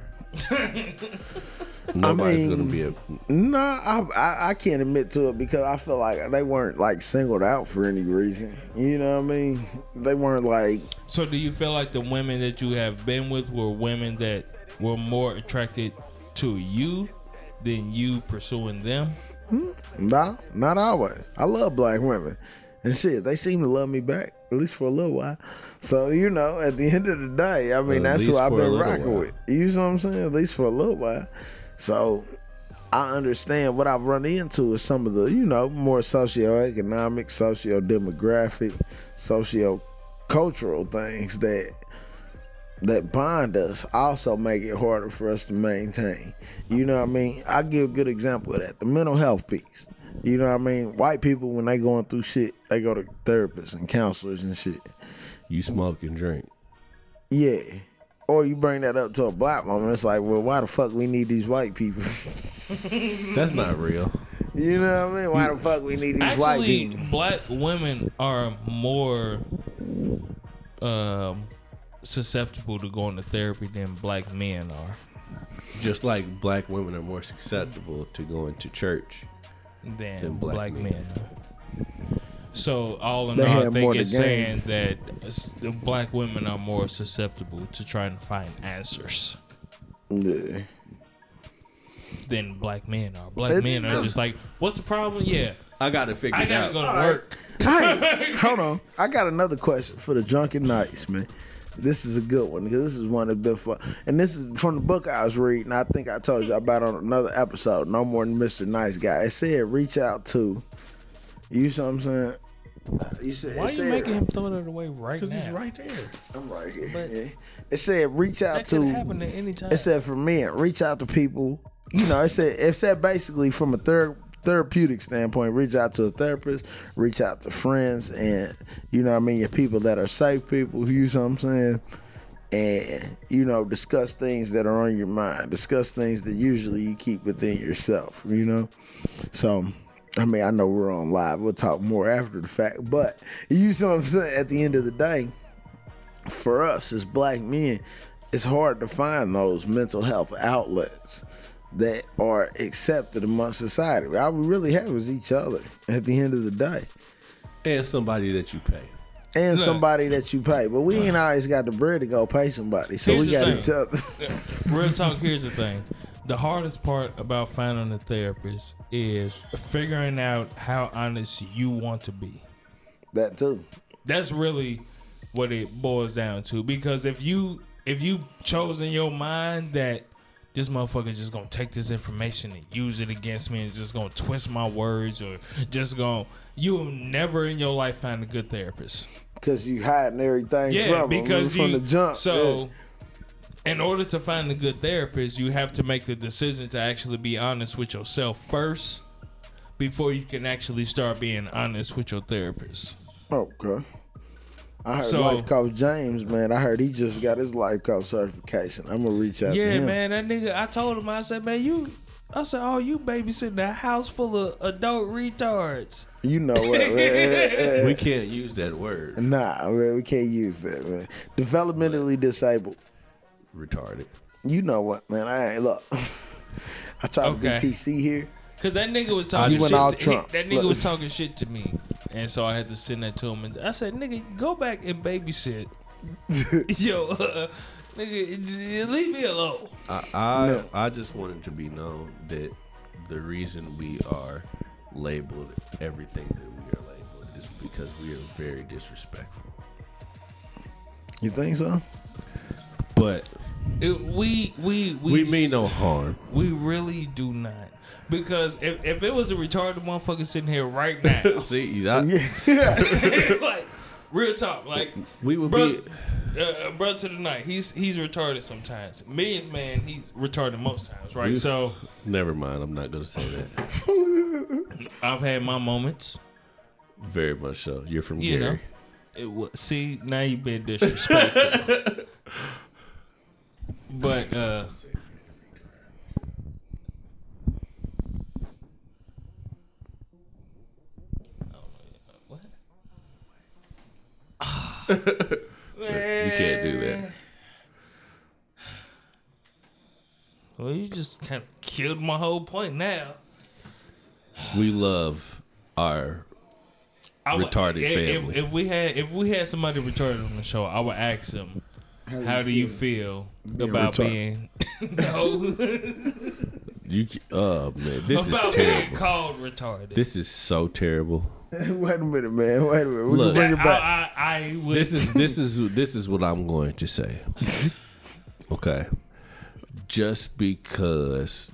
Speaker 3: Nobody's going to
Speaker 4: mean-
Speaker 3: be a.
Speaker 4: No, I, I I can't admit to it because I feel like they weren't like singled out for any reason. You know what I mean? They weren't like
Speaker 2: so, do you feel like the women that you have been with were women that were more attracted to you than you pursuing them?
Speaker 4: nah, not always. I love black women, and shit, they seem to love me back at least for a little while. So you know, at the [LAUGHS] end of the day, I mean,
Speaker 3: At
Speaker 4: that's
Speaker 3: least
Speaker 4: who I've
Speaker 3: for a
Speaker 4: been
Speaker 3: little
Speaker 4: rocking
Speaker 3: while.
Speaker 4: with. You know what I'm saying? At least for a little while. So I understand what I've run into is some of the, you know, more socioeconomic, socio demographic, socio cultural things that that bond us also make it harder for us to maintain. You know what I mean? I give a good example of that. The mental health piece. You know what I mean? White people when they going through shit, they go to therapists and counselors and shit.
Speaker 3: You smoke and drink.
Speaker 4: Yeah. Or you bring that up to a black woman, it's like, well, why the fuck we need these white people?
Speaker 3: That's not real.
Speaker 4: [LAUGHS] You know what I mean? Why the fuck we need these white
Speaker 2: Actually,
Speaker 4: people?
Speaker 2: black women are more um, susceptible to going to therapy than black men are.
Speaker 3: Just like black women are more susceptible to going to church.
Speaker 2: than,
Speaker 3: Than
Speaker 2: black,
Speaker 3: black men.
Speaker 2: men. So all in
Speaker 4: They
Speaker 2: all, I
Speaker 4: have
Speaker 2: think
Speaker 4: more to
Speaker 2: it's
Speaker 4: gain.
Speaker 2: saying that s- black women are more susceptible to trying to find answers
Speaker 4: Yeah.
Speaker 2: than black men are. Black
Speaker 4: It-
Speaker 2: men are
Speaker 4: it's-
Speaker 2: just like, "What's the problem? Yeah,
Speaker 3: I got to figure
Speaker 2: I
Speaker 3: it
Speaker 2: gotta
Speaker 3: out.
Speaker 2: go to work."
Speaker 4: [LAUGHS] Hey, hold on. I got another question for the drunken knights, man. This is a good one because this is one that's been fun, and this is from the book I was reading. I think I told you about on another episode. No more than Mister Nice Guy. It said reach out to. You see what I'm saying? You said,
Speaker 2: Why
Speaker 4: it
Speaker 2: are you
Speaker 4: said,
Speaker 2: making him throw that away right now?
Speaker 3: It's right there.
Speaker 4: I'm right here. yeah. It said reach out
Speaker 2: That could
Speaker 4: to.
Speaker 2: happen at any time.
Speaker 4: It said for men, reach out to people. You know, it said it said basically from a third therapeutic standpoint, reach out to a therapist, reach out to friends, and you know what I mean, your people that are safe people. You know what I'm saying? And you know, discuss things that are on your mind. Discuss things that usually you keep within yourself. You know, so. I mean, I know we're on live. We'll talk more after the fact, but you see what I'm saying. At the end of the day, for us as black men, it's hard to find those mental health outlets that are accepted among society. All we really have is each other at the end of the day.
Speaker 3: And somebody that you pay.
Speaker 4: And
Speaker 2: Look.
Speaker 4: somebody that you pay. But we ain't always got the bread to go pay somebody. So
Speaker 2: Here's the
Speaker 4: we got
Speaker 2: thing.
Speaker 4: each other.
Speaker 2: Real talk. Here's the thing: the hardest part about finding a therapist is figuring out how honest you want to be.
Speaker 4: [LAUGHS] that too.
Speaker 2: That's really what it boils down to. Because if you if you chose in your mind that this motherfucker's just gonna take this information and use it against me and just gonna twist my words or just gonna you will never in your life find a good therapist.
Speaker 4: Because you hiding everything
Speaker 2: Yeah,
Speaker 4: from 'em
Speaker 2: because
Speaker 4: from
Speaker 2: you
Speaker 4: the jump.
Speaker 2: so in order to find a good therapist, you have to make the decision to actually be honest with yourself first before you can actually start being honest with your therapist.
Speaker 4: Yeah. Okay. I heard
Speaker 2: So-
Speaker 4: life coach James, man. I heard he just got his life coach certification. I'm gonna reach out to
Speaker 2: Yeah,
Speaker 4: him.
Speaker 2: man, that nigga. I told him. I said, man, you. I said, oh, you babysitting a house full of adult retards.
Speaker 4: You know what? man. Eh, eh, eh.
Speaker 3: We can't use that word.
Speaker 4: Nah, man, we can't use that, man. Developmentally disabled.
Speaker 3: Retarded.
Speaker 4: You know what, man? I ain't look. [LAUGHS] I try
Speaker 2: Okay.
Speaker 4: to be PC here.
Speaker 2: Cause that nigga was talking
Speaker 4: You went
Speaker 2: shit.
Speaker 4: all
Speaker 2: to- he-
Speaker 4: Trump.
Speaker 2: that nigga
Speaker 4: Look.
Speaker 2: was talking shit to me, and so I had to send that to him. And I said, nigga, go back and
Speaker 4: [LAUGHS]
Speaker 2: babysit. Yo, uh, nigga, j- leave me alone.
Speaker 3: I I, I just wanted to be known that the reason we are labeled everything that we are labeled is because we are very disrespectful.
Speaker 4: You think so? [LAUGHS]
Speaker 3: But
Speaker 2: It- we we we
Speaker 3: we
Speaker 2: s-
Speaker 3: mean no harm.
Speaker 2: We really do not. Because if, if it was a retarded motherfucker sitting here
Speaker 4: [LAUGHS]
Speaker 2: right now,
Speaker 3: See, I,
Speaker 2: [LAUGHS] like real talk, like
Speaker 3: we would
Speaker 2: bro,
Speaker 3: be
Speaker 2: uh, bro to the night. He's he's retarded sometimes. Millionth man, he's retarded most times, right?
Speaker 3: You-
Speaker 2: So
Speaker 3: Never mind, I'm not gonna say that.
Speaker 2: I've had my moments.
Speaker 3: Very much so. You're from
Speaker 2: You
Speaker 3: Gary.
Speaker 2: know, it wa see now you been disrespectful.
Speaker 3: [LAUGHS]
Speaker 2: but [SIGHS] uh,
Speaker 3: You can't do that.
Speaker 2: well, you just kind of killed my whole point. Now
Speaker 3: We love our
Speaker 2: I would-
Speaker 3: Retarded
Speaker 2: if,
Speaker 3: family.
Speaker 2: If, if we had if we had somebody retarded on the show, I would ask them, "How, do you feel, about
Speaker 4: retarded?" [LAUGHS]
Speaker 2: being [LAUGHS] no,
Speaker 3: you c- oh man, this is
Speaker 2: about being
Speaker 3: terrible.
Speaker 2: called retarded?"
Speaker 3: This is so terrible.
Speaker 4: Wait a minute, man. Wait a minute. We
Speaker 3: Look.
Speaker 4: can bring it back.
Speaker 2: I, I, I would,
Speaker 3: This is this is this is what I'm going to say. Okay. Just because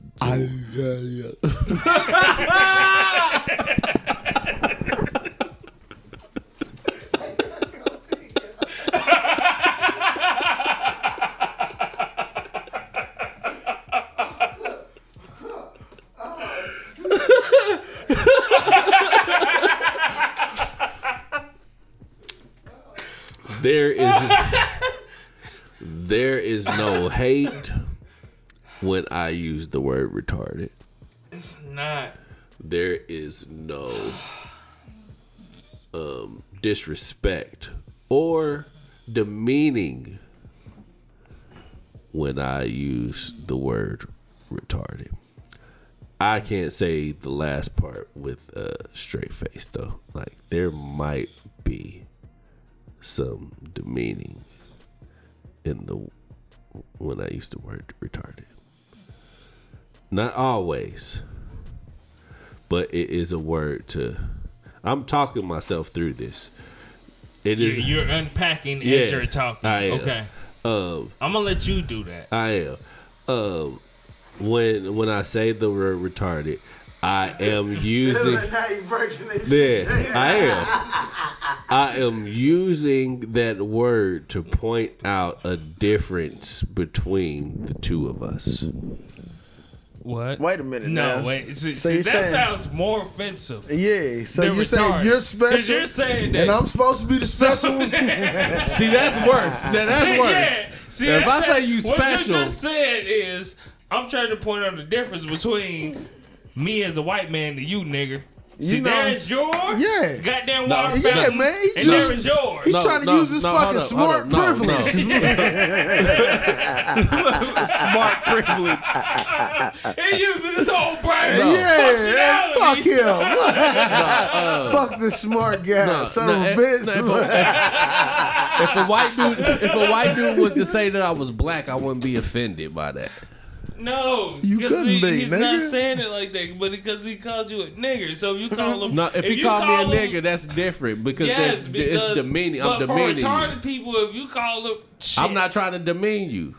Speaker 3: there is there is no hate when I use the word retarded.
Speaker 2: it's not.
Speaker 3: there is no um, disrespect or demeaning when I use the word retarded. I can't say the last part with a straight face though. Like there might be some demeaning in the when I use the word retarded. Not always, but it is a word to. I'm talking myself through this. It
Speaker 2: You-
Speaker 3: is.
Speaker 2: You're unpacking
Speaker 3: Yeah,
Speaker 2: as you're talking.
Speaker 3: I am.
Speaker 2: Okay.
Speaker 3: Um,
Speaker 2: I'm gonna let you do that.
Speaker 3: I am. Um, when when I say the word retarded, I am
Speaker 4: [LAUGHS]
Speaker 3: using.
Speaker 4: Now you breaking this
Speaker 3: Yeah, I am. I am using that word to point out a difference between the two of us.
Speaker 2: What?
Speaker 4: Wait a minute
Speaker 2: No,
Speaker 4: now.
Speaker 2: wait. See,
Speaker 4: So
Speaker 2: see,
Speaker 4: you're
Speaker 2: that
Speaker 4: saying-
Speaker 2: sounds more offensive.
Speaker 4: Yeah, so
Speaker 2: They're
Speaker 4: you're saying
Speaker 2: retarded.
Speaker 4: you're
Speaker 2: 'Cause
Speaker 4: special,
Speaker 2: you're saying that-
Speaker 4: and I'm supposed to
Speaker 3: [LAUGHS]
Speaker 4: be the special. one?
Speaker 3: See, that's worse. Now, [LAUGHS] that's
Speaker 2: [LAUGHS]
Speaker 3: worse.
Speaker 2: Yeah. See,
Speaker 3: Now, if
Speaker 2: that's
Speaker 3: I
Speaker 2: that-
Speaker 3: say you
Speaker 2: what you
Speaker 3: special,
Speaker 2: just said is I'm trying to point out the difference between me as a white man to you, nigga. See,
Speaker 4: know-
Speaker 2: there's your
Speaker 4: Yeah.
Speaker 2: goddamn
Speaker 3: No,
Speaker 2: water
Speaker 3: yeah,
Speaker 2: fountain,
Speaker 4: man, he
Speaker 2: and
Speaker 4: just-
Speaker 2: there is yours.
Speaker 4: He's trying to
Speaker 3: no,
Speaker 4: use his
Speaker 3: no, hold
Speaker 4: fucking
Speaker 3: up, hold
Speaker 4: smart
Speaker 3: up. No, no.
Speaker 4: privilege.
Speaker 3: smart privilege.
Speaker 2: He using his whole brain.
Speaker 4: [LAUGHS] Yeah,
Speaker 2: Functionality.
Speaker 4: [LAUGHS] fuck him. [LAUGHS]
Speaker 3: Uh,
Speaker 4: fuck the smart guy, son
Speaker 3: no,
Speaker 4: of a
Speaker 3: eh,
Speaker 4: bitch.
Speaker 3: no, if If a white dude, if a white dude was to say that I was black, I wouldn't be offended by that.
Speaker 2: No,
Speaker 4: You
Speaker 2: 'cause
Speaker 4: couldn't
Speaker 2: he,
Speaker 4: be,
Speaker 2: He's
Speaker 4: nigga.
Speaker 2: not saying it like that, but because he called you a nigger, so if you call him.
Speaker 3: No, Mm-hmm. if, he
Speaker 2: you
Speaker 3: called me a
Speaker 2: call him-
Speaker 3: nigga, that's different because
Speaker 2: yes,
Speaker 3: that's
Speaker 2: because
Speaker 3: it's demeaning. I'm
Speaker 2: but
Speaker 3: demeaning.
Speaker 2: for
Speaker 3: you.
Speaker 2: retarded people, if you call them, shit.
Speaker 3: I'm not trying to demean you.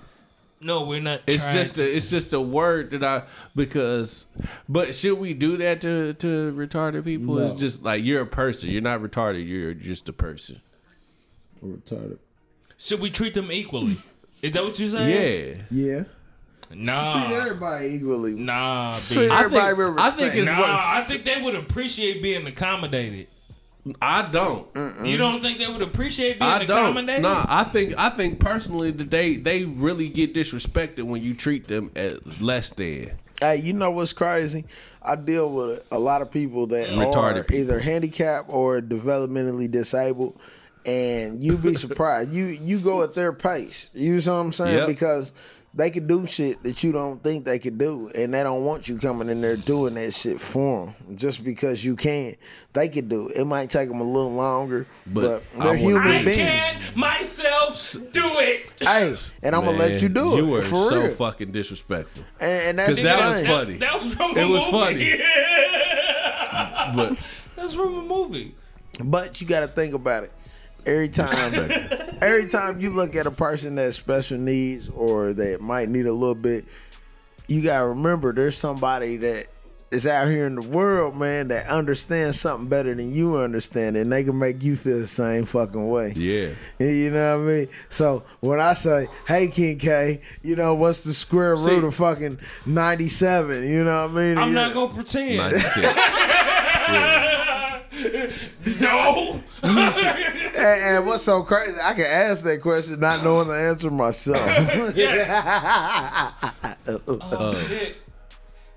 Speaker 2: No, we're not.
Speaker 3: It's
Speaker 2: trying
Speaker 3: just
Speaker 2: to.
Speaker 3: a, it's just a word that I because but should we do that to to retarded people? It's just like you're a person. You're not retarded. You're just a person.
Speaker 4: [LAUGHS] Retarded.
Speaker 2: Should we treat them equally? Is that what you're saying?
Speaker 3: Yeah.
Speaker 4: Yeah.
Speaker 2: Yeah. Nah.
Speaker 4: everybody equally.
Speaker 2: Nah, B.
Speaker 4: Treat
Speaker 2: Nah,
Speaker 4: everybody
Speaker 3: think-
Speaker 4: with
Speaker 3: I
Speaker 4: respect.
Speaker 3: think it's-
Speaker 2: I think they would appreciate being accommodated.
Speaker 3: I don't.
Speaker 2: You don't think they would appreciate being
Speaker 3: Mm-hmm. I don't.
Speaker 2: accommodated?
Speaker 3: Nah. I think I think personally that they they really get disrespected when you treat them as less than.
Speaker 4: Hey, you know what's crazy? I deal with a lot of people that
Speaker 3: Retarded
Speaker 4: are
Speaker 3: people.
Speaker 4: either handicapped or developmentally disabled, and
Speaker 3: [LAUGHS]
Speaker 4: you'd be surprised. you you go at their pace. You know what I'm saying?
Speaker 3: Yep.
Speaker 4: Because they could do shit that you don't think they could do, and they don't want you coming in there doing that shit for them just because you can. They could do it. It might take them a little longer,
Speaker 3: But
Speaker 4: but,
Speaker 3: I
Speaker 4: they're
Speaker 3: want-
Speaker 2: I
Speaker 4: human beings.
Speaker 2: can myself do it.
Speaker 4: Hey, and I'm gonna let you do it
Speaker 3: You were
Speaker 4: for
Speaker 3: so
Speaker 4: real.
Speaker 3: fucking disrespectful.
Speaker 4: and, and
Speaker 3: 'Cause
Speaker 4: that's the
Speaker 3: that was
Speaker 4: thing.
Speaker 3: funny.
Speaker 2: That was from a
Speaker 3: It was
Speaker 2: movie.
Speaker 3: funny.
Speaker 2: [LAUGHS]
Speaker 3: But
Speaker 2: That's from a movie.
Speaker 4: But you got to think about it. Every time, every time you look at a person that's special needs or that might need a little bit, you got to remember there's somebody that is out here in the world, man, that understands something better than you understand, and they can make you feel the same fucking way.
Speaker 3: [LAUGHS] yeah.
Speaker 4: You know what I mean? So when I say, "Hey, King K," you know what's the square root
Speaker 3: See-
Speaker 4: of fucking ninety-seven? You know what I mean?
Speaker 2: I'm
Speaker 4: You
Speaker 2: not
Speaker 4: know-
Speaker 2: gonna pretend.
Speaker 3: 96.
Speaker 2: [LAUGHS] No.
Speaker 4: And, and what's so crazy? I can ask that question not knowing the answer myself.
Speaker 3: [LAUGHS] Uh,
Speaker 2: oh shit.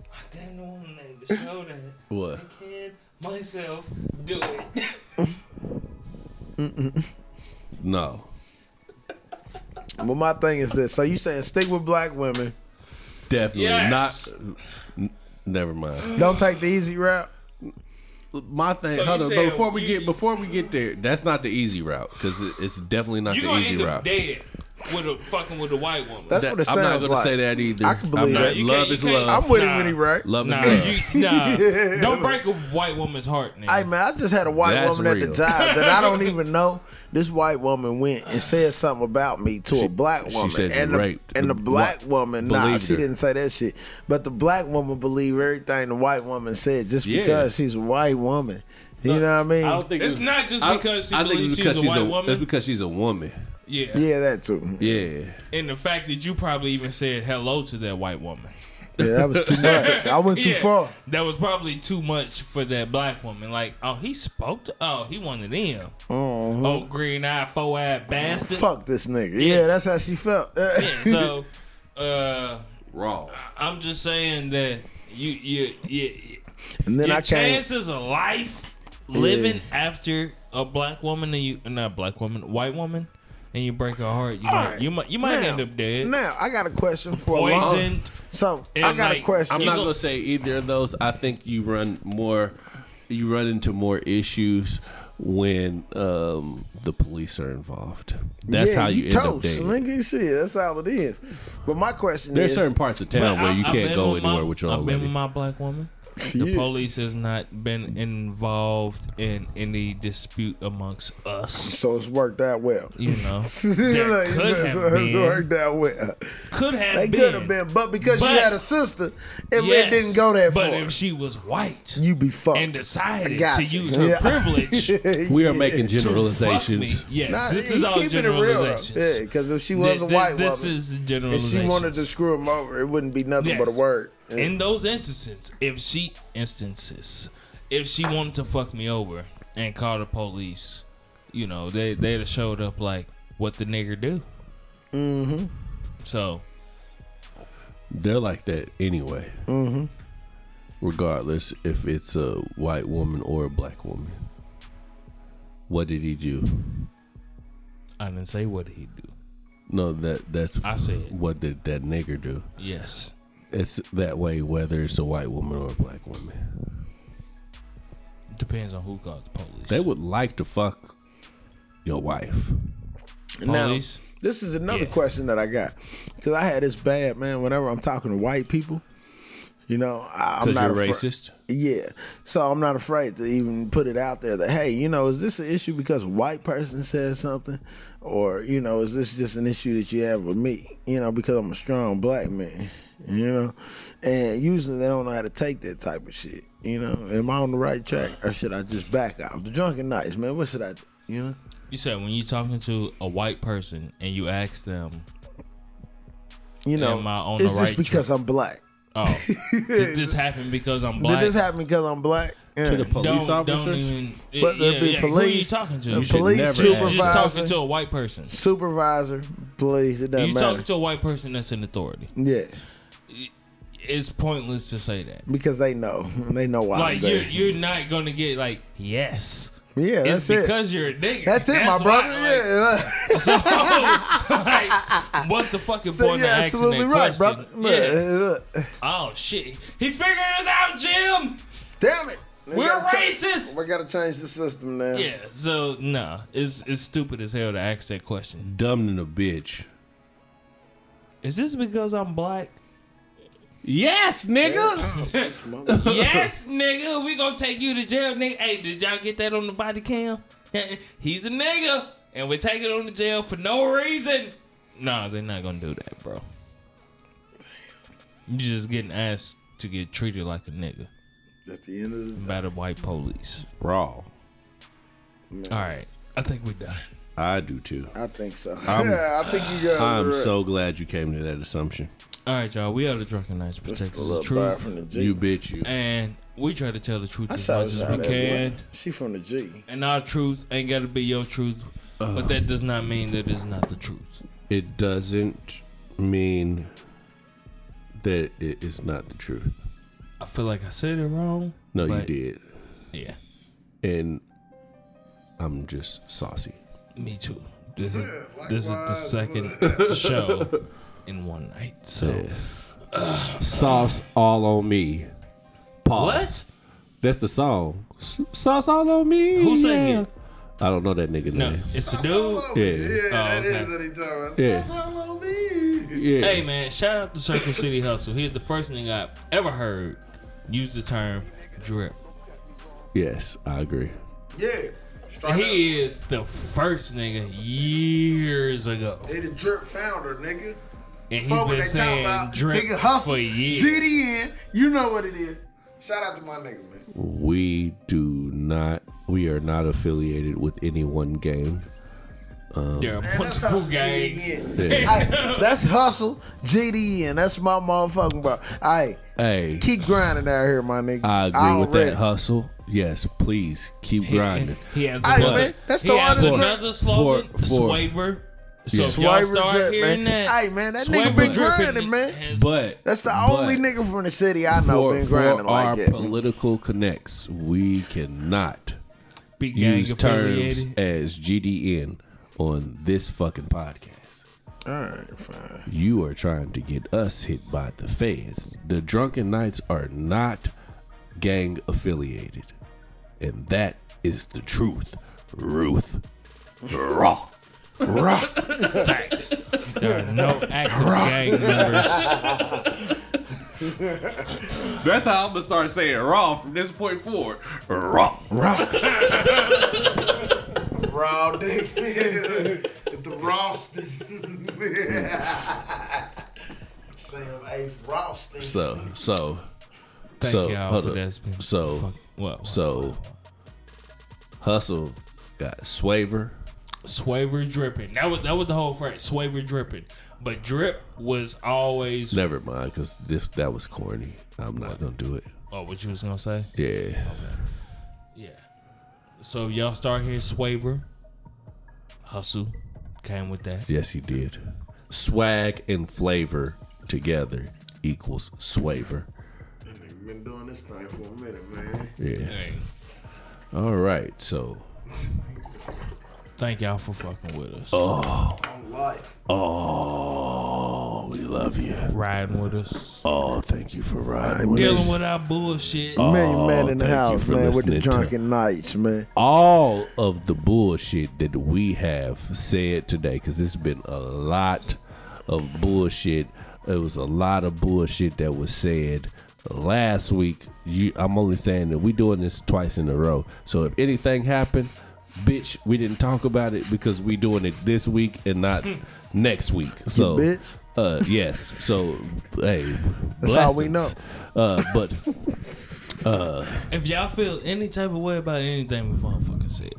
Speaker 2: I didn't want to show that.
Speaker 3: what?
Speaker 2: Can myself do it? [LAUGHS]
Speaker 3: No.
Speaker 4: but my thing is this: so you saying stick with black women?
Speaker 3: Definitely
Speaker 2: Yes.
Speaker 3: not. n- Never mind.
Speaker 4: Don't take the easy route.
Speaker 3: my thing.
Speaker 2: So
Speaker 3: hold
Speaker 2: you
Speaker 3: on,
Speaker 2: said
Speaker 3: before we
Speaker 2: you-
Speaker 3: get before we get there, that's not the easy route because it's definitely not
Speaker 2: You
Speaker 3: the
Speaker 2: gonna
Speaker 3: easy
Speaker 2: end
Speaker 3: route.
Speaker 2: up dead with a fucking with a white woman.
Speaker 4: That's
Speaker 3: That-
Speaker 4: what it
Speaker 3: I'm not
Speaker 4: sounds
Speaker 3: gonna
Speaker 4: like.
Speaker 3: say that either.
Speaker 4: I can believe
Speaker 3: I'm not-
Speaker 4: that.
Speaker 2: You
Speaker 3: Love
Speaker 2: can't- you
Speaker 3: is
Speaker 2: can't-
Speaker 3: love.
Speaker 4: I'm with
Speaker 2: Nah.
Speaker 4: him when he right.
Speaker 3: love
Speaker 2: Nah,
Speaker 3: is
Speaker 2: [LAUGHS]
Speaker 3: love.
Speaker 2: you, nah.
Speaker 4: [LAUGHS]
Speaker 2: Don't break a white woman's heart, nigga.
Speaker 4: Hey man, I just had a white
Speaker 3: That's
Speaker 4: woman at
Speaker 3: real.
Speaker 4: the job that
Speaker 3: [LAUGHS]
Speaker 4: I don't even know. This white woman went and said something about me to a black
Speaker 3: she
Speaker 4: woman.
Speaker 3: said you
Speaker 4: and the,
Speaker 3: raped
Speaker 4: and
Speaker 3: the
Speaker 4: the black
Speaker 3: black-
Speaker 4: woman, nah,
Speaker 3: believed
Speaker 4: she
Speaker 3: her.
Speaker 4: didn't say that shit. But the black woman believed everything the white woman said just
Speaker 3: Yeah.
Speaker 4: because she's a white woman. You know what I mean?
Speaker 3: think
Speaker 2: It's not just because she believes she's a white woman.
Speaker 3: It's because she's a woman.
Speaker 2: yeah.
Speaker 4: yeah, that too.
Speaker 3: Yeah.
Speaker 2: And the fact that you probably even said hello to that white woman.
Speaker 4: Yeah, that was
Speaker 2: [LAUGHS]
Speaker 4: too much. I went too
Speaker 2: Yeah.
Speaker 4: far.
Speaker 2: That was probably too much for that black woman. Like, oh, he spoke to. Oh, he one of them. Oh, green eyed, four eyed bastard.
Speaker 4: Fuck this nigga. Yeah, that's how she felt.
Speaker 2: Yeah, so, uh,
Speaker 3: Raw.
Speaker 2: I'm just saying that you you you
Speaker 4: [LAUGHS] And then
Speaker 2: Your
Speaker 4: I came.
Speaker 2: chances of life living after a black woman and you not black woman, white woman, and you break her heart, you might
Speaker 4: right.
Speaker 2: you might you might
Speaker 4: Now-
Speaker 2: end up dead.
Speaker 4: Now I got a question for Alon.
Speaker 2: Poisoned.
Speaker 4: So
Speaker 2: And
Speaker 4: I got a
Speaker 2: like-
Speaker 4: question.
Speaker 3: I'm
Speaker 2: You
Speaker 3: not
Speaker 2: go-
Speaker 3: gonna say either of those. I think you run more, you run into more issues when um, the police are involved. That's
Speaker 4: Yeah,
Speaker 3: how you, end
Speaker 4: toast,
Speaker 3: up dating.
Speaker 4: nigga. Shit, that's how it is. But my question
Speaker 3: There's
Speaker 4: is,
Speaker 3: certain parts of town
Speaker 2: But
Speaker 3: where
Speaker 2: I-
Speaker 3: you
Speaker 2: I've
Speaker 3: can't
Speaker 2: been
Speaker 3: go
Speaker 2: with my-
Speaker 3: anywhere with your
Speaker 2: I've
Speaker 3: own
Speaker 2: been with
Speaker 3: lady.
Speaker 2: my black woman. The
Speaker 4: Yeah.
Speaker 2: police has not been involved in any dispute amongst us.
Speaker 4: so it's worked out well.
Speaker 2: You
Speaker 4: [LAUGHS]
Speaker 2: know,
Speaker 4: Like,
Speaker 2: that could
Speaker 4: it's-
Speaker 2: have
Speaker 4: it's
Speaker 2: been.
Speaker 4: worked out well.
Speaker 2: Could have
Speaker 4: They
Speaker 2: been.
Speaker 4: could have been, but because you
Speaker 2: But-
Speaker 4: had a sister, it
Speaker 2: Yes,
Speaker 4: didn't go that
Speaker 2: But
Speaker 4: far.
Speaker 2: if she was white
Speaker 4: you be fucked.
Speaker 2: and decided
Speaker 4: Got
Speaker 2: to
Speaker 4: you.
Speaker 2: use her
Speaker 4: Yeah. [LAUGHS]
Speaker 2: privilege to
Speaker 3: We are making
Speaker 2: fuck me,
Speaker 3: generalizations.
Speaker 2: yes,
Speaker 4: Nah,
Speaker 2: this
Speaker 4: he's
Speaker 2: is all
Speaker 4: keeping it real, though.
Speaker 2: generalizations.
Speaker 4: Yeah, because if she was a
Speaker 2: Th- th-
Speaker 4: white
Speaker 2: this
Speaker 4: woman
Speaker 2: is
Speaker 4: and
Speaker 2: generalizations.
Speaker 4: she wanted to screw him over, it wouldn't be nothing but a
Speaker 2: Yes.
Speaker 4: word.
Speaker 2: In those instances, if she instances, if she wanted to fuck me over and call the police, you know, they they'd have showed up like what the nigger do. Mm-hmm. So
Speaker 3: They're like that anyway. Mm-hmm. Regardless if it's a white woman or a black woman. What did he do?
Speaker 2: I didn't say what he do.
Speaker 3: No, that that's
Speaker 2: I said
Speaker 3: what did that nigger do?
Speaker 2: yes.
Speaker 3: It's that way whether it's a white woman or a black woman.
Speaker 2: Depends on who called the police.
Speaker 3: They would like to fuck your wife.
Speaker 2: police.
Speaker 4: This is another
Speaker 2: Yeah.
Speaker 4: question that I got because I had this bad man. Whenever I'm talking to white people, you know, I, I'm
Speaker 3: Because
Speaker 4: not
Speaker 3: you're
Speaker 4: afraid-
Speaker 3: racist.
Speaker 4: Yeah, so I'm not afraid to even put it out there that hey, you know, is this an issue because a white person said something, or you know, is this just an issue that you have with me? You know, because I'm a strong black man. You know, and usually they don't know how to take that type of shit. You know, am I on the right track or should I just back out? The drunken nights, man. What should I do? You know.
Speaker 2: You said when you talking to a white person and you ask them,
Speaker 4: you know,
Speaker 2: Am I on
Speaker 4: it's
Speaker 2: the
Speaker 4: just
Speaker 2: right
Speaker 4: because I'm black. [LAUGHS]
Speaker 2: "Oh, did this happen because I'm black?"
Speaker 4: Did this happen because I'm black? Yeah.
Speaker 3: To the police
Speaker 2: don't, Don't
Speaker 3: officers?
Speaker 2: even.
Speaker 4: But
Speaker 2: yeah,
Speaker 4: there'd be
Speaker 2: yeah. Who are you
Speaker 4: police,
Speaker 2: talking to?
Speaker 4: the
Speaker 2: You should
Speaker 4: police
Speaker 3: never ask.
Speaker 2: You're
Speaker 4: supervisor,
Speaker 2: just talking to a white person.
Speaker 4: supervisor, police. It doesn't
Speaker 2: you
Speaker 4: matter.
Speaker 2: talking to a white person that's in authority.
Speaker 4: yeah,
Speaker 2: It's pointless to say that.
Speaker 4: because they know. They know why. I'm
Speaker 2: Like you're
Speaker 4: there.
Speaker 2: you're not gonna get like yes.
Speaker 4: yeah,
Speaker 2: It's
Speaker 4: that's it.
Speaker 2: because you're a nigga.
Speaker 4: that's it,
Speaker 2: why,
Speaker 4: my brother.
Speaker 2: like, [LAUGHS]
Speaker 4: yeah,
Speaker 2: So, like, what's the fucking
Speaker 4: so
Speaker 2: point
Speaker 4: you're
Speaker 2: of asking
Speaker 4: absolutely
Speaker 2: that
Speaker 4: right, brother.
Speaker 2: question?
Speaker 4: Look,
Speaker 2: Yeah.
Speaker 4: look.
Speaker 2: Oh shit, he figured us out, Jim.
Speaker 4: Damn it, We
Speaker 2: We're
Speaker 4: gotta cha-
Speaker 2: racist.
Speaker 4: we gotta change the system now.
Speaker 2: Yeah. So no, it's it's stupid as hell to ask that question.
Speaker 3: Dumb than a bitch.
Speaker 2: Is this because I'm black?
Speaker 3: Yes,
Speaker 2: [LAUGHS]
Speaker 3: nigga.
Speaker 2: yes, nigga. We gonna take you to jail, nigga. Hey, did y'all get that on the body cam? [LAUGHS] He's a nigga, and we're taking him to jail for no reason. Nah, they're not gonna do that, bro. You just getting asked to get treated like a nigga
Speaker 4: At the end of the
Speaker 2: by the white police.
Speaker 3: Raw.
Speaker 2: All right, I think we're done.
Speaker 3: I do too.
Speaker 4: I think so.
Speaker 3: I'm-
Speaker 4: yeah, I think you guys are
Speaker 3: I'm
Speaker 4: right.
Speaker 3: so glad you came to that assumption.
Speaker 2: All right, y'all. We are the Drunken Knights
Speaker 4: Just
Speaker 2: Protects
Speaker 4: a
Speaker 2: the
Speaker 4: little bar
Speaker 2: Truth,
Speaker 4: from the G.
Speaker 3: You bitch, you.
Speaker 2: and we try to tell the truth
Speaker 4: I
Speaker 2: as
Speaker 4: shouted
Speaker 2: much as
Speaker 4: out
Speaker 2: we
Speaker 4: that
Speaker 2: can.
Speaker 4: boy. She from the G.
Speaker 2: And our truth ain't gotta be your truth, but that does not mean that it's not the truth.
Speaker 3: It doesn't mean that it is not the truth.
Speaker 2: I feel like I said it wrong.
Speaker 3: No,
Speaker 2: but-
Speaker 3: you did.
Speaker 2: Yeah,
Speaker 3: And I'm just saucy.
Speaker 2: me too. This is this is the
Speaker 4: [LAUGHS]
Speaker 2: second show in one night. So
Speaker 3: Sauce all on me. Pause.
Speaker 2: what?
Speaker 3: That's the song. S- Sauce all on me.
Speaker 2: Who sang it?
Speaker 3: I don't know that nigga
Speaker 2: No,
Speaker 3: name.
Speaker 2: it's a dude.
Speaker 3: Yeah.
Speaker 2: that is okay.
Speaker 4: what he talking about.
Speaker 3: Yeah. Yeah.
Speaker 2: Hey man, shout out to Circle City Hustle. He's the first thing I've ever heard use the term drip.
Speaker 3: Yes, I agree.
Speaker 4: Yeah.
Speaker 2: He is the first nigga years ago,
Speaker 4: They the drip founder, nigga.
Speaker 2: and he's
Speaker 4: Fuck what
Speaker 2: been
Speaker 4: they talking
Speaker 2: saying
Speaker 4: about. nigga
Speaker 2: drip
Speaker 4: hustle.
Speaker 2: for years.
Speaker 4: GDN, you know what it is. Shout out to my nigga, man.
Speaker 3: We do not. We are not affiliated with any one gang.
Speaker 2: There are
Speaker 4: Man, that's
Speaker 2: multiple
Speaker 4: hustle
Speaker 2: gangs.
Speaker 4: GDN. Hey, that's hustle GDN. That's my motherfucking bro. Hey,
Speaker 3: Hey,
Speaker 4: keep grinding out here, my nigga.
Speaker 3: I agree with
Speaker 4: Already.
Speaker 3: that hustle. Yes, please keep grinding.
Speaker 2: He has
Speaker 4: Hey,
Speaker 2: another,
Speaker 4: man, that's
Speaker 2: he
Speaker 4: the
Speaker 2: has
Speaker 4: hardest
Speaker 2: another slogan,
Speaker 3: for- for-
Speaker 2: Swaver. So if
Speaker 1: Yeah.
Speaker 2: y'all
Speaker 1: Swipe
Speaker 2: start
Speaker 1: reject,
Speaker 2: hearing
Speaker 1: man.
Speaker 2: that,
Speaker 4: Hey, man, that
Speaker 2: swipe
Speaker 4: nigga been
Speaker 2: reject
Speaker 4: grinding, man.
Speaker 2: has-
Speaker 3: But
Speaker 4: That's the
Speaker 3: but
Speaker 4: only nigga from the city I know
Speaker 3: for,
Speaker 4: been
Speaker 3: for
Speaker 4: grinding
Speaker 3: our
Speaker 4: like that.
Speaker 3: political connects, we cannot
Speaker 2: big gang
Speaker 3: use terms
Speaker 2: affiliated.
Speaker 3: as GDN on this fucking podcast.
Speaker 4: All right, fine.
Speaker 3: You are trying to get us hit by the feds. The Drunken Knights are not gang affiliated. And that is the truth. Ruth. Raw.
Speaker 2: [LAUGHS]
Speaker 3: Raw.
Speaker 2: Facts. There are no active gang members.
Speaker 3: That's how I'm gonna start saying raw from this point forward. Raw. Raw.
Speaker 4: Raw dick. [LAUGHS] the Ralston. [LAUGHS] Sam A. Ralston.
Speaker 3: So so
Speaker 2: Thank
Speaker 3: so
Speaker 2: y'all
Speaker 3: hold
Speaker 2: for
Speaker 3: up.
Speaker 2: that's been
Speaker 3: so
Speaker 2: fuck- well,
Speaker 3: so hustle got swaver.
Speaker 2: Swaver dripping. That was that was the whole phrase. Swaver dripping. But drip was always
Speaker 3: Never mind, cause this that was corny. I'm not gonna do it.
Speaker 2: oh what you was gonna say.
Speaker 3: Yeah.
Speaker 2: Yeah. So y'all start hearing Swaver. Hustle came with that.
Speaker 3: Yes, he did. Swag and flavor together equals swaver.
Speaker 4: We've been doing this thing for a minute, man.
Speaker 3: Yeah.
Speaker 2: Hey,
Speaker 3: All right. So
Speaker 2: thank y'all for fucking with us.
Speaker 4: I'm like,
Speaker 3: oh, we love you.
Speaker 2: Riding with us.
Speaker 3: Oh, thank you for riding with
Speaker 2: Dealing
Speaker 3: us.
Speaker 2: with our bullshit.
Speaker 3: Oh.
Speaker 4: million man in the
Speaker 3: thank you
Speaker 4: house,
Speaker 3: for
Speaker 4: man, with the
Speaker 3: listening to-
Speaker 4: drunken nights, man.
Speaker 3: all of the bullshit that we have said today because it's been a lot of bullshit it was a lot of bullshit that was said last week you, i'm only saying that we doing this twice in a row so if anything happened bitch we didn't talk about it because we doing it this week and not next week so
Speaker 4: Hmm. bitch.
Speaker 3: uh yes so hey
Speaker 4: That's all we
Speaker 3: blessings. uh but
Speaker 2: If y'all feel any type of way about anything we motherfucking said,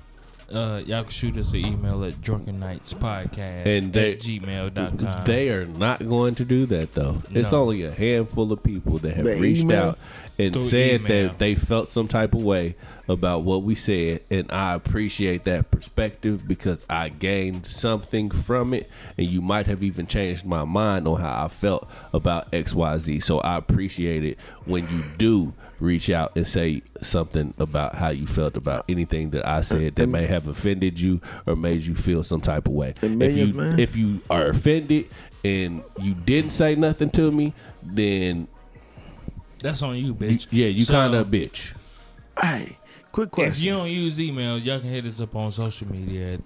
Speaker 2: uh, y'all can shoot us an email at drunken nights podcast
Speaker 3: And they-
Speaker 2: at gmail.com.
Speaker 3: They are not going to do that though. It's
Speaker 2: No.
Speaker 3: only a handful of people that have
Speaker 4: They
Speaker 3: reached
Speaker 4: email?
Speaker 3: out and
Speaker 2: Through
Speaker 3: said
Speaker 2: email.
Speaker 3: that they felt some type of way about what we said, and I appreciate that perspective because I gained something from it, and you might have even changed my mind on how I felt about X Y Z. So I appreciate it when you do reach out and say something about how you felt about anything that I said that may have offended you or made you feel some type of way.
Speaker 4: And
Speaker 3: If
Speaker 4: million
Speaker 3: you-
Speaker 4: man.
Speaker 3: if you are offended and you didn't say nothing to me, then
Speaker 2: That's on you, bitch.
Speaker 3: yeah, you
Speaker 2: So,
Speaker 3: kind of a bitch.
Speaker 4: Hey, quick
Speaker 2: If you
Speaker 4: question.
Speaker 2: don't use email, y'all can hit us up on social media at,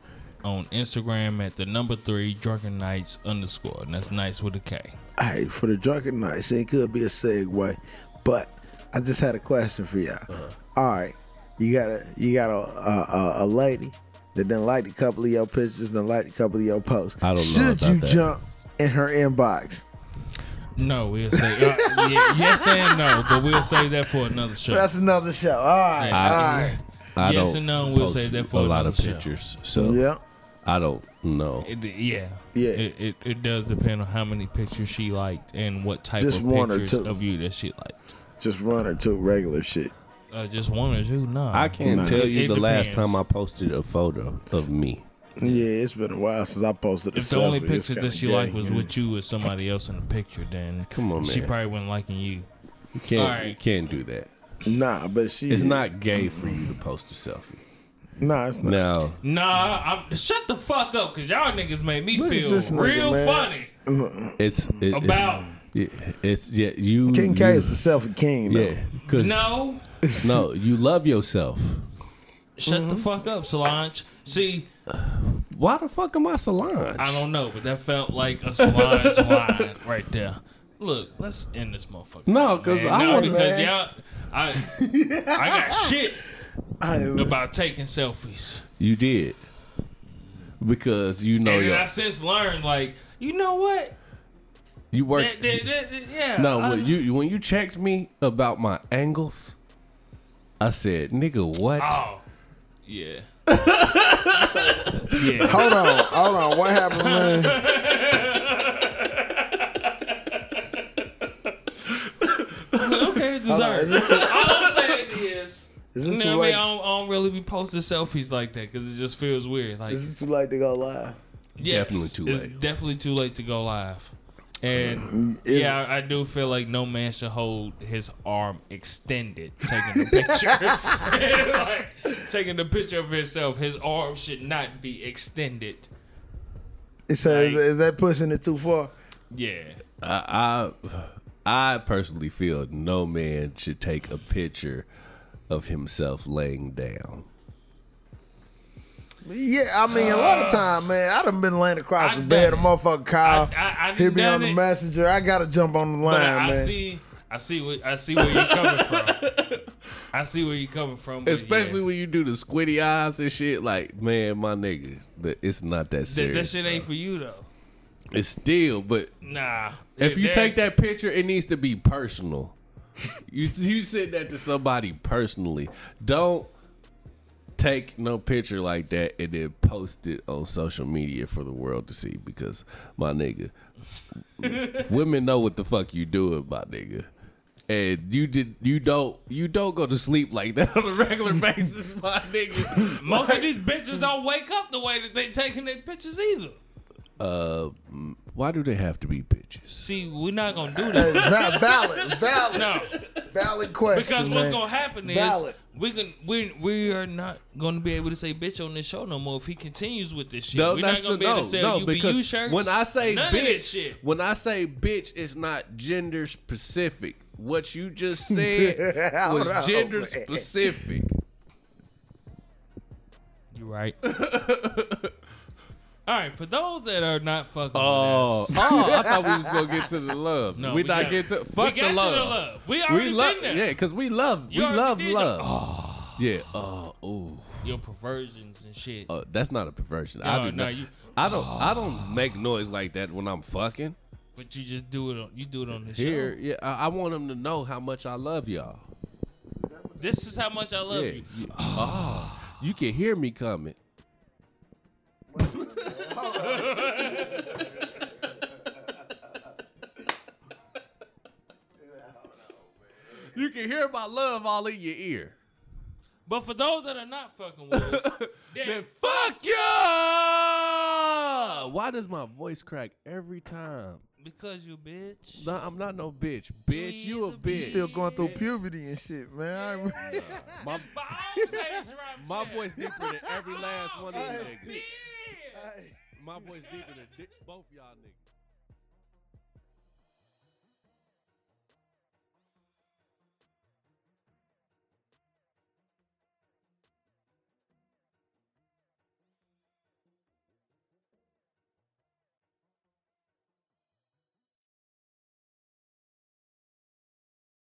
Speaker 2: on Instagram at the number three drunken nights underscore, and that's nights with a K.
Speaker 4: Hey, for the drunken nights, it could be a segue, but I just had a question for y'all.
Speaker 2: Uh-huh.
Speaker 4: All right, you got a you got a a, a, a lady that done liked a couple of your pictures, done liked a couple of your posts.
Speaker 3: I don't know
Speaker 4: Should
Speaker 3: about
Speaker 4: you
Speaker 3: that.
Speaker 4: jump in her inbox?
Speaker 2: No, we'll say uh, yeah, yes and no, but we'll save that for another show.
Speaker 4: That's another show. All right, Uh, all
Speaker 3: I,
Speaker 4: right.
Speaker 3: I
Speaker 2: Yes
Speaker 3: don't
Speaker 2: and no, we'll
Speaker 3: post
Speaker 2: save that for
Speaker 3: a lot of
Speaker 2: another show.
Speaker 3: pictures, so
Speaker 4: Yep.
Speaker 3: I don't know.
Speaker 2: It, yeah,
Speaker 4: Yeah.
Speaker 2: It, it it does depend on how many pictures she liked and what type
Speaker 4: Just
Speaker 2: of
Speaker 4: one or
Speaker 2: pictures
Speaker 4: two.
Speaker 2: of you that she liked.
Speaker 4: Just run her to regular shit.
Speaker 2: Uh, just one or two. No,
Speaker 3: I can't tell you
Speaker 2: It
Speaker 3: the last
Speaker 2: depends.
Speaker 3: time I posted a photo of me.
Speaker 4: Yeah, it's been a while since I posted a
Speaker 2: If the only
Speaker 4: selfie. It's
Speaker 2: picture that
Speaker 4: kinda
Speaker 2: she
Speaker 4: gay,
Speaker 2: liked was
Speaker 4: you know?
Speaker 2: with you or somebody else in the picture, then
Speaker 3: Come on,
Speaker 2: she
Speaker 3: man.
Speaker 2: probably wasn't liking you.
Speaker 3: You can't
Speaker 2: All right.
Speaker 3: you can't do that.
Speaker 4: Nah, but she.
Speaker 3: It's not gay for you to post a selfie.
Speaker 4: Nah, it's not.
Speaker 3: Now,
Speaker 2: Nah, I'm, shut the fuck up, cause y'all niggas made me
Speaker 4: Look at
Speaker 2: feel
Speaker 4: this nigga,
Speaker 2: real
Speaker 4: man.
Speaker 2: funny
Speaker 3: it's it,
Speaker 4: [LAUGHS]
Speaker 2: about.
Speaker 3: it, it's yeah you
Speaker 4: King K
Speaker 3: you-
Speaker 4: is the selfie king. Though.
Speaker 3: yeah 'cause-
Speaker 2: No,
Speaker 3: no you love yourself.
Speaker 2: shut
Speaker 4: Mm-hmm.
Speaker 2: the fuck up, Solange. See,
Speaker 3: Why the fuck am I Solange?
Speaker 2: I don't know, but that felt like a
Speaker 3: [LAUGHS]
Speaker 2: Solange line right there. Look, let's end this motherfucker.
Speaker 3: No, 'cause
Speaker 2: man.
Speaker 3: I
Speaker 2: no,
Speaker 3: wanna-
Speaker 2: because y'all, I, I
Speaker 3: [LAUGHS]
Speaker 2: got shit
Speaker 4: I,
Speaker 2: about taking selfies.
Speaker 3: You did. Because you know
Speaker 2: and then I
Speaker 3: your,
Speaker 2: since learned, like, you know what?
Speaker 3: you work.
Speaker 2: That- that- that- that- yeah.
Speaker 3: no,
Speaker 2: I-
Speaker 3: when you when you checked me about my angles, I said, "Nigga, what?"
Speaker 2: Oh,
Speaker 3: [LAUGHS]
Speaker 2: yeah. yeah.
Speaker 4: hold on, hold on. What happened, man?
Speaker 2: Okay, [LAUGHS] deserved. All I'm saying is,
Speaker 4: Is
Speaker 2: you
Speaker 4: it
Speaker 2: know what
Speaker 4: too
Speaker 2: I mean?
Speaker 4: late?
Speaker 2: I don't, I don't really be posting selfies like that because it just feels weird. Like,
Speaker 4: Is it too late to go live?
Speaker 2: Yes,
Speaker 3: Definitely too
Speaker 2: it's
Speaker 3: late.
Speaker 2: definitely too late to go live. And
Speaker 4: Is-
Speaker 2: yeah, I, I do feel like no man should hold his arm extended taking a
Speaker 3: [LAUGHS]
Speaker 2: picture. [LAUGHS] Like, taking a picture of himself, his arm should not be extended.
Speaker 4: So is, is that pushing it too far?
Speaker 2: Yeah.
Speaker 3: I, I I personally feel no man should take a picture of himself laying down.
Speaker 4: Yeah, I mean, a lot of time, man. I done been laying across
Speaker 2: I
Speaker 4: the bed, a
Speaker 2: Uh, done-
Speaker 4: motherfucker Kyle
Speaker 2: I- I- I
Speaker 4: hit me
Speaker 2: done
Speaker 4: on the
Speaker 2: it.
Speaker 4: messenger. I gotta jump on the
Speaker 2: But
Speaker 4: line,
Speaker 2: I,
Speaker 4: man.
Speaker 2: see I see what I see where you're coming from. I see where you're coming from. but
Speaker 3: Especially
Speaker 2: yeah.
Speaker 3: when you do the squinty eyes and shit. Like, man, my nigga, th- it's not that
Speaker 2: Th- that,
Speaker 3: serious.
Speaker 2: shit ain't for you though.
Speaker 3: it's still, but
Speaker 2: Nah.
Speaker 3: if you
Speaker 2: That-
Speaker 3: take that picture, it needs to be personal. you you send that to somebody personally. Don't take no picture like that and then post it on social media for the world to see because my nigga, [LAUGHS] women know what the fuck you doing, my nigga. And you did you don't you don't go to sleep like that on a regular [LAUGHS] basis, my nigga.
Speaker 2: most of these bitches don't wake up the way that they taking their pictures either.
Speaker 3: Why do they have to be bitches?
Speaker 2: See, we're not gonna do
Speaker 3: [LAUGHS]
Speaker 2: that. [LAUGHS]
Speaker 4: It's va- valid, valid,
Speaker 2: No,
Speaker 4: valid question.
Speaker 2: because what's
Speaker 4: man.
Speaker 2: gonna happen is
Speaker 4: Valid.
Speaker 2: we can we we are not gonna be able to say bitch on this show no more if he continues with this shit.
Speaker 3: No,
Speaker 2: We're not
Speaker 3: that's
Speaker 2: gonna
Speaker 3: the
Speaker 2: be
Speaker 3: no,
Speaker 2: able to sell UBU
Speaker 3: no. Because
Speaker 2: shirts.
Speaker 3: when I say
Speaker 2: None of that
Speaker 3: bitch,
Speaker 2: shit.
Speaker 3: when I say bitch, it's not gender specific. What you just
Speaker 4: [LAUGHS]
Speaker 3: said
Speaker 4: Hold
Speaker 3: was
Speaker 4: on,
Speaker 3: gender
Speaker 4: man.
Speaker 3: specific.
Speaker 2: you
Speaker 3: [LAUGHS]
Speaker 2: right. All right, for those that are not fucking.
Speaker 3: Oh,
Speaker 2: with us,
Speaker 3: oh! I thought
Speaker 4: [LAUGHS]
Speaker 3: we was gonna get to the love.
Speaker 2: No,
Speaker 3: we,
Speaker 2: we
Speaker 3: not
Speaker 2: got-
Speaker 3: get to fuck
Speaker 2: we got
Speaker 3: the,
Speaker 2: to
Speaker 3: love.
Speaker 2: the love. We
Speaker 3: We
Speaker 2: already
Speaker 3: love,
Speaker 2: been there.
Speaker 3: yeah, because we love,
Speaker 2: You
Speaker 3: we
Speaker 2: already
Speaker 3: love
Speaker 2: did that.
Speaker 3: love. Yeah. Oh, ooh.
Speaker 2: your perversions and shit.
Speaker 3: Uh, that's not a perversion.
Speaker 2: No,
Speaker 3: I do
Speaker 2: no,
Speaker 3: not.
Speaker 2: you-
Speaker 3: I don't. I don't make noise like that when I'm fucking
Speaker 2: but you just do it on you do it on the
Speaker 3: here.
Speaker 2: show.
Speaker 3: Yeah, I, I want them to know how much I love y'all.
Speaker 2: This is how much I love
Speaker 3: Yeah,
Speaker 2: you.
Speaker 3: yeah. Oh, you can hear me coming. you can hear my love all in your ear.
Speaker 2: But for those that are not fucking with us, [LAUGHS] then
Speaker 3: Then fuck you! Why does my voice crack every time?
Speaker 2: because you bitch.
Speaker 3: [LAUGHS] No, I'm not no bitch. Bitch, you a
Speaker 2: Please,
Speaker 3: bitch.
Speaker 2: a
Speaker 4: Still going through puberty and shit, man. I [LAUGHS] ain't-
Speaker 3: my,
Speaker 2: But I always say drop
Speaker 3: my
Speaker 2: shit.
Speaker 3: voice deeper than every last one of you niggas.
Speaker 2: Yeah.
Speaker 3: [LAUGHS] My voice deeper than di- both y'all niggas.